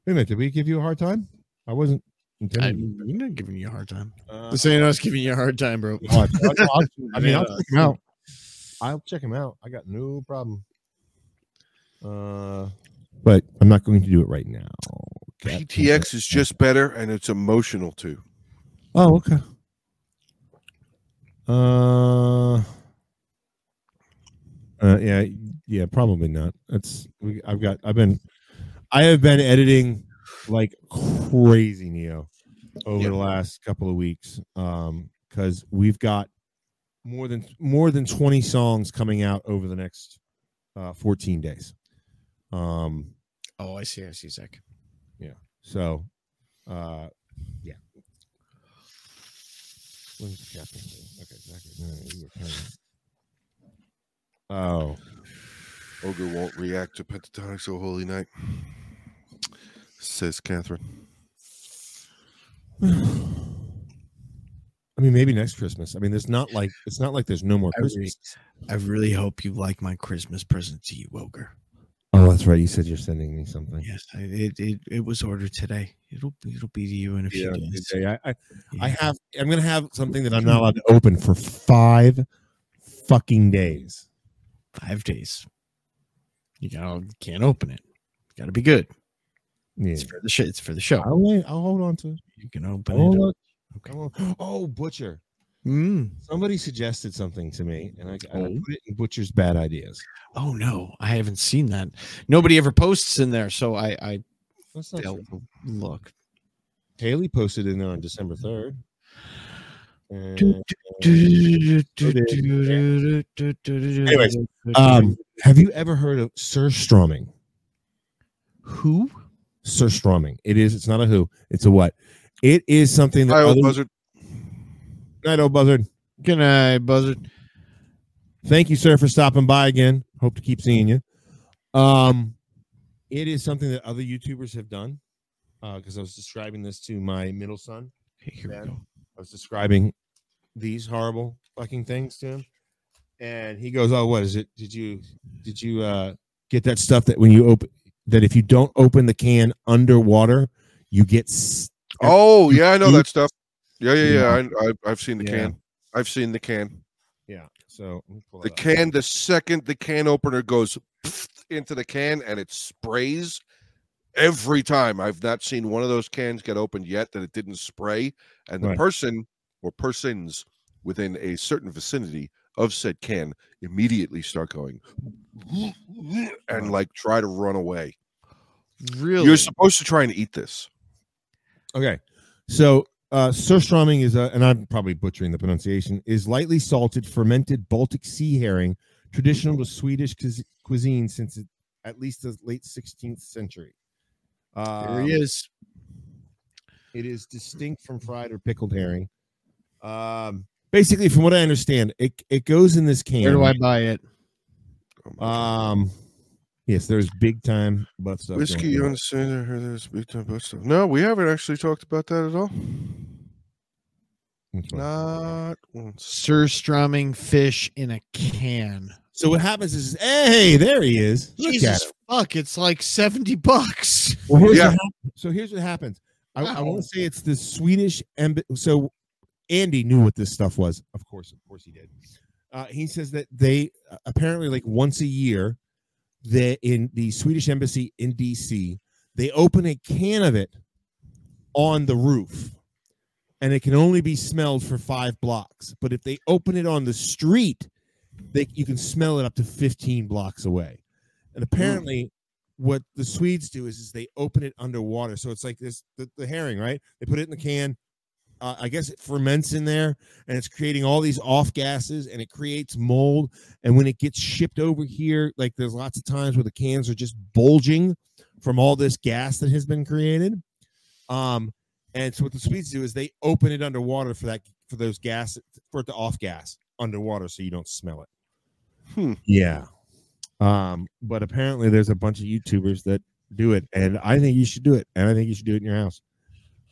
C: Wait a minute. Did we give you a hard time? I wasn't.
A: I,
C: intending
A: am not giving you a hard time.
C: to. Uh,
A: This ain't us giving you a hard time, bro.
C: Oh, I- I'll- I'll- I mean, I'll
A: Yeah.
C: check him out. I'll check him out. I got no problem. Uh, but I'm not going to do it right now. Got-
B: PTX is just better and it's emotional too.
C: Oh, okay. Uh, uh, yeah, yeah, probably not. That's we, I've got. I've been, I have been editing like crazy, Neo, over
B: Yeah.
C: the last couple of weeks. Um, because we've got more than more than twenty songs coming out over the next uh, fourteen days. Um,
A: Oh, I see. I see, Zach.
C: so, uh, yeah. When's the captain? Okay, Zachary. No, no, you were kind of- Oh,
B: Ogre won't react to pentatonic so holy night. Says Catherine.
C: Oh. I mean, maybe next Christmas. I mean, there's not like it's not like there's no more
A: I really,
C: Christmas.
A: I really hope you like my Christmas present to you, Ogre.
C: Oh, that's right. You said you're sending me something.
A: Yes, I, it, it it was ordered today. It'll it'll be to you in a few
C: Yeah,
A: days.
C: okay, I, I, I
A: Yeah.
C: have. I'm gonna have something that I'm not allowed to open for five fucking days.
A: five days. You gotta can't open it. Got to be good.
C: Yeah.
A: It's for the shit. It's for the show.
C: I'll wait. I'll hold on to. it.
A: You can
C: I'll
A: open it.
C: hold
A: up.
C: on.
A: Okay.
C: I'll hold- Oh, butcher.
A: Mm.
C: Somebody suggested something to me, and I, and I
A: Oh.
C: put it in Butcher's bad ideas.
A: Oh no, I haven't seen that. Nobody ever posts in there, so I I
C: That's not
A: failed
C: true.
A: to look.
C: Haley posted in there on December third.
A: Do,
C: Anyways, um, have you ever heard of Sir Strumming?
A: who?
C: Sir Strumming. It is. It's not a who. It's a what. It is something that
B: Hi, old
C: other-
B: buzzard.
C: Night, old buzzard.
A: Can I buzzard?
C: Thank you, sir, for stopping by again. Hope to keep seeing you. Um, it is something that other YouTubers have done. Because I was describing this to my middle son,
A: Here
C: Yeah.
A: we go.
C: I was describing these horrible fucking things to him, and he goes, "Oh, what is it? Did you did you uh, get that stuff that when you open that if you don't open the can underwater, you get s-
B: Oh yeah, I know
C: you-
B: that stuff. Yeah, yeah,
C: Yeah.
B: yeah. I, I, I've seen the
C: Yeah.
B: can. I've seen the can.
C: yeah." So let me pull
B: The
C: that up.
B: can. The second the can opener goes [LAUGHS] into the can and it sprays every time. I've not seen one of those cans get opened yet that it didn't spray, and the
C: Right.
B: person or persons within a certain vicinity of said can immediately start going and like try to run away.
A: Really?
B: You're supposed to try and eat this.
C: Okay. So, uh, surströmming is a, and I'm probably butchering the pronunciation, is lightly salted fermented Baltic sea herring, traditional to Swedish cuis- cuisine since it, at least the late 16th century.
A: Here
C: Um,
A: he is.
C: It is distinct from fried or pickled herring. Um, basically, from what I understand, it it goes in this can.
A: Where do I buy it?
B: Oh my God.
C: Um, yes, there's big time butt stuff. going
B: Whiskey
C: on.
B: on Santa or there's big time butt stuff. No, we haven't actually talked about that at all.
C: Which one?
B: Not once.
A: Surstroming fish in a can.
C: So what happens is, hey, there he is. Look at
A: Jesus
C: him.
A: fuck, it's like 70 bucks.
C: Well, here's
B: Yeah.
C: what hap- so here's what happens. I, I
A: Wow.
C: want to say it's the Swedish. Amb- so Andy knew what this stuff was. Of course, of course he did. Uh, he says that they uh, apparently like once a year, that in the Swedish embassy in D.C. they open a can of it on the roof, and it can only be smelled for five blocks. But if they open it on the street, they you can smell it up to fifteen blocks away. And apparently, what the Swedes do is, is they open it underwater. So it's like this the, the herring, right? They put it in the can. Uh, I guess it ferments in there and it's creating all these off gases and it creates mold. And when it gets shipped over here, like there's lots of times where the cans are just bulging from all this gas that has been created. Um, and so what the Swedes do is they open it underwater for that for those gas for it to off gas underwater so you don't smell it.
B: Hmm.
C: Yeah. Um, but apparently there's a bunch of YouTubers that do it, and I think you should do it, and I think you should do it in your house.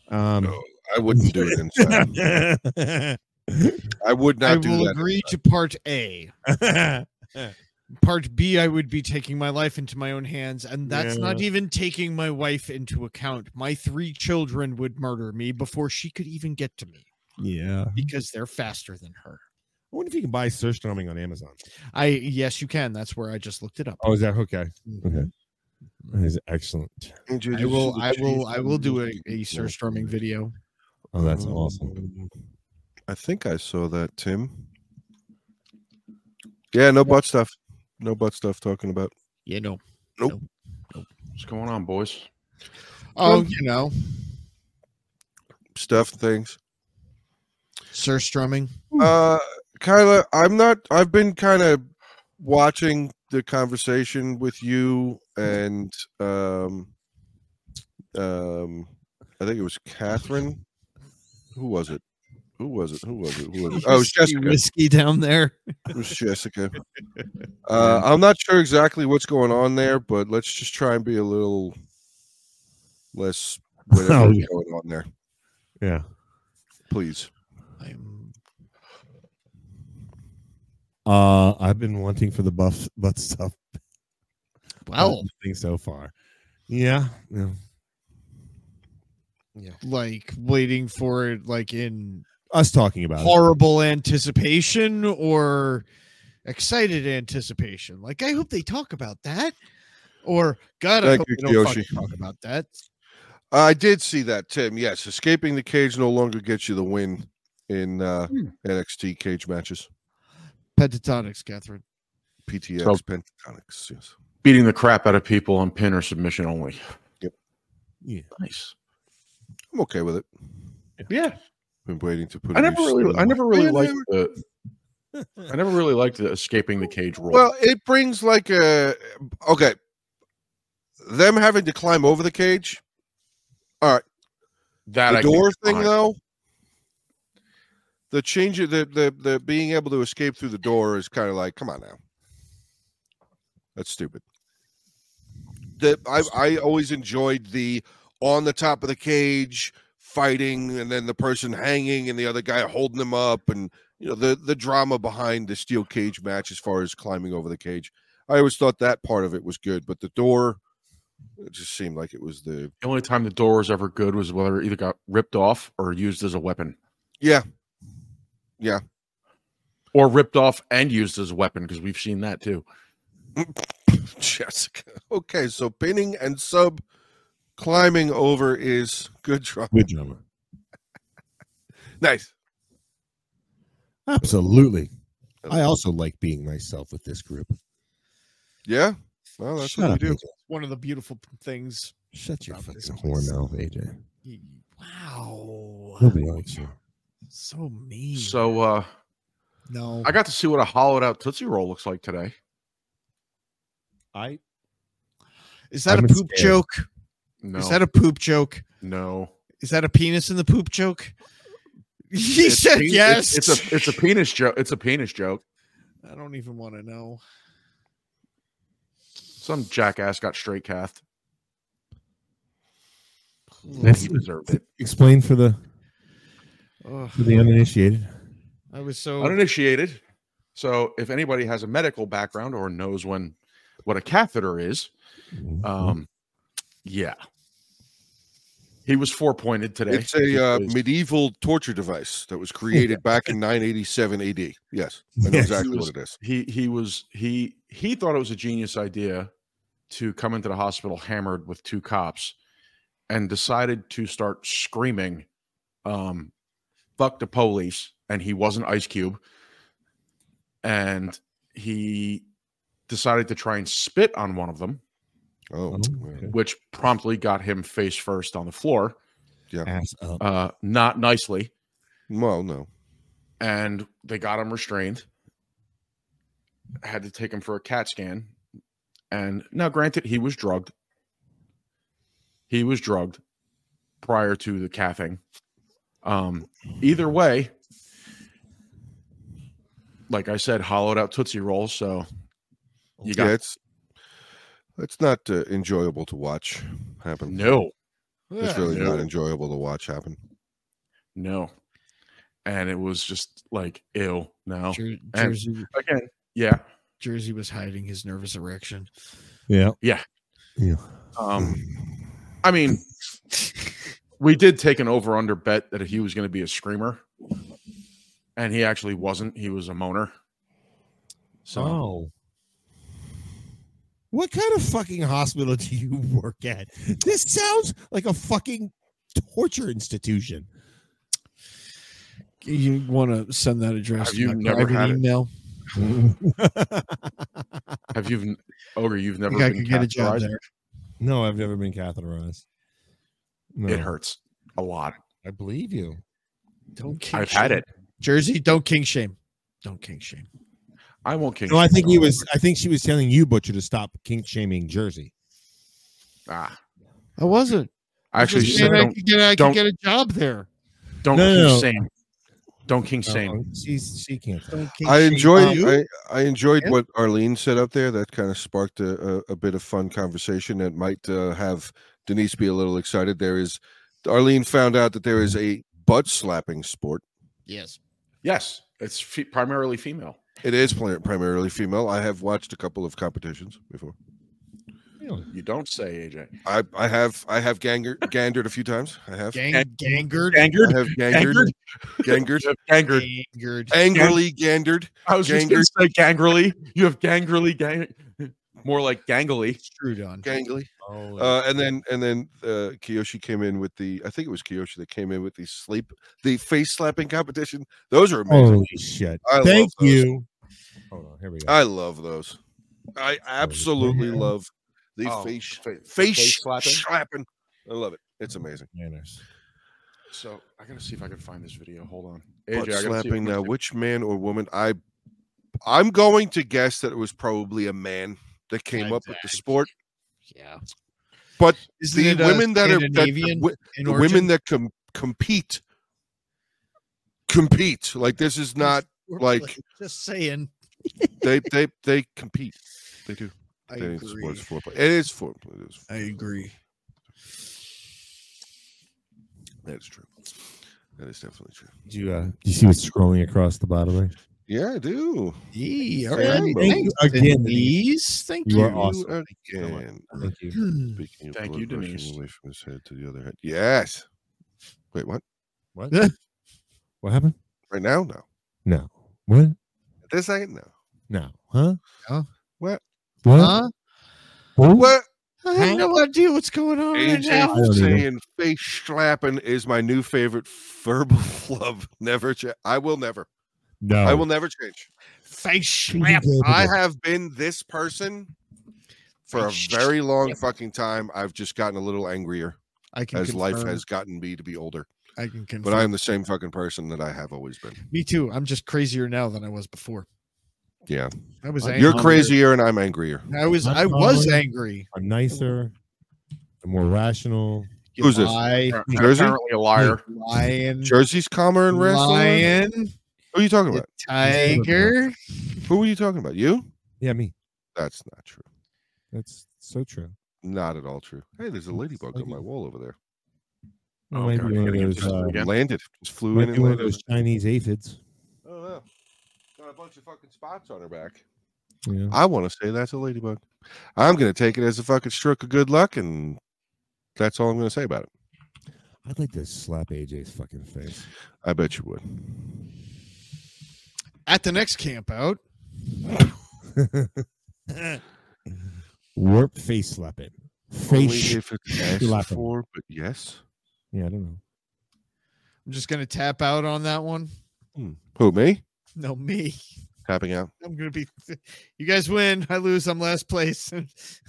C: Um,
B: No, I wouldn't do it
C: Oh. [LAUGHS]
B: inside. I would not
A: I
B: do
A: will
B: that.
A: agree to part A. Part B, I would be taking my life into my own hands, and that's not even taking my wife into account. My three children would murder me before she could even get to me
C: yeah. I
A: because they're faster than her.
C: wonder if you can buy Surstroming on Amazon.
A: I yes, you can. That's where I just looked it up.
C: Oh, is that okay? Okay. That is excellent.
A: I will, I will, I will do a, a surstroming video.
C: Oh, that's awesome.
B: I think I saw that, Tim. Yeah, no butt stuff. No butt stuff talking about.
A: You know,
D: What's going on, boys?
A: oh, you know,
B: Stuff things.
A: surstroming.
B: Uh Kyla, I'm not I've been kind of watching the conversation with you and um um I think it was Catherine. Who was it? Who was it? Who was it? Who
A: [LAUGHS]
B: was it? Oh, it was
A: Whiskey-
B: Jessica.
A: whiskey down there.
B: It was
D: [LAUGHS]
B: Jessica. Uh, I'm not sure exactly what's going on there, but let's just try and be a little less
C: Oh,
B: whatever's
C: yeah.
B: going on there,
C: Yeah.
B: please.
A: I'm
C: Uh, I've been wanting for the buff butt stuff
A: well,
C: thing so far. Yeah. yeah.
A: like waiting for it, like in
C: Us talking about it.
A: horrible anticipation or excited anticipation. Like, I hope they talk about that. Or God, I
B: Thank
A: hope
B: you,
A: they don't
B: Kiyoshi.
A: fucking talk about that.
B: I did see that, Tim. Yes, escaping the cage no longer gets you the win in uh,
D: Hmm.
B: NXT cage matches.
A: Pentatonics, Catherine.
B: PTX
D: So-
B: pentatonics. Yes.
D: Beating the crap out of people on pin or submission only.
B: Yep.
C: Yeah.
D: Nice.
B: I'm okay with it.
D: Yeah.
B: Been waiting to put.
D: I
B: a new
D: never really,
B: spin
D: I
B: on
D: never
B: it.
D: really
B: Yeah,
D: liked the, I never really liked the escaping the cage rule.
B: Well, it brings like a okay. Them having to climb over the cage.
D: that
B: the
D: I can
B: door
D: get
B: thing
D: behind.
B: though the change the, the the being able to escape through the door is kind of like come on now that's stupid the i i always enjoyed the on the top of the cage fighting and then the person hanging and the other guy holding them up and you know the the drama behind the steel cage match as far as climbing over the cage i always thought that part of it was good but the door it just seemed like it was the
D: The only time the door was ever good was whether it either got ripped off or used as a weapon,
B: yeah
D: or ripped off and used as a weapon because we've seen that too.
B: [LAUGHS] Jessica. Okay, so pinning and sub climbing over is good drop.
C: Good drama.
B: Nice.
C: Absolutely. I also like being myself with this group.
B: Yeah. Well, Oh, that's what we do.
C: AJ.
A: One of the beautiful things.
C: Shut your
A: Stop this,
C: fucking horn
A: please.
C: mouth, AJ.
A: Y- Wow.
C: Nobody likes you.
A: So mean.
D: So uh,
A: no.
D: I got to see what a hollowed out tootsie roll looks like today.
C: I
A: Is that
C: I'm
A: a poop
C: scared.
A: joke?
D: No,
A: Is that a poop joke?
D: no?
A: Is that a penis in the poop joke? [LAUGHS] He
D: It's
A: said
D: pe-
A: yes.
D: It's, it's a it's a penis joke. It's a penis joke.
A: [LAUGHS] I don't even want to know.
D: Some jackass got straight cast.
C: That's-
D: He deserved it.
C: Explain for the
A: Ugh.
C: for the uninitiated.
A: I was so
D: uninitiated. So if anybody has a medical background or knows when what a catheter is, um, yeah, he was four pointed today.
B: It's a uh,
D: Because
B: medieval torture device that was created back in 987 AD. Yes, I know
C: Yes.
B: exactly what it is.
D: he he was he he thought it was a genius idea to come into the hospital hammered with two cops, and decided to start screaming, um, "Fuck the police!" And he wasn't Ice Cube, and he decided to try and spit on one of them.
B: Oh,
C: Oh,
B: yeah.
C: okay.
D: which promptly got him face first on the floor,
C: ass up.
D: uh, not nicely,
B: well, no.
D: and they got him restrained. Had to take him for a CAT scan, and now, granted, he was drugged. He was drugged prior to the cathing. Um, either way, like I said, hollowed out Tootsie Roll, so you
B: Yeah,
D: got
B: it's it's not uh, enjoyable to watch happen.
D: no.
B: It's
A: Ugh.
B: really
D: no.
B: not enjoyable to watch happen.
D: No. And it was just like ew. No.
A: Jer-
D: and-
A: Jersey,
D: Again. Yeah.
A: Jersey was hiding his nervous erection.
C: Yeah.
D: Yeah.
C: Yeah.
D: Um I mean we did take an over under bet that he was going to be a screamer. And he actually wasn't. He was a moaner. So
C: Oh. What kind of fucking hospital [LAUGHS] do you work at? This sounds like a fucking torture [LAUGHS] institution.
A: You want to send that address?
D: Have
A: to
D: you
A: my
D: never
A: private
D: had it?
A: email?
D: have you ogre, you've
A: I
D: never
A: think I
D: been
A: could get a job
D: catheterized?
A: there.
C: no, I've never been catheterized. No,
D: It hurts a lot.
C: I believe you.
A: Don't king
D: I've had
A: shame.
D: it.
A: Jersey, don't king shame. Don't king shame.
D: I won't kick
C: No, I think he was. I think she was telling you, Butcher, to stop kink shaming Jersey.
D: ah,
A: I wasn't.
D: I actually
A: Just
D: said
A: saying I
D: don't
A: could get, I
D: don't-
A: could get a job there.
D: don't
C: No, no,
D: king
C: no. Oh,
D: shame. Don't king shame.
C: No, she's she can't.
A: Don't kink
B: I
A: shame.
B: enjoyed
A: Um,
B: I, I enjoyed
A: Yeah.
B: what Arlene said up there. That kind of sparked a, a, a bit of fun conversation that might uh, have Denise be a little excited. There is Arlene found out that there is a butt slapping sport.
A: yes.
D: Yes. It's fe- primarily female.
B: It is prim- primarily female. I have watched a couple of competitions before.
D: You don't say, AJ.
B: I, I have I have ganger, gandered a few times. I have
A: Gang, gangered.
D: Angered.
B: I have gangered, gangered,
D: [LAUGHS] Gangered.
A: Gangered.
B: angrily gandered.
D: I was just going
B: Gangered.
D: to say gangrely. You have gangrely, gang- more like gangly.
A: It's true, Don.
B: gangly.
C: Oh,
B: Uh, and then and then uh, Kiyoshi came in with the I think it was Kiyoshi that came in with the sleep the face slapping competition. Those are amazing.
C: holy shit!
B: I love
C: Oh, Thank
B: those. Uh,
C: you. Hold on, here we go.
B: I love those. I absolutely love the
D: Oh,
B: face
D: fa-
B: face,
D: face
B: slapping.
D: slapping?
B: slapping. I love it. It's amazing.
C: Manners.
D: So I gotta see if I can find this video. Hold on,
B: Butt
D: AJ. I gotta see
B: slapping.
D: if-
B: Now, which man or woman? I I'm going to guess that it was probably a man that came up with the
A: Exact.
B: sport.
A: Yeah.
B: But
A: Isn't
B: The
A: it, uh,
B: women that are that,
A: Scandinavian
B: wi-
A: in
B: the
A: origin?
B: women that com- compete compete like this is not
A: We're
B: like-
A: playing- just saying.
B: they they they compete. They do.
A: I
B: They
A: agree.
B: sports foreplay. It is foreplay. It is,
A: I agree.
B: that is true. That is definitely true.
C: Did you uh, did you see what's scrolling across the bottom there?
B: Yeah, I do.
A: Yeah, all
B: Thank
A: right.
B: you
A: Thanks,
C: again,
A: Denise. Thank
C: You
A: you.
C: are awesome. Thank you so much.
B: And
C: Thank you.
A: Hmm.
B: speaking of
D: Thank
B: blood
D: you,
B: rushing
D: Denise.
B: away from his head to the other head. Yes. Wait, what? [LAUGHS]
C: What? what happened?
B: Right now? No.
C: No. What?
B: At this second? No.
C: No. Huh?
A: Huh?
B: What?
C: What?
A: Huh?
C: What?
B: What?
A: Hmm. I have no idea what's going on right now.
C: don't
B: AJ
C: either.
B: saying face slapping is my new favorite [LAUGHS] verbal flub. Never change. I will never.
C: No.
B: I will never change.
A: Face
C: She's
A: slap.
C: incapable.
B: I have been this person for a very long fucking time. I've just gotten a little angrier
A: I can
B: as life
A: confirm.
B: has gotten me to be older.
A: I can confirm.
B: But I am the same fucking person that I have always been.
A: Me too. I'm just crazier now than I was before.
B: Yeah. Uh,
A: I was.
C: You're
B: You're
A: angry.
B: crazier and I'm angrier.
A: I was.
C: I'm
A: I was
C: taller.
A: angry.
C: I'm nicer. I'm more rational.
A: You
B: Who's this?
A: lie,
D: Apparently
B: Jersey?
D: a liar.
A: Lion,
B: Jersey's calmer and wrestling.
A: lion,
B: Who are you talking
A: the
B: about?
A: tiger.
B: Who are you talking about? You?
C: Yeah, me.
B: That's not true.
C: That's so true.
B: Not at all true. Hey, there's a ladybug on my wall over there.
C: Well,
D: Oh,
C: maybe
D: God,
C: one of
D: getting
C: those,
D: interested
C: uh,
D: again.
B: Landed. Just flew
C: Might
B: in
C: be
B: and
C: one of
B: landed.
C: those Chinese aphids.
B: I don't know. Oh, Got a bunch of fucking spots on her back.
C: Yeah.
B: I want to say that's a ladybug. I'm going to take it as a fucking stroke of good luck, and that's all I'm going to say about it.
C: I'd like to slap AJ's fucking face. [LAUGHS]
B: I bet you would.
A: At the next camp
D: [LAUGHS]
A: out,
C: Warp face slap it. Face.
B: Only
C: sh-
B: if it's asked
C: slapping.
B: for, but yes.
C: yeah, I don't know.
A: I'm just gonna tap out on that one.
B: Who me?
A: No, me.
B: Tapping out.
A: I'm gonna be. You guys win. I lose. I'm last place.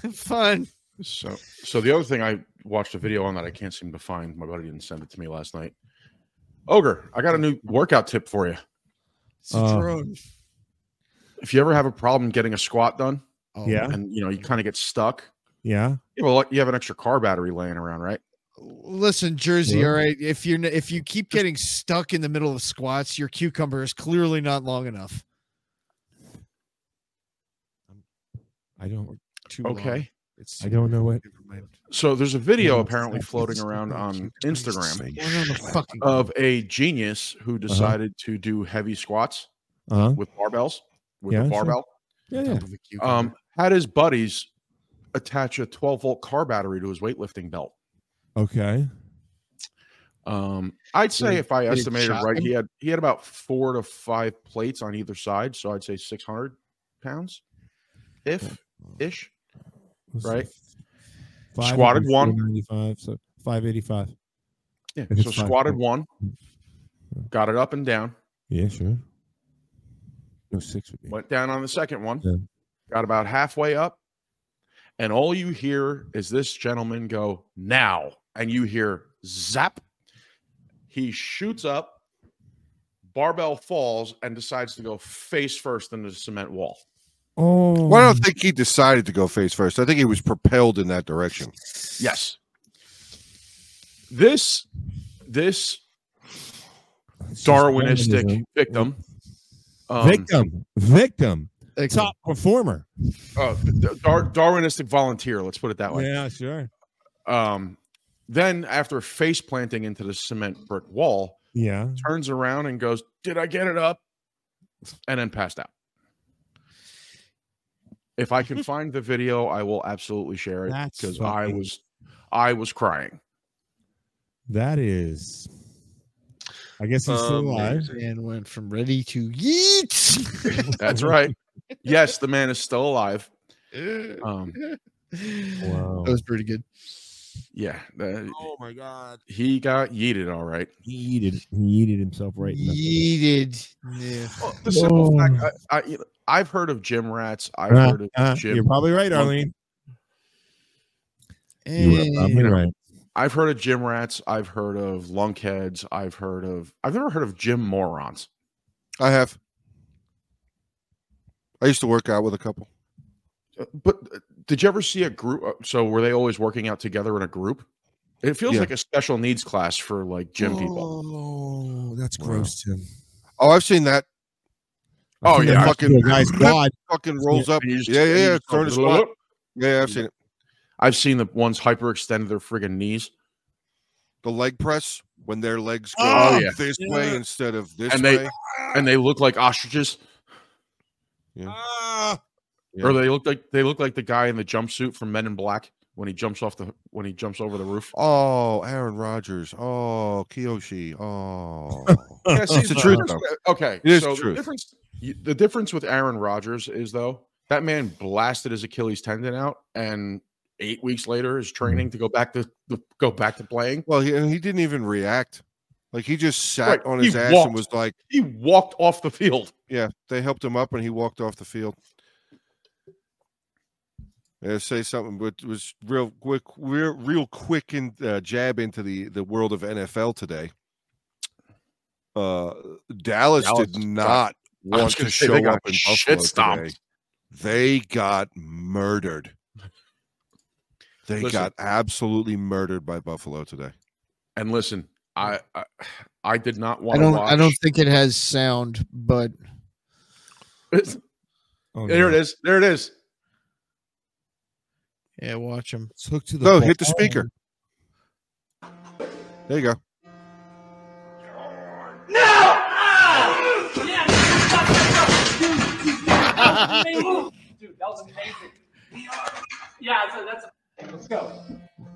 A: [LAUGHS] Fun.
D: So, so the other thing I watched a video on that I can't seem to find. My buddy didn't send it to me last night. Ogre, I got a new workout tip for you.
C: Uh,
A: Citroen.
D: If you ever have a problem getting a squat done,
A: oh,
C: yeah.
D: and you know you kind of get stuck,
C: Yeah.
D: you have, a, lot- you have an extra car battery laying around, right?
A: Listen, Jersey.
C: Yeah.
A: All right. If you're n- if you keep getting stuck in the middle of squats, your cucumber is clearly not long enough.
C: I don't.
A: Too long.
D: Okay.
A: It's
C: I don't know what.
A: Never mind.
D: So there's a video
C: Yeah,
D: apparently
C: it's-
D: floating
C: it's-
D: around on Instagram Uh,
A: Going on the fucking
D: of a genius
C: Uh-huh.
D: who decided to do heavy squats
C: Uh huh.
D: with barbells with
C: Yeah,
D: a
C: sure.
D: barbell.
C: Yeah,
A: top
C: yeah.
A: of a cucumber.
D: Um, had his buddies attach a 12 volt car battery to his weightlifting belt.
C: Okay.
D: Um, I'd say
A: Did it-
D: if I
A: did it
D: estimated
A: shock
D: right,
A: him?
D: he had he had about four to five plates on either side, so I'd say six hundred pounds, if ish.
C: Let's
D: Right.
C: see. Five
D: Squatted
C: equals
D: one.
C: 495, So 585.
D: Yeah.
C: If
D: So
C: it's five
D: squatted
C: plates.
D: one, got it up and down,
C: Yeah, sure. No, six would be.
D: went down on the second one,
C: Yeah.
D: got about halfway up, and all you hear is this gentleman go now, and you hear zap. He shoots up, barbell falls, and decides to go face first into the cement wall.
C: Oh.
B: Well, I don't think he decided to go face first. I think he was propelled in that direction.
D: Yes. This this
C: It's just
D: Darwinistic
C: Darwinism.
D: victim. Um,
C: victim. Victim.
A: Thank you.
C: Top performer.
D: uh, d- Dar- Darwinistic volunteer. Let's put it that way.
C: Yeah, sure.
D: Um, then after face planting into the cement brick wall,
C: Yeah.
D: turns around and goes, "Did I get it up?" And then passed out. If
C: [LAUGHS]
D: I can find the video, I will absolutely share it
C: That's
D: because I
C: fucking-
D: was I
C: [LAUGHS]
D: was crying.
C: That is. I guess he's still
B: Um,
C: alive.
A: and went from ready to
C: [LAUGHS]
A: yeet. [LAUGHS]
D: That's right. yes, the man is still alive. Um,
C: Wow.
A: That was pretty good.
D: yeah, uh,
B: Oh my god.
D: he got yeeted all right.
C: He eated. He eated himself right. in the- Oh,
A: Yeeted. Yeah.
C: [LAUGHS]
D: Well, the simple
C: Whoa.
D: fact, I, I, I've heard of gym rats. I've
C: Uh,
D: heard of
C: uh,
D: gym.
C: you're probably right,
D: monkey.
C: Arlene. You were probably
A: And
C: right.
D: I've heard of gym rats. I've heard of lunkheads. I've heard of. I've never heard of gym morons.
B: I have. I used to work out with a couple.
D: Uh, But uh, did you ever see a group? uh, So were they always working out together in a group? It feels
B: Yeah.
D: like a special needs class for like gym people.
C: Oh, that's
B: Wow.
C: gross, Tim.
B: Oh, I've seen that.
C: I
D: Oh,
C: think
D: yeah,
C: I
B: fucking-
C: do a guy's quad.
B: Fucking rolls up.
D: And you just-
B: Oh. Yeah, yeah,
D: and you
B: yeah.
D: just go,
B: Throw in a squat. Yeah, I've seen it.
D: I've seen the ones hyperextend their friggin' knees,
B: The leg press when their legs go
D: Oh, yeah.
B: this
C: Yeah.
B: way instead of this
D: And they-
B: way.
D: and they look like ostriches,
C: Ah,
D: or they look like they look like the guy in the jumpsuit from Men in Black when he jumps off the when he jumps over the roof.
B: Oh, Aaron Rodgers. Oh, Kiyoshi.
D: [LAUGHS]
B: Oh.
D: Yeah, see,
B: It's the
D: the
B: truth,
D: difference- Okay,
B: It is
D: so
B: truth.
D: the difference you- the difference with Aaron Rodgers is though that man blasted his Achilles tendon out, and eight weeks later is
B: Mm-hmm.
D: training to go back to, to go back to playing.
B: well, he, and he didn't even react. Like he just sat
D: Right,
B: on
D: he
B: his ass
D: walked.
B: and was like,
D: He walked off the field.
B: yeah, they helped him up and he walked off the field. Yeah, say something, but it was real quick, real, real quick in, uh, jab into the, the world of NFL today. Uh, Dallas,
D: Dallas
B: did
D: got-
B: not
D: was
B: want to
D: gonna say
B: show
D: they got
B: up in
D: shit
B: Buffalo
D: stomped.
B: today. They got murdered. They
D: Listen.
B: got absolutely murdered by Buffalo today.
D: And listen, I I, I did not
A: I
D: want to
A: don't.
D: watch.
A: I don't think it has sound, but
C: Oh,
D: there it
C: no.
D: is. There it is.
A: yeah, watch him.
C: It's hooked to the
B: No,
C: ball.
B: hit the speaker. There you go.
E: Dude, that was amazing. Yeah, so that's. Let's go.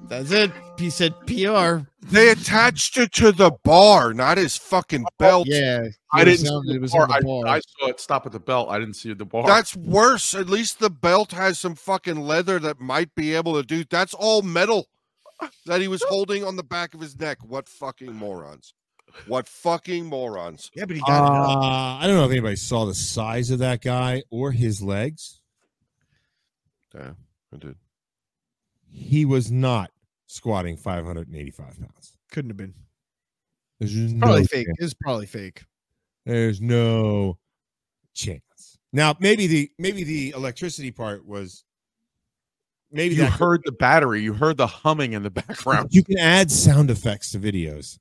A: That's it. He said PR.
B: They attached it to the bar, not his fucking
D: Oh,
B: belt.
A: Yeah,
D: I
A: it
D: didn't.
A: sounded-
D: see the
A: it was
D: bar.
A: on the bar.
D: I, I saw it stop at the belt. I didn't see the bar.
B: That's worse. At least the belt has some fucking leather that might be able to do. That's all metal that he was holding on the back of his neck. What fucking morons. What fucking morons.
A: yeah, but he got it. Up.
C: Uh, I don't know if anybody saw the size of that guy or his legs.
B: Yeah, I did.
C: He was not squatting 585 pounds.
A: Couldn't have been.
C: There's just no
A: Probably fake.
C: chance.
A: It's probably fake.
C: There's no chance. Now, maybe the maybe the electricity part was maybe
D: you
C: that
D: heard the battery. You heard the humming in the background.
C: You can add sound effects to videos.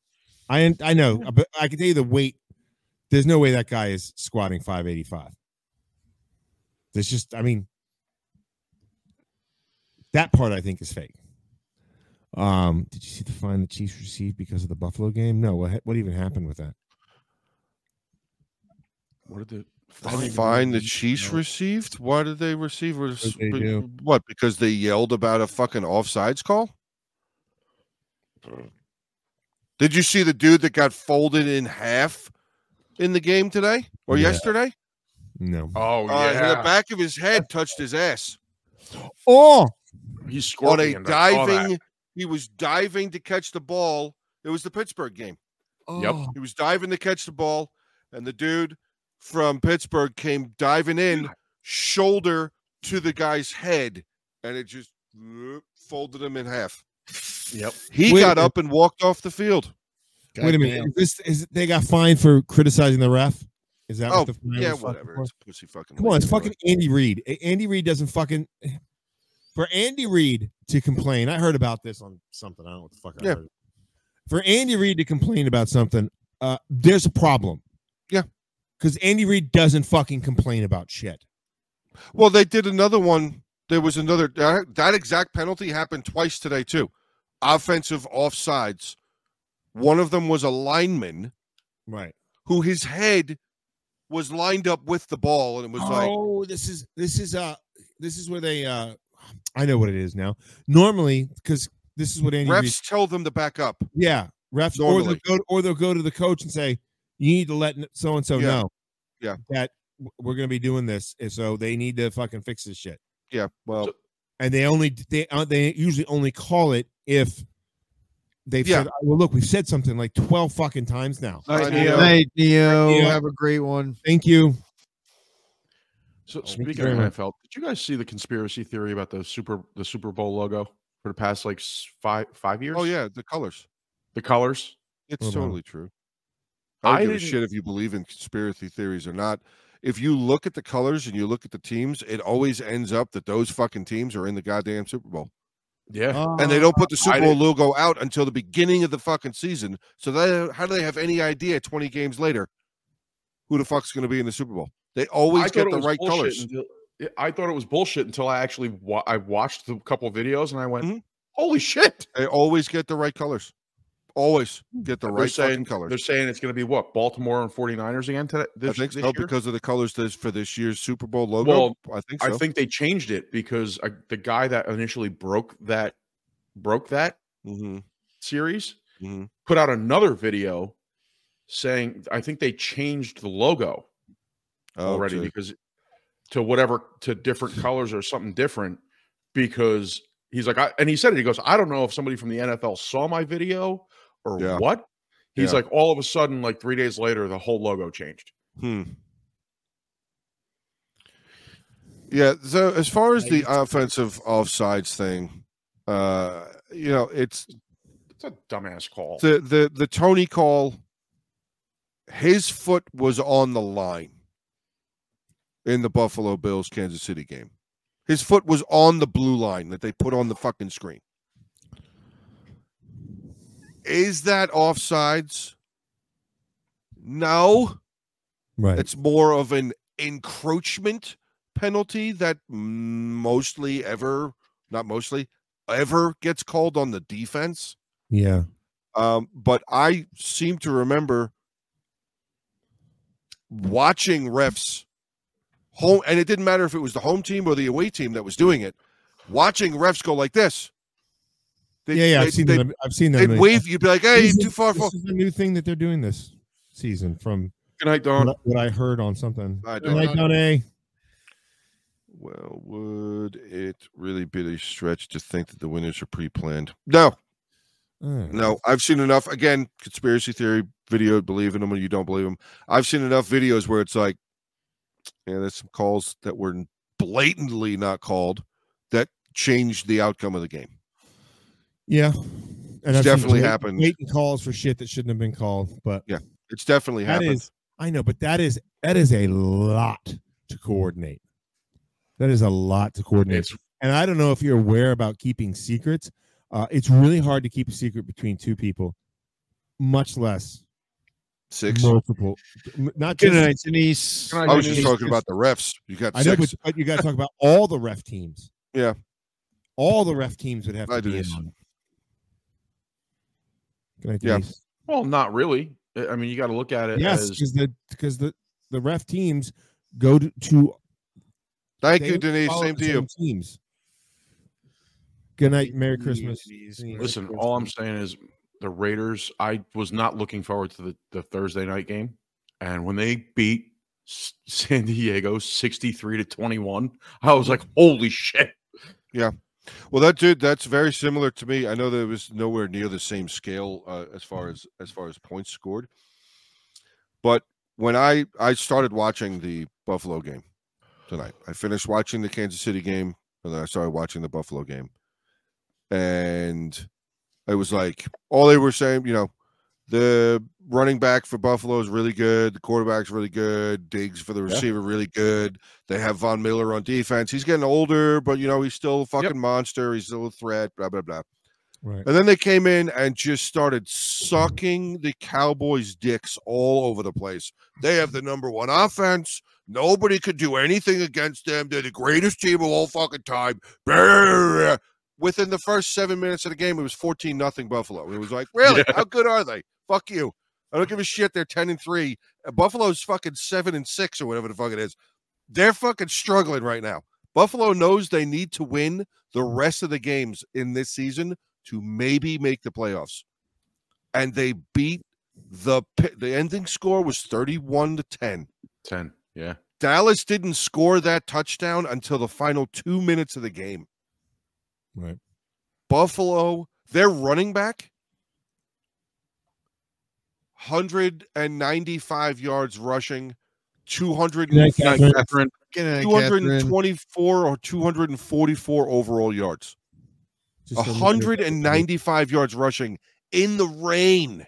C: I I know, but I can tell you the weight. There's no way that guy is squatting 585. There's just, I mean, that part I think is fake. Um, did you see the fine the Chiefs received because of the Buffalo game? No, what what even happened with that?
D: What did the
B: The fine the Chiefs received? Why did they receive? res-
C: they
B: re-
C: do.
B: What? Because they yelled about a fucking offsides call? Did you see the dude that got folded in half in the game today or
C: Yeah.
B: yesterday?
C: No.
D: Oh
B: Uh,
D: yeah,
B: The back of his head touched his ass.
C: Oh,
D: he's
B: on
D: scorpion.
B: a
D: I saw that.
B: diving. He was diving to catch the ball. It was the Pittsburgh game.
D: Yep.
C: Oh.
B: He was diving to catch the ball, and the dude from Pittsburgh came diving in, shoulder to the guy's head, and it just whoop, folded him in half.
D: Yep.
B: He
C: Wait a
B: got
C: minute.
B: up and walked off the field.
C: Wait a minute. Is this is they got fined for criticizing the ref? Is that
B: Oh,
C: what the fine
B: yeah,
C: was fucking
B: whatever.
C: for?
B: It's a pussy fucking.
C: Come on, it's
B: league, whatever.
C: fucking Andy Reid. A- Andy Reid doesn't fucking for Andy Reid to complain. I heard about this on something. I don't know what the fuck I
B: Yeah.
C: heard. For Andy Reid to complain about something, uh, there's a problem.
B: Yeah.
C: Because Andy Reid doesn't fucking complain about shit.
B: Well, they did another one. There was another that that exact penalty happened twice today too. Offensive offsides. One of them was a lineman
C: Right.
B: who his head was lined up with the ball, and it was like,
C: oh, this is this is uh this is where they uh I know what it is now. Normally, because this is what Andy Reid
B: refs tell them to back up.
C: Yeah, refs, or
B: Normally.
C: they'll go or they'll go to the coach and say, "You need to let so and so
B: Yeah.
C: know,
B: Yeah.
C: that w- we're going to be doing this, and so they need to fucking fix this shit."
B: Yeah, well,
C: And they only they uh, they usually only call it if they've
B: Yeah.
C: said, "Oh, "Well, look, we've said something like twelve fucking times now."
B: I
A: Good
B: know.
A: night, Neo.
C: Neo.
A: Have a great one.
C: Thank you.
D: So
C: thank you
D: speaking
C: very
D: of
C: much.
D: NFL, did you guys see the conspiracy theory about the super the Super Bowl logo for the past like s- five five years?
B: oh yeah, the colors.
D: the colors.
B: It's
C: Hold on.
B: totally true. I don't
D: I
B: give a
D: didn't-
B: shit if you believe in conspiracy theories or not. If you look at the colors and you look at the teams, it always ends up that those fucking teams are in the goddamn Super Bowl.
D: Yeah,
B: and they don't put the Super
D: Uh, I
B: Bowl logo out until the beginning of the fucking season. So they, how do they have any idea 20 games later who the fuck's going to be in the Super Bowl? They
D: I
B: always
D: thought
B: get
D: it
B: the
D: was
B: right
D: bullshit
B: colors.
D: until- yeah, I thought it was bullshit until I actually wa- I watched the couple videos and I went,
B: Mhm.
D: "Holy shit!"
B: They always get the right colors. Always get the
D: They're
B: right
D: saying
B: fucking colors.
D: they're saying it's going to be what Baltimore and 49ers again today. This,
B: I think
D: this
B: so
D: year?
B: because of the colors this for this year's Super Bowl logo. I think so.
D: I think they changed it because uh the guy that initially broke that broke that
B: Mhm,
D: series
B: mhm.
D: put out another video saying I think they changed the logo already
B: Okay.
D: because to whatever to different colors or something different because he's like I, and he said it he goes I don't know if somebody from the NFL saw my video or
B: Yeah.
D: what he's
B: Yeah.
D: like all of a sudden like 3 days later the whole logo changed
B: Hmm. Yeah. So as far as the
A: Right.
B: offensive offsides thing, uh, you know, it's
D: it's a dumbass call
B: the the the Tony call. His foot was on the line in the Buffalo Bills Kansas City game. His foot was on the blue line that they put on the fucking screen. Is that offsides? No.
C: Right.
B: It's more of an encroachment penalty that mostly ever, not mostly, ever gets called on the defense.
C: Yeah.
B: Um, but I seem to remember watching refs home, and it didn't matter if it was the home team or the away team that was doing it. Watching refs go like this. They,
C: yeah, yeah.
B: they-
C: I've seen
B: they-
C: them. I've seen them.
B: They'd wave. You'd be like, "Hey,
C: This is-
B: too far." for
C: This is the new thing that they're doing this season. From
D: Good night, Don.
C: what what I heard on something.
B: Uh, I
C: Good
B: don't
C: night, Donnie.
B: Well, would it really be a stretch to think that the winners are pre-planned? No,
C: Mm.
B: no. I've seen enough. Again, conspiracy theory video. Believe in them or you don't believe them. I've seen enough videos where it's like, yeah, there's some calls that were blatantly not called that changed the outcome of the game.
C: Yeah.
B: It's
C: I've seen
B: definitely
C: blatant-
B: happened.
C: Blatant calls for shit that shouldn't have been called, but
B: It's definitely
C: that
B: happened.
C: is I know, but that is that is a lot to coordinate. That is a lot to coordinate.
D: It's
C: and I don't know if you're aware about keeping secrets. Uh, it's really hard to keep a secret between two people, much less
B: six.
C: multiple. m- Not
A: Good
C: just
A: night, Denise.
D: Good night,
B: I was just
D: Denise.
B: talking about the refs. You got
C: I know,
B: six.
C: but, but you got to talk about all the ref teams.
B: Yeah.
C: all the ref teams would have to
B: I do
C: be in
B: this.
C: on it. Good night,
B: Yeah.
C: Denise.
D: well, not really. I I mean, you got to look at it
C: Yes,
D: as
C: because the because the the ref teams go to, to
B: Thank
C: they
B: you, Denise.
C: follow
B: Same
C: the
B: to you.
C: teams. Good night, Merry Christmas.
A: Denise.
C: Merry
D: Listen,
C: Christmas.
D: all I'm saying is the Raiders. I was not looking forward to the, the Thursday night game, and when they beat S- [LAUGHS] San Diego 63 to 21, I was like, "Holy shit!"
B: Well, that dude, that's very similar to me. I know that it was nowhere near the same scale uh, as far as as far as points scored, but when I I started watching the Buffalo game tonight, I finished watching the Kansas City game, and then I started watching the Buffalo game, and it was like all they were saying, you know, the running back for Buffalo is really good, the quarterback's really good, Diggs for the
D: Yeah.
B: receiver really good. They have Von Miller on defense. He's getting older, but you know, he's still a fucking monster. He's still a threat, blah, blah, blah.
C: Right.
B: And then they came in and just started sucking the Cowboys' dicks all over the place. They have the number one offense. Nobody could do anything against them. They're the greatest team of all fucking time. Brrr. Within the first seven minutes of the game, it was 14 nothing Buffalo. It was like, really? How good are they? Fuck you. I don't give a shit. They're 10 and 3. Uh, Buffalo's fucking 7 and 6 or whatever the fuck it is. They're fucking struggling right now. Buffalo knows they need to win the rest of the games in this season to maybe make the playoffs. And they beat the Pi- the ending score was 31 to 10.
D: 10. Yeah.
B: Dallas didn't score that touchdown until the final 2 minutes of the game.
C: Right.
B: Buffalo, their running back 195 yards rushing, 200
C: Good night, Catherine.
D: Catherine,
A: Good night, Catherine.
B: 224 or 244 overall yards.
C: Just a little bit.
B: 195 yards rushing in the rain.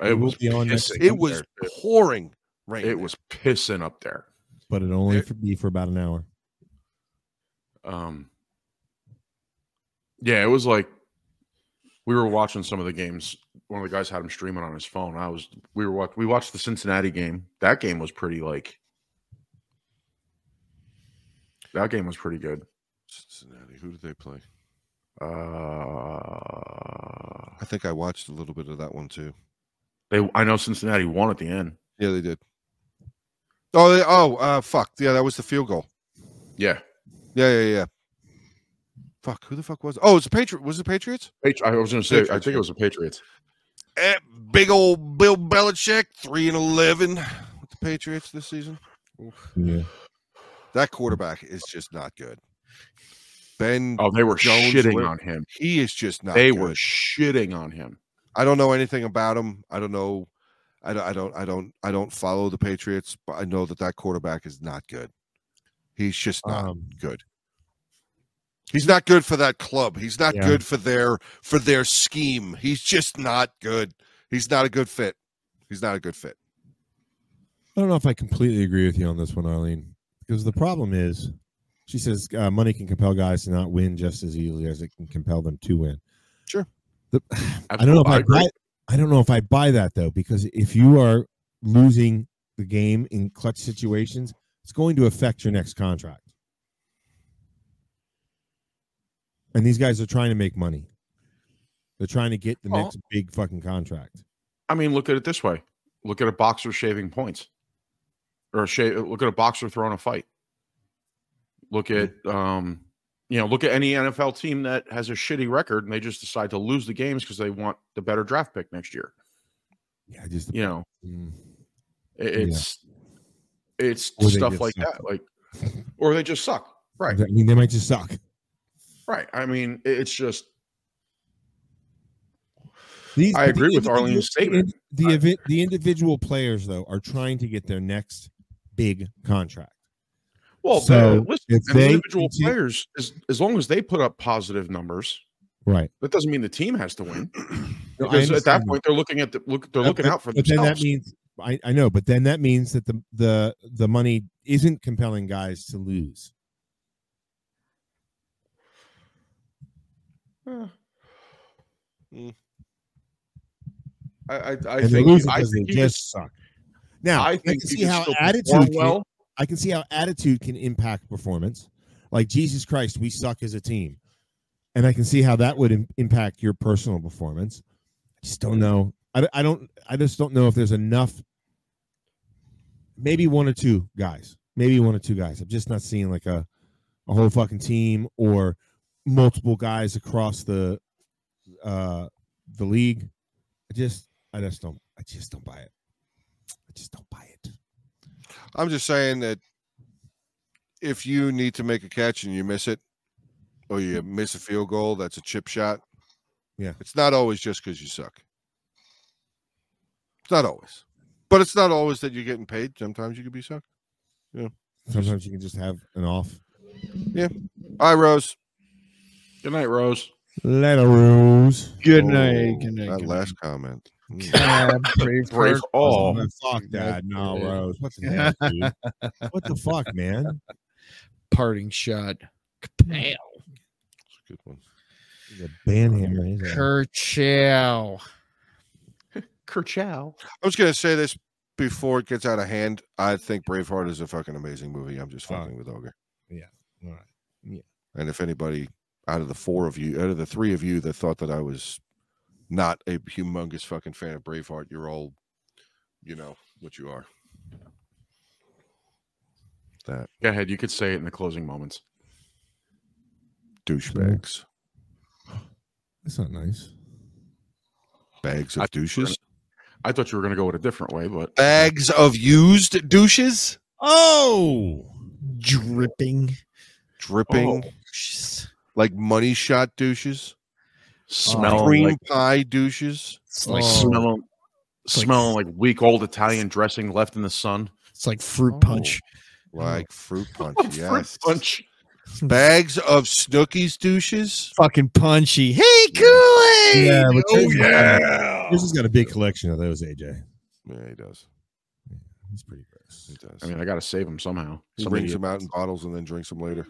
D: it
C: will
D: was
C: be on next
D: pissing
C: week.
B: It
D: up
B: was
D: there, dude.
B: pouring rain.
D: it was pissing up there.
C: but it only
B: There-
C: for, be for about an hour.
D: Um, yeah, it was like we were watching some of the games. One of the guys had him streaming on his phone. I was we were watch, we watched the Cincinnati game. That game was pretty like that game was pretty good.
B: Cincinnati. Who did they play?
D: Uh,
B: I think I watched a little bit of that one too.
D: they I know Cincinnati won at the end.
B: Yeah, they did. Oh, they, oh, uh, fuck. Yeah, that was the field goal.
D: Yeah,
B: Yeah, yeah, yeah. Fuck. Who the fuck was? Oh, it's the Patriot. Was it the Patriots?
D: Patri- I was going to say I
B: Patriots,
D: think
B: yeah.
D: it was the Patriots.
B: Eh, big old Bill Belichick, three and eleven with the Patriots this season.
C: Yeah.
B: That quarterback is just not good. Ben,
D: Oh, they were
B: Jones
D: shitting
B: were-
D: on him.
B: he is just not.
D: They
B: good.
D: were shitting on him.
B: I don't know anything about him. I don't know. I don't. I don't. I don't. I don't follow the Patriots, but I know that that quarterback is not good. He's just not
C: Um,
B: good. He's not good for that club. He's not
C: Yeah.
B: good for their for their scheme. He's just not good. He's not a good fit. He's not a good fit.
C: I don't know if I completely agree with you on this one, Arlene, because the problem is She says uh, money can compel guys to not win just as easily as it can compel them to win.
B: Sure.
C: The- [SIGHS] I don't know if I,
D: agree.
C: buy. I don't know if I buy that though, because if you are losing the game in clutch situations, it's going to affect your next contract. And these guys are trying to make money. They're trying to get the
D: Oh.
C: next big fucking contract.
D: I mean, look at it this way: look at a boxer shaving points, or shave. Look at a boxer throwing a fight. Look at,
C: Mm-hmm.
D: um, you know, look at any NFL team that has a shitty record and they just decide to lose the games because they want the better draft pick next year.
C: Yeah, I just
D: You know,
C: Mm.
D: i- it's it's
C: Or they
D: stuff
C: just
D: like
C: suck.
D: that, like, or they just suck. Right,
C: I mean, they might just suck.
D: right. I mean, i- it's just
C: These, but
D: I
C: the
D: agree with
C: individual-
D: Arlene's statement.
C: The
D: I-
C: event, the individual players though are trying to get their next big contract.
D: well,
C: So,
D: the, listen,
C: if
D: and
C: they
D: individual
C: continue-
D: players, as as long as they put up positive numbers,
C: Right.
D: that doesn't mean the team has to win.
C: No, I
D: Because at that
C: understand
D: point, they're looking at the look. They're
C: But-
D: looking
C: but-
D: out for
C: but
D: themselves.
C: then that means I, I know, but then that means that the the the money isn't compelling guys to lose.
D: I, I, I
C: and they
D: think.
C: lose
D: I
C: because they
D: think you
C: just
D: just.
C: suck. Now
D: I think
C: I can
D: you
C: see
D: can
C: how
D: still perform
C: attitude can-
D: well.
C: I can see how attitude can impact performance. Like Jesus Christ, we suck as a team, and I can see how that would im- impact your personal performance. I just don't know. I, I don't. I just don't know if there's enough. Maybe one or two guys. Maybe one or two guys. I'm just not seeing like a, a whole fucking team or multiple guys across the, uh, the league. I just. I just don't. I just don't buy it. I just don't buy it.
B: I'm just saying that if you need to make a catch and you miss it, or you miss a field goal, that's a chip shot.
C: Yeah.
B: It's not always just because you suck. It's not always. But it's not always that you're getting paid. Sometimes you could be sucked.
C: Sometimes you can just have an off.
B: All right, Rose.
D: Good night, Rose.
C: Later, Rose.
A: Good night.
B: Oh,
A: Good night.
B: That
A: good
B: last comment.
A: [LAUGHS] night.
B: Mm.
A: God, brave
D: [LAUGHS] Brave
A: heart.
D: all.
C: fuck that, no, Rose. What
A: [LAUGHS]
C: the hell, dude? What the fuck, man?
A: parting shot. Kapow.
B: That's a good one.
C: The band hammer. Is a-
A: Kerchow.
D: Kerchow.
B: I was gonna say this before it gets out of hand. I think Braveheart is a fucking amazing movie. I'm just
C: Oh.
B: fucking with Ogre.
C: All right.
B: And if anybody out of the four of you, out of the three of you that thought that I was not a humongous fucking fan of Braveheart, you're all, you know, what you are. That
D: Go ahead. You could say it in the closing moments.
B: douchebags,
C: That's not nice.
B: bags
D: I-
B: of douches,
D: I thought you were going to go with a different way, but
C: Uh,
B: bags of used douches,
C: Oh,
A: Dripping.
B: dripping
D: Oh.
B: like money shot douches,
D: smell
B: cream
D: like,
B: pie douches.
A: It's
D: like
A: like,
C: Oh.
D: smell,
A: It's like-
D: smelling like weak old Italian dressing left in the sun.
C: [LAUGHS]
A: it's like fruit
C: Oh.
A: punch.
B: like Mm. [LAUGHS] fruit punch.
D: Fruit
B: yes,
D: punch.
B: bags of Snookies douches.
A: Fucking punchy. Hey, Kool Aid.
C: Yeah, but
A: oh,
C: Chase-
A: yeah.
C: this has got a big collection of those. AJ,
B: Yeah, he does.
C: he's pretty gross.
B: He does.
D: I mean, I got to save him somehow.
B: he
D: Some
B: brings
D: idiot.
B: them out in bottles and then drinks them later.